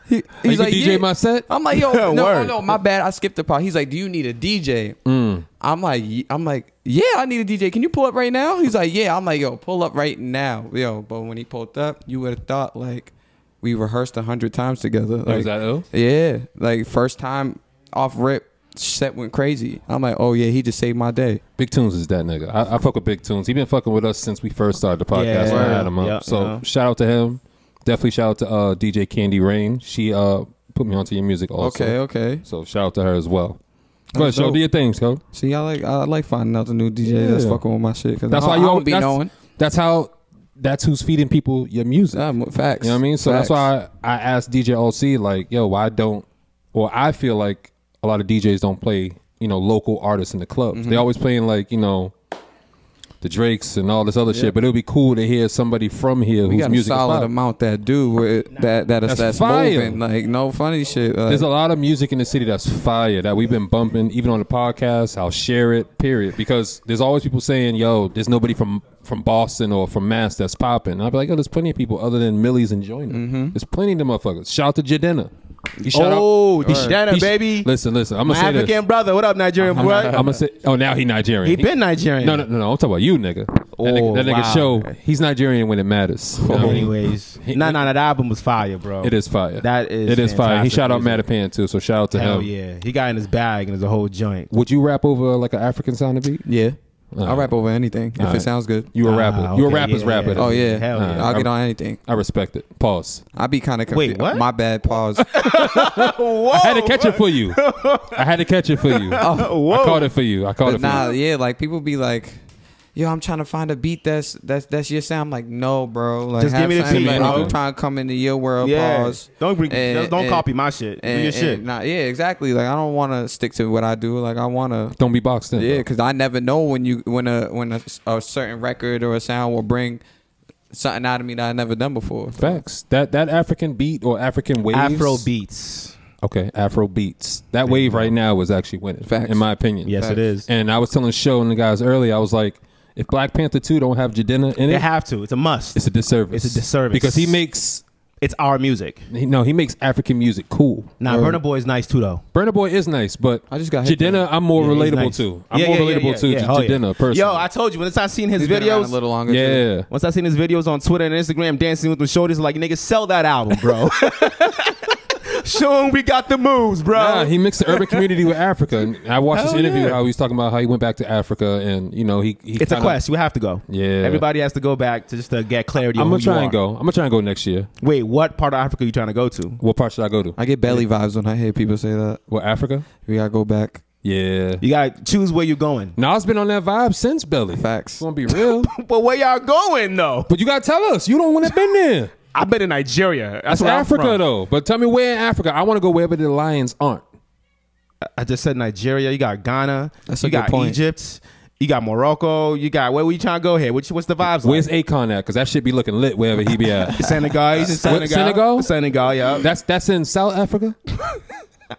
Speaker 5: He, he's
Speaker 2: Oh, you
Speaker 5: like,
Speaker 2: DJ
Speaker 5: yeah.
Speaker 2: my set?
Speaker 5: I'm like, "Yo, no, no,
Speaker 2: Word.
Speaker 5: no, my bad. I skipped the part." He's like, "Do you need a DJ?"
Speaker 2: Mm.
Speaker 5: I'm like, "Ye- I'm like, yeah, I need a DJ. Can you pull up right now? He's like, yeah. I'm like, yo, pull up right now, yo. But when he pulled up, you would have thought like we rehearsed a hundred times together. Like,
Speaker 2: was that ill?
Speaker 5: Yeah, like first time off rip, set went crazy. I'm like, oh yeah, he just saved my day.
Speaker 2: Big Tunes is that nigga. I, I fuck with Big Tunes. He been fucking with us since we first started the podcast.
Speaker 5: Yeah.
Speaker 2: when I had him up.
Speaker 5: Yep,
Speaker 2: so
Speaker 5: yeah.
Speaker 2: shout out to him. Definitely shout out to uh, DJ Candy Rain. She uh, put me onto your music also.
Speaker 5: Okay, okay.
Speaker 2: So shout out to her as well. Go ahead,
Speaker 5: That's
Speaker 2: show
Speaker 5: dope.
Speaker 2: do your things, go.
Speaker 5: See, I like I like finding out the new DJ that's
Speaker 2: Yeah.
Speaker 5: fucking with my shit. Cause
Speaker 2: That's
Speaker 5: I
Speaker 2: why
Speaker 5: don't-
Speaker 2: you
Speaker 5: I
Speaker 2: al-
Speaker 5: don't be
Speaker 2: that's,
Speaker 5: knowing.
Speaker 2: That's how. That's who's feeding people your music.
Speaker 5: facts.
Speaker 2: You know what I mean? So that's why
Speaker 5: Facts.
Speaker 2: I, I asked DJ LC like, yo, why don't? Or I feel like a lot of DJs don't play, you know, local artists in the clubs. They
Speaker 5: Mhm.
Speaker 2: always playing like, you know, the Drakes and all this other
Speaker 5: Yeah.
Speaker 2: shit. But it would be cool to hear somebody from here
Speaker 5: We
Speaker 2: whose
Speaker 5: got a
Speaker 2: music is
Speaker 5: solid
Speaker 2: fire.
Speaker 5: amount that do with that that
Speaker 2: That's
Speaker 5: that's, that's
Speaker 2: fire.
Speaker 5: moving. Like no funny shit. Like,
Speaker 2: There's a lot of music in the city that's fire that we've been bumping, even on the podcast. I'll share it, period. Because there's always people saying, "Yo, there's nobody from from Boston or from Mass that's popping." And I'll be like, "Yo, there's plenty of people other than Millie's enjoying it.
Speaker 3: Mm-hmm.
Speaker 2: There's plenty of them motherfuckers." Shout out to Jadena. He shout out-
Speaker 3: Oh,
Speaker 2: he sh-
Speaker 3: Jadena,
Speaker 2: he sh-
Speaker 3: baby.
Speaker 2: Listen, listen. I'm
Speaker 3: My
Speaker 2: gonna say
Speaker 3: African
Speaker 2: this.
Speaker 3: brother. What up, Nigerian
Speaker 2: I'm,
Speaker 3: boy?
Speaker 2: I'm gonna say. Oh, now he Nigerian.
Speaker 3: He been Nigerian.
Speaker 2: No, no, no, no. I'm talking about you, nigga. That nigga, that nigga
Speaker 3: wow.
Speaker 2: show. He's Nigerian when it matters. You know what I mean?
Speaker 3: Anyways, nah, nah, nah, that album was fire, bro.
Speaker 2: It is fire.
Speaker 3: That is.
Speaker 2: It is fire. He
Speaker 3: fantastic
Speaker 2: shout out
Speaker 3: music.
Speaker 2: Mattapan too. So shout out to
Speaker 3: Hell
Speaker 2: him.
Speaker 3: yeah, he got in his bag and there's a whole joint.
Speaker 2: Would you rap over like an African sounding beat?
Speaker 5: Yeah. I'll rap over anything if it
Speaker 2: Alright.
Speaker 5: sounds good.
Speaker 2: You a rapper.
Speaker 5: Ah,
Speaker 2: you a
Speaker 5: okay,
Speaker 2: rapper's
Speaker 5: yeah,
Speaker 2: rapper.
Speaker 5: yeah. Oh, yeah. Hell
Speaker 2: Alright.
Speaker 5: yeah. I'll get
Speaker 2: I-
Speaker 5: on anything.
Speaker 2: I respect it. Pause.
Speaker 5: I'd be kind of
Speaker 2: Wait,
Speaker 5: confused.
Speaker 2: what?
Speaker 5: My bad. Pause.
Speaker 2: I had to catch it for you. I had to catch it for you. I caught it for you. I caught
Speaker 5: But
Speaker 2: it for
Speaker 5: nah,
Speaker 2: you.
Speaker 5: yeah, like people be like, "Yo, I'm trying to find a beat that's that's that's your sound." I'm like, "No, bro. Like,
Speaker 3: Just give
Speaker 5: have
Speaker 3: me the
Speaker 5: something,
Speaker 3: beat,
Speaker 5: Like,
Speaker 3: bro.
Speaker 5: I'm trying to come into your world.
Speaker 3: Yeah.
Speaker 5: Pause.
Speaker 3: Don't bring- just don't copy my shit. Do
Speaker 5: and-
Speaker 3: your shit.
Speaker 5: and Nah, yeah, exactly. Like I don't want to stick to what I do. Like I want to
Speaker 2: don't be boxed in.
Speaker 5: Yeah, because I never know when you when a when a, a certain record or a sound will bring something out of me that I never done before.
Speaker 2: Facts. That that African beat or African waves.
Speaker 5: Afro
Speaker 3: beats.
Speaker 2: Okay, Afro beats. That wave right now is actually winning,
Speaker 3: Facts.
Speaker 2: in my opinion.
Speaker 3: Yes, it Facts. is.
Speaker 2: And I was telling Show and the guys earlier, I was like, if Black Panther two don't have Jadena in it,
Speaker 3: They have to. It's a must.
Speaker 2: It's a disservice.
Speaker 3: It's a disservice
Speaker 2: because he makes
Speaker 3: it's our music.
Speaker 2: He, no, he makes African music cool.
Speaker 3: Nah,
Speaker 2: Or-
Speaker 3: Burna Boy is nice too, though.
Speaker 2: Burna Boy is nice, but I just got
Speaker 3: hit
Speaker 2: Jadena.
Speaker 3: though.
Speaker 2: I'm more
Speaker 3: Yeah, he's
Speaker 2: relatable
Speaker 3: nice.
Speaker 2: to. I'm
Speaker 3: Yeah,
Speaker 2: more
Speaker 3: yeah, yeah,
Speaker 2: relatable
Speaker 3: yeah,
Speaker 2: to
Speaker 3: yeah. Hell yeah.
Speaker 2: Jadena personally.
Speaker 3: Yo, I told you once I seen his
Speaker 5: He's been around
Speaker 3: videos
Speaker 5: a little longer, too.
Speaker 2: Yeah.
Speaker 3: Once I seen his videos on Twitter and Instagram dancing with the shoulders, like nigga, sell that album, bro. Show him we got the moves, bro.
Speaker 2: Nah, he mixed the urban community with Africa. And I watched this
Speaker 3: Hell
Speaker 2: interview
Speaker 3: yeah.
Speaker 2: how he was talking about how he went back to Africa and you know he. he
Speaker 3: it's a
Speaker 2: kinda-
Speaker 3: quest. You have to go.
Speaker 2: Yeah.
Speaker 3: Everybody has to go back to just to get clarity.
Speaker 2: I'm gonna
Speaker 3: on who
Speaker 2: try
Speaker 3: you
Speaker 2: and
Speaker 3: are.
Speaker 2: go. I'm gonna try and go next year.
Speaker 3: Wait, what part of Africa are you trying to go to?
Speaker 2: What part should I go to?
Speaker 5: I get belly vibes when I hear people say that.
Speaker 2: What Africa?
Speaker 5: We gotta go back.
Speaker 2: Yeah.
Speaker 3: You gotta choose where you're going.
Speaker 2: Nas been on that vibe since Belly.
Speaker 5: Facts.
Speaker 2: Gonna be real.
Speaker 3: but where y'all going though?
Speaker 2: But you gotta tell us. You don't want to been there.
Speaker 3: I've been in Nigeria. That's,
Speaker 2: That's
Speaker 3: where I'm
Speaker 2: Africa
Speaker 3: from.
Speaker 2: though. But tell me where in Africa. I want to go wherever the lions aren't.
Speaker 3: I just said Nigeria. You got Ghana.
Speaker 2: That's a
Speaker 3: you
Speaker 2: good
Speaker 3: got
Speaker 2: point.
Speaker 3: Egypt. You got Morocco. You got where we trying to go here? Which, what's the vibes?
Speaker 2: Where's
Speaker 3: like?
Speaker 2: Akon at? Because that shit be looking lit wherever he be at.
Speaker 3: Senegal? He's in
Speaker 2: What,
Speaker 3: Senegal.
Speaker 2: Senegal?
Speaker 3: Senegal. Yeah.
Speaker 2: That's that's in South Africa.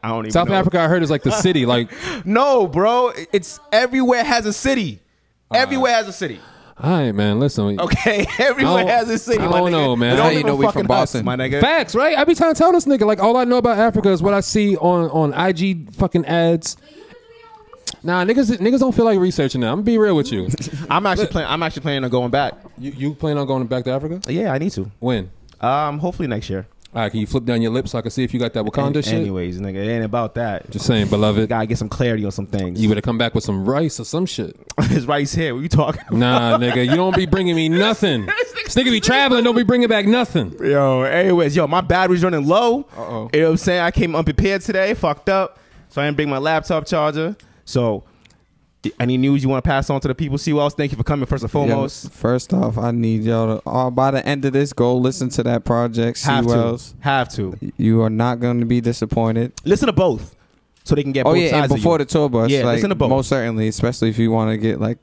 Speaker 3: I don't even
Speaker 2: South
Speaker 3: know.
Speaker 2: Africa, I heard is like the city. Like,
Speaker 3: No, bro. It's everywhere has a city. Everywhere has a city.
Speaker 2: all right, man. Listen.
Speaker 3: Okay, everywhere
Speaker 2: I don't-
Speaker 3: has a city.
Speaker 2: I
Speaker 3: my
Speaker 2: don't
Speaker 3: nigga.
Speaker 2: know, man.
Speaker 3: They
Speaker 2: That's how
Speaker 3: don't
Speaker 2: you
Speaker 3: live
Speaker 2: know
Speaker 3: in
Speaker 2: we from
Speaker 3: fucking
Speaker 2: Boston.
Speaker 3: Hudson, my nigga.
Speaker 2: Facts, right? I be trying to tell this nigga like all I know about Africa is what I see on on IG fucking ads. Nah, niggas niggas don't feel like researching that. I'm gonna be real with you.
Speaker 3: I'm actually planning. I'm actually planning on going back.
Speaker 2: You you plan on going back to Africa?
Speaker 3: Yeah, I need to.
Speaker 2: When?
Speaker 3: Um, hopefully next year.
Speaker 2: All right, can you flip down your lips so I can see if you got that Wakanda
Speaker 3: An-
Speaker 2: shit?
Speaker 3: Anyways, nigga, it ain't about that.
Speaker 2: Just saying, beloved.
Speaker 3: Gotta get some clarity on some things.
Speaker 2: You would have come back with some rice or some shit.
Speaker 3: His rice here. What you talking? about?
Speaker 2: Nah, nigga, you don't be bringing me nothing. This nigga be traveling, don't be bringing back nothing.
Speaker 3: Yo, anyways, yo, my battery's running low. Uh-oh. You know what I'm saying? I came unprepared today, fucked up. So I didn't bring my laptop charger. So D- Any news you want to pass on to the people? See else. Thank you for coming. First and
Speaker 5: Yeah,
Speaker 3: foremost,
Speaker 5: first off, I need y'all to all by the end of this, go listen to that project.
Speaker 3: Have
Speaker 5: C
Speaker 3: to.
Speaker 5: Wells.
Speaker 3: Have to.
Speaker 5: You are not going to be disappointed.
Speaker 3: listen to both, so they can get.
Speaker 5: oh
Speaker 3: both
Speaker 5: yeah,
Speaker 3: sides
Speaker 5: and before
Speaker 3: of you.
Speaker 5: the tour bus.
Speaker 3: Yeah,
Speaker 5: like,
Speaker 3: listen to both.
Speaker 5: Most certainly, especially if you want to get like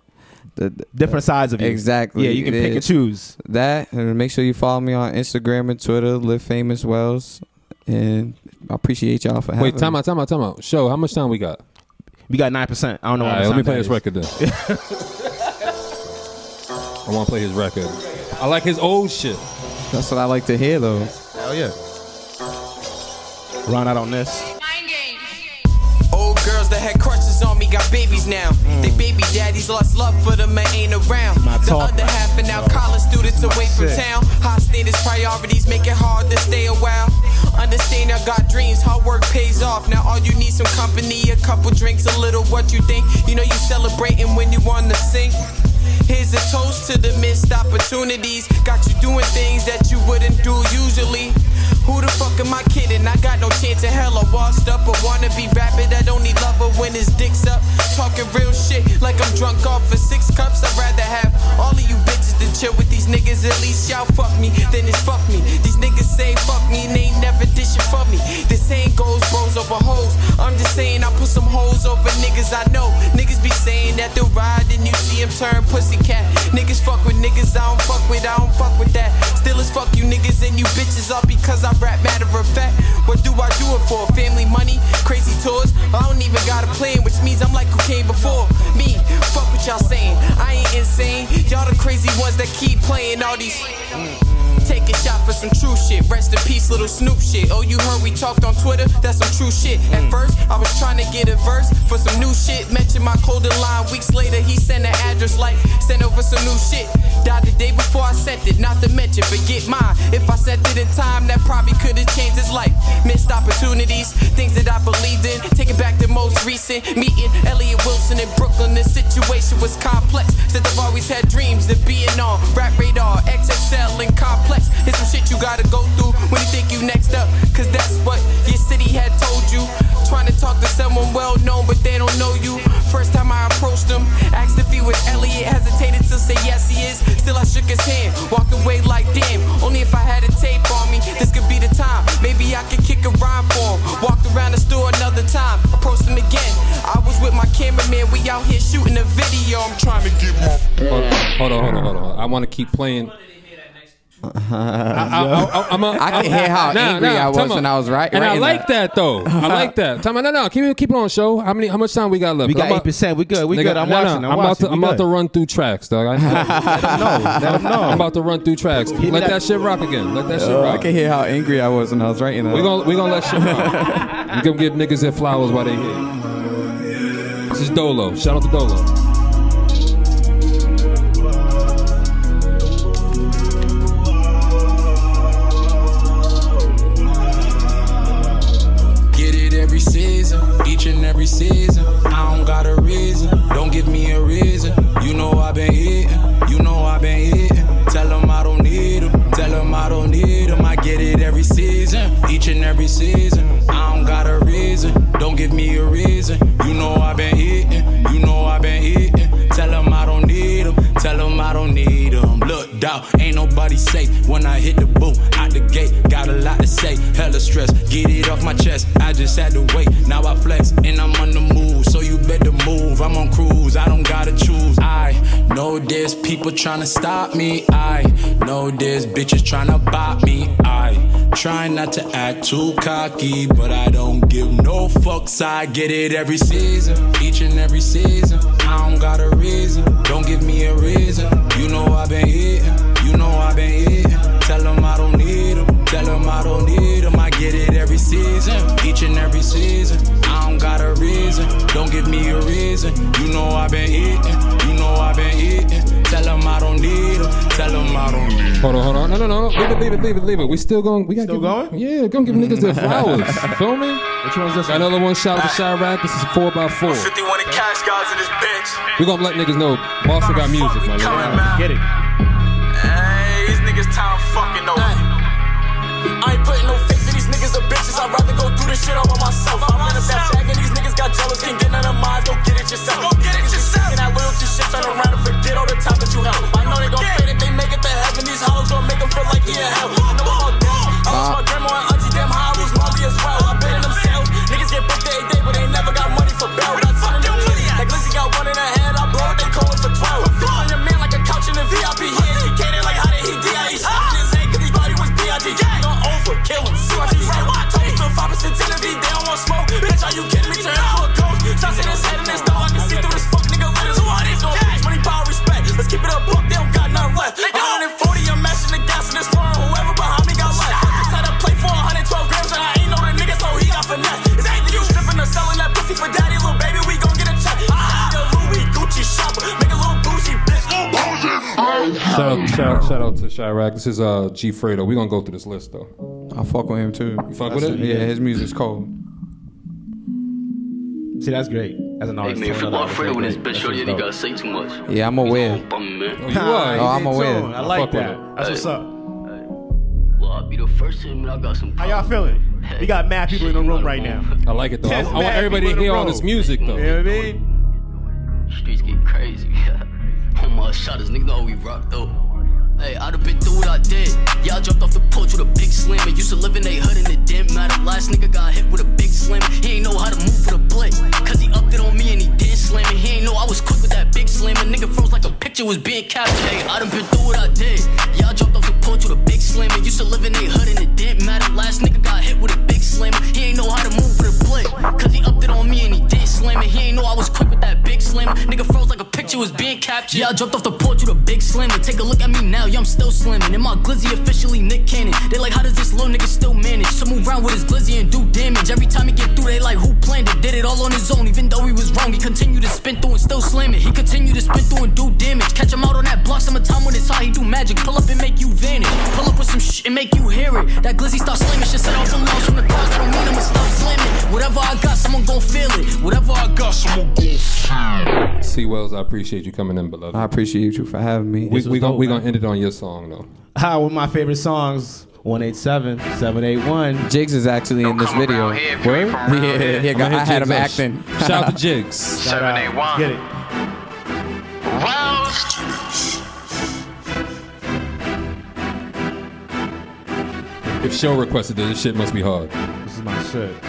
Speaker 5: the, the-
Speaker 3: Different sides of you.
Speaker 5: Exactly.
Speaker 3: Yeah, you can pick and choose
Speaker 5: that, and make sure you follow me on Instagram and Twitter. Live famous Wells, and I appreciate y'all for having.
Speaker 2: Wait, time
Speaker 5: me.
Speaker 2: out, time out, time out. Show, how much time we got?
Speaker 3: We got nine percent. I don't know
Speaker 2: All
Speaker 3: what
Speaker 2: right, let me play
Speaker 3: sound
Speaker 2: this record
Speaker 3: that
Speaker 2: then. I want to play his record. I like his old shit.
Speaker 5: That's what I like to hear though.
Speaker 3: Hell yeah. Ron out on this.
Speaker 4: Old girls that had crushes on me got babies now. They baby daddies lost love for them and ain't around.
Speaker 3: My
Speaker 4: the
Speaker 3: talk.
Speaker 4: other half and now college students away from
Speaker 3: shit.
Speaker 4: town. High status priorities make it hard to stay a while. Understand I got dreams, hard work pays off. Now all you need some company, a couple drinks, a little what you think. You know you celebrating when you on the sink. Here's a toast to the missed opportunities. Got you doing things that you wouldn't do usually. Who the fuck am I kidding? I got no chance in hell. I washed up, but wanna be rapid. I don't need lover when his dick's up. Talking real shit like I'm drunk off for six cups. I'd rather have all of you bitches than chill with these niggas. At least y'all fuck me, then it's fuck me. These niggas say fuck me and they ain't never dishing for me. This ain't goes bros over hoes. I'm just saying I put some hoes over niggas I know. Niggas be saying that they'll ride and you see him turn pussycat. Niggas fuck with niggas I don't fuck with, I don't fuck with that. Still as fuck you niggas and you bitches all because I rap matter of fact. What do I do it for? Family money, crazy tours. I don't even got a plan, which means I'm like who came before me. Fuck what y'all saying, I ain't insane. Y'all the crazy ones that keep playing all these. Take a shot for some true shit. Rest in peace, little Snoop shit. Oh, you heard we talked on Twitter? That's some true shit. At first, I was trying to get a verse for some new shit. Mentioned my coded line. Weeks later, he sent an address like, send over some new shit. Died the day before I sent it. Not to mention, forget mine. If I sent it in time, that probably could have changed his life. Missed opportunities, things that I believed in. Take it back to most recent meeting. Elliot Wilson in Brooklyn. The situation was complex. Said I've always had dreams of being on rap radar, XXL and complex. It's some shit you gotta go through when you think you next up. Cause that's what your city had told you. Trying to talk to someone well known, but they don't know you. First time I approached him, asked if he was Elliot, hesitated to say yes he is. Still I shook his hand, walked away like damn. Only if I had a tape on me, this could be the time. Maybe I could kick a rhyme for him. Walked around the store another time, approached him again. I was with my cameraman, we out here shooting a video. I'm trying to get my.
Speaker 2: Hold, hold on, hold on, hold on. I want to keep playing. I, am
Speaker 5: I can hear how angry I was when I was right.
Speaker 2: And I
Speaker 5: writing
Speaker 2: like that though. I like that. Time out, no, no, keep it, keep it on show. How many? How much time we got left?
Speaker 3: We got
Speaker 2: I'm about-
Speaker 3: 8%. We good. We
Speaker 2: Nigga,
Speaker 3: good. I'm
Speaker 2: no, no,
Speaker 3: watching. I'm,
Speaker 2: I'm, about
Speaker 3: watching.
Speaker 2: to, I'm about to run through tracks, dog. I,
Speaker 3: no, no,
Speaker 2: I'm about to run through tracks.
Speaker 5: me
Speaker 2: Let
Speaker 5: that-
Speaker 2: that shit rock again. Let
Speaker 3: Uh,
Speaker 2: that shit
Speaker 5: Oh, I
Speaker 2: rock.
Speaker 5: can hear how angry I was when I was writing that.
Speaker 2: We're gonna we gonna let shit rock. we gonna give niggas their flowers while they here. This is Dolo. Shout out to Dolo.
Speaker 14: Get it every season, each and every season. I don't got a reason, don't give me a reason. You know i been eating, you know i been eating. Tell 'em I don't need 'em, tell 'em I don't need 'em. I get it every season, each and every season. I don't got a reason, don't give me a reason. You know i been eating, you know i been eating. Tell 'em I don't need 'em, tell 'em I don't need 'em. Look, dog, ain't nobody safe when I hit the boot out the gate. Got a lot to say, hella stress. Get it off my chest. I just had to wait. Now I flex and I'm on the move. So you better move. I'm on cruise. I don't gotta choose. I know there's people tryna stop me. I know there's bitches tryna bop me. I try not to act too cocky, but I don't give no fucks. I get it every season, each and every season. I don't got a reason. Don't give me a reason. You know I've been eating. You know I've been eating. Tell 'em I don't need 'em. Tell 'em I don't need 'em. I get it every season, each and every season. I don't got a reason. Don't give me a reason. You know I've been eating. You know I've been eating. Tell 'em I don't need 'em. Tell 'em I don't need 'em.
Speaker 2: Hold on, hold on. No, no, no. Leave it, leave it, leave it, leave it. We still going. We got still going. Yeah, gonna give niggas their flowers. Feel me? Which one's this? Got another one. Shout out to Chirac. This is four by four.
Speaker 4: 51 in cash, guys, in this bitch.
Speaker 2: We gonna let niggas know Boston got music, my nigga. Get it.
Speaker 4: Hey, these niggas time fucking over. I ain't putting no faith in these niggas or bitches. I'd rather go through this
Speaker 12: this shit all by myself. I'm in a back bag and these niggas got jealous. Can't get none of mine, go get it yourself. Go get it yourself. And that loyalty shit, turn around and forget all the time that you held. I know they gon' pray that they make it to heaven. These hollows gon' make them feel like he in hell. I know all this. I lost my grandma and auntie, damn high, I lose mommy as well. I bet in them sales. Niggas get booked every day, but they never got money for bail. I turn in them kids. Like Lizzie got one in her hand, I blow it, they call it for 12. Feel on your man like a couch in the VIP. He educated like how did he DIE? Shot in his head 'cause his body was B.I.G. Don't overkill him. See what he's right. Told him 5% tendency, they don't want smoke. Bitch, are you kidding me? Turn him to a ghost. Shots in his head and his dog. I can see through his fuck nigga letters. Who are these no bitch? Money, power, respect. Let's keep it up, book. They don't got nothing left. 140, I'm mashing the gas in this foreign. Whoever behind me got life. I just had a plate for 112 grams and I ain't know the nigga, so he got finesse. Is that you stripping or selling that pussy for daddy? Little baby, we gon' get a check. Ah, the Louis Gucci shopper. Make a little bougie bitch.
Speaker 2: Shout out, shout, out- shout out to Chirac. This is uh, G Fredo. We're going to go through this list, though.
Speaker 5: I fuck with him, too.
Speaker 2: You fuck with it?
Speaker 5: Yeah, his music's cold.
Speaker 3: See, that's great. That's an
Speaker 15: Hey
Speaker 3: artist.
Speaker 15: man,
Speaker 3: That's
Speaker 15: fuck
Speaker 3: another
Speaker 15: Alfredo
Speaker 3: artist.
Speaker 15: with this bitch.
Speaker 3: That's
Speaker 15: Yo, you
Speaker 3: what's
Speaker 15: ain't
Speaker 3: dope.
Speaker 15: gotta say too much.
Speaker 5: Yeah, I'm aware.
Speaker 15: Bum, man.
Speaker 5: Oh, you are. Oh, I'm aware. I like that.
Speaker 6: That's what's up.
Speaker 15: Well, I'll be the first to admit I got some.
Speaker 6: How y'all feeling? We got mad people in the room right now.
Speaker 2: I like it, though. I,
Speaker 6: That's
Speaker 2: I want
Speaker 6: mad
Speaker 2: everybody to
Speaker 6: people in
Speaker 2: hear
Speaker 6: a
Speaker 2: all
Speaker 6: row.
Speaker 2: this music, though.
Speaker 6: You know what I mean?
Speaker 15: Streets get crazy. oh my shot, this nigga know we rock though. Hey, I'd have been through what I did. Y'all jumped off the porch with a big slam and used to live in they hood and it didn't matter. Last nigga got hit with a big slam. He ain't know how to move with a blick. Cause he upped it on me and he did slam it. He ain't know I was quick with that big slam. And nigga froze like a picture was being captured. Hey, I done been through what I did. Y'all jumped off the porch with a big slam and used to live in they hood and it didn't matter. Last nigga got hit with a big slam. He ain't know how to move with a blick. Cause he upped it on me and he did slam it. He ain't know I was quick with that big slam. Nigga froze like a picture was being captured. Y'all jumped off the porch with a big slam. And take a look at me now, yeah, I'm still slamming. And my glizzy officially Nick Cannon. They like, how does this little nigga still manage to move around with his glizzy and do damage? Every time he get through, they like, who planned it? Did it all on his own, even though he was wrong. He continued to spin through and still slamming. He continued to spin through and do damage. Catch him out on that block summertime when it's hot, he do magic. Pull up and make you vanish. Pull up with some shit and make you hear it. That glizzy start slamming, shit set off alarms from the cars. That don't mean I'ma stop slamming. Whatever I got, someone gon' feel it. Whatever I got, someone gon' feel it.
Speaker 2: C Wells, I appreciate you coming in, beloved. I
Speaker 5: appreciate you for having me.
Speaker 2: We're
Speaker 3: This was
Speaker 2: we gonna,
Speaker 3: dope,
Speaker 2: we
Speaker 3: man.
Speaker 2: gonna end it on your song, though.
Speaker 3: Hi, one of my favorite songs. 187 781.
Speaker 5: Jigs is actually in this video. Where? Yeah, yeah, I had him acting.
Speaker 3: Shout out. Get it.
Speaker 2: If show requested this, this shit must be hard.
Speaker 3: This is my shit.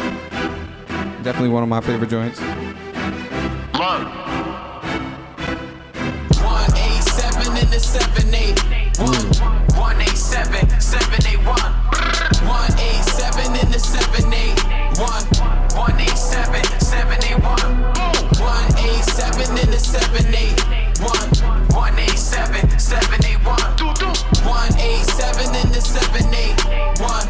Speaker 5: Definitely one of my favorite joints.
Speaker 4: One eight seven and the seven eight. One one eight seven seven eight one. One eight seven and the seven eight. One one eight seven seven eight one. One eight seven and the seven eight. One one eight seven seven eight one. One eight seven and the seven eight. One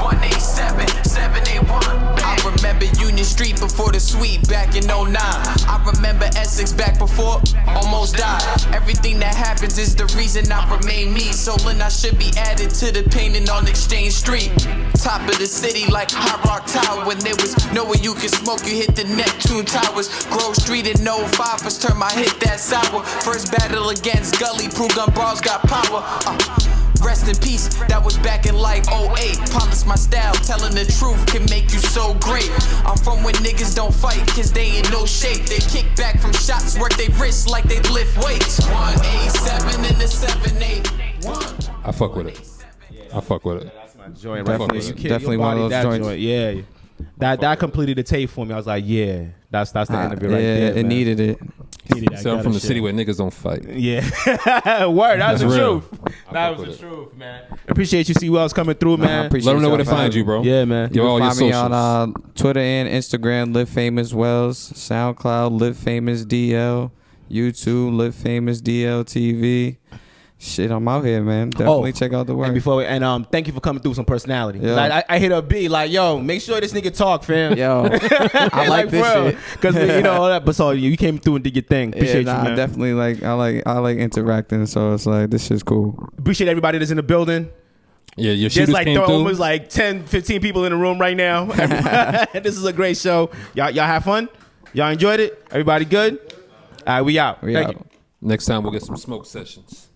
Speaker 4: one eight seven seven eight one. I remember Union Street before the sweep back in 09. I remember Essex back before almost died. Everything that happens is the reason I remain me. So Lynn, I should be added to the painting on Exchange Street. Top of the city like High Rock Tower. When there was nowhere you could smoke, you hit the Neptune Towers. Grove Street in 05 first term I hit that sour. First battle against Gully, Prue Gun Bras got power. Uh, Rest in peace, that was back in Oh, like 08. Polish my style, telling the truth can make you so great. I'm from when niggas don't fight, cause they in no shape. They kick back from shots, work they wrists like they lift weights. 187 and the 78.
Speaker 2: I fuck with it. I fuck with it. That's
Speaker 3: my joint right
Speaker 2: Definitely,
Speaker 3: there. You kill your
Speaker 5: definitely one of
Speaker 3: body,
Speaker 5: those
Speaker 3: that
Speaker 5: joints.
Speaker 3: joint, Yeah, that that completed the tape for me. I was like, yeah, that's that's the
Speaker 5: Ah,
Speaker 3: end of it right
Speaker 5: yeah,
Speaker 3: there.
Speaker 5: it
Speaker 3: man.
Speaker 5: needed it.
Speaker 3: Needed that
Speaker 2: So I'm
Speaker 3: gutter
Speaker 2: from the
Speaker 3: shit.
Speaker 2: city where niggas don't fight.
Speaker 3: Yeah, word.
Speaker 2: That's
Speaker 3: That's, the
Speaker 2: real.
Speaker 3: truth. That was the truth, man. Appreciate you, C Wells, coming through,
Speaker 5: Nah, I
Speaker 3: man.
Speaker 5: appreciate Let 'em know y'all, where to man. find you, bro.
Speaker 3: Yeah, man.
Speaker 5: You can find me on uh, Twitter and Instagram, Live Famous Wells, SoundCloud, Live Famous DL, YouTube, Live Famous DL TV. Shit, I'm out here, man. Definitely check out the work.
Speaker 3: Oh, And before we, and um, thank you for coming through with some personality.
Speaker 5: Yeah.
Speaker 3: Like I, I hit a B, like yo, make sure this nigga talk, fam.
Speaker 5: Yo, I like this shit.
Speaker 3: because you know all that. But so you, you came through and did your thing. Appreciate
Speaker 5: yeah, nah, I
Speaker 3: you, man.
Speaker 5: definitely like I like I like interacting, so it's like this shit's cool.
Speaker 3: Appreciate everybody that's in the building.
Speaker 2: Yeah, your
Speaker 3: There's like th- almost like 10, 15 people in the room right now. this is a great show. Y'all, y'all have fun. Y'all enjoyed it. Everybody good. All right, we out.
Speaker 2: We
Speaker 3: Thank
Speaker 2: out.
Speaker 3: you.
Speaker 2: Next time we'll get some smoke sessions.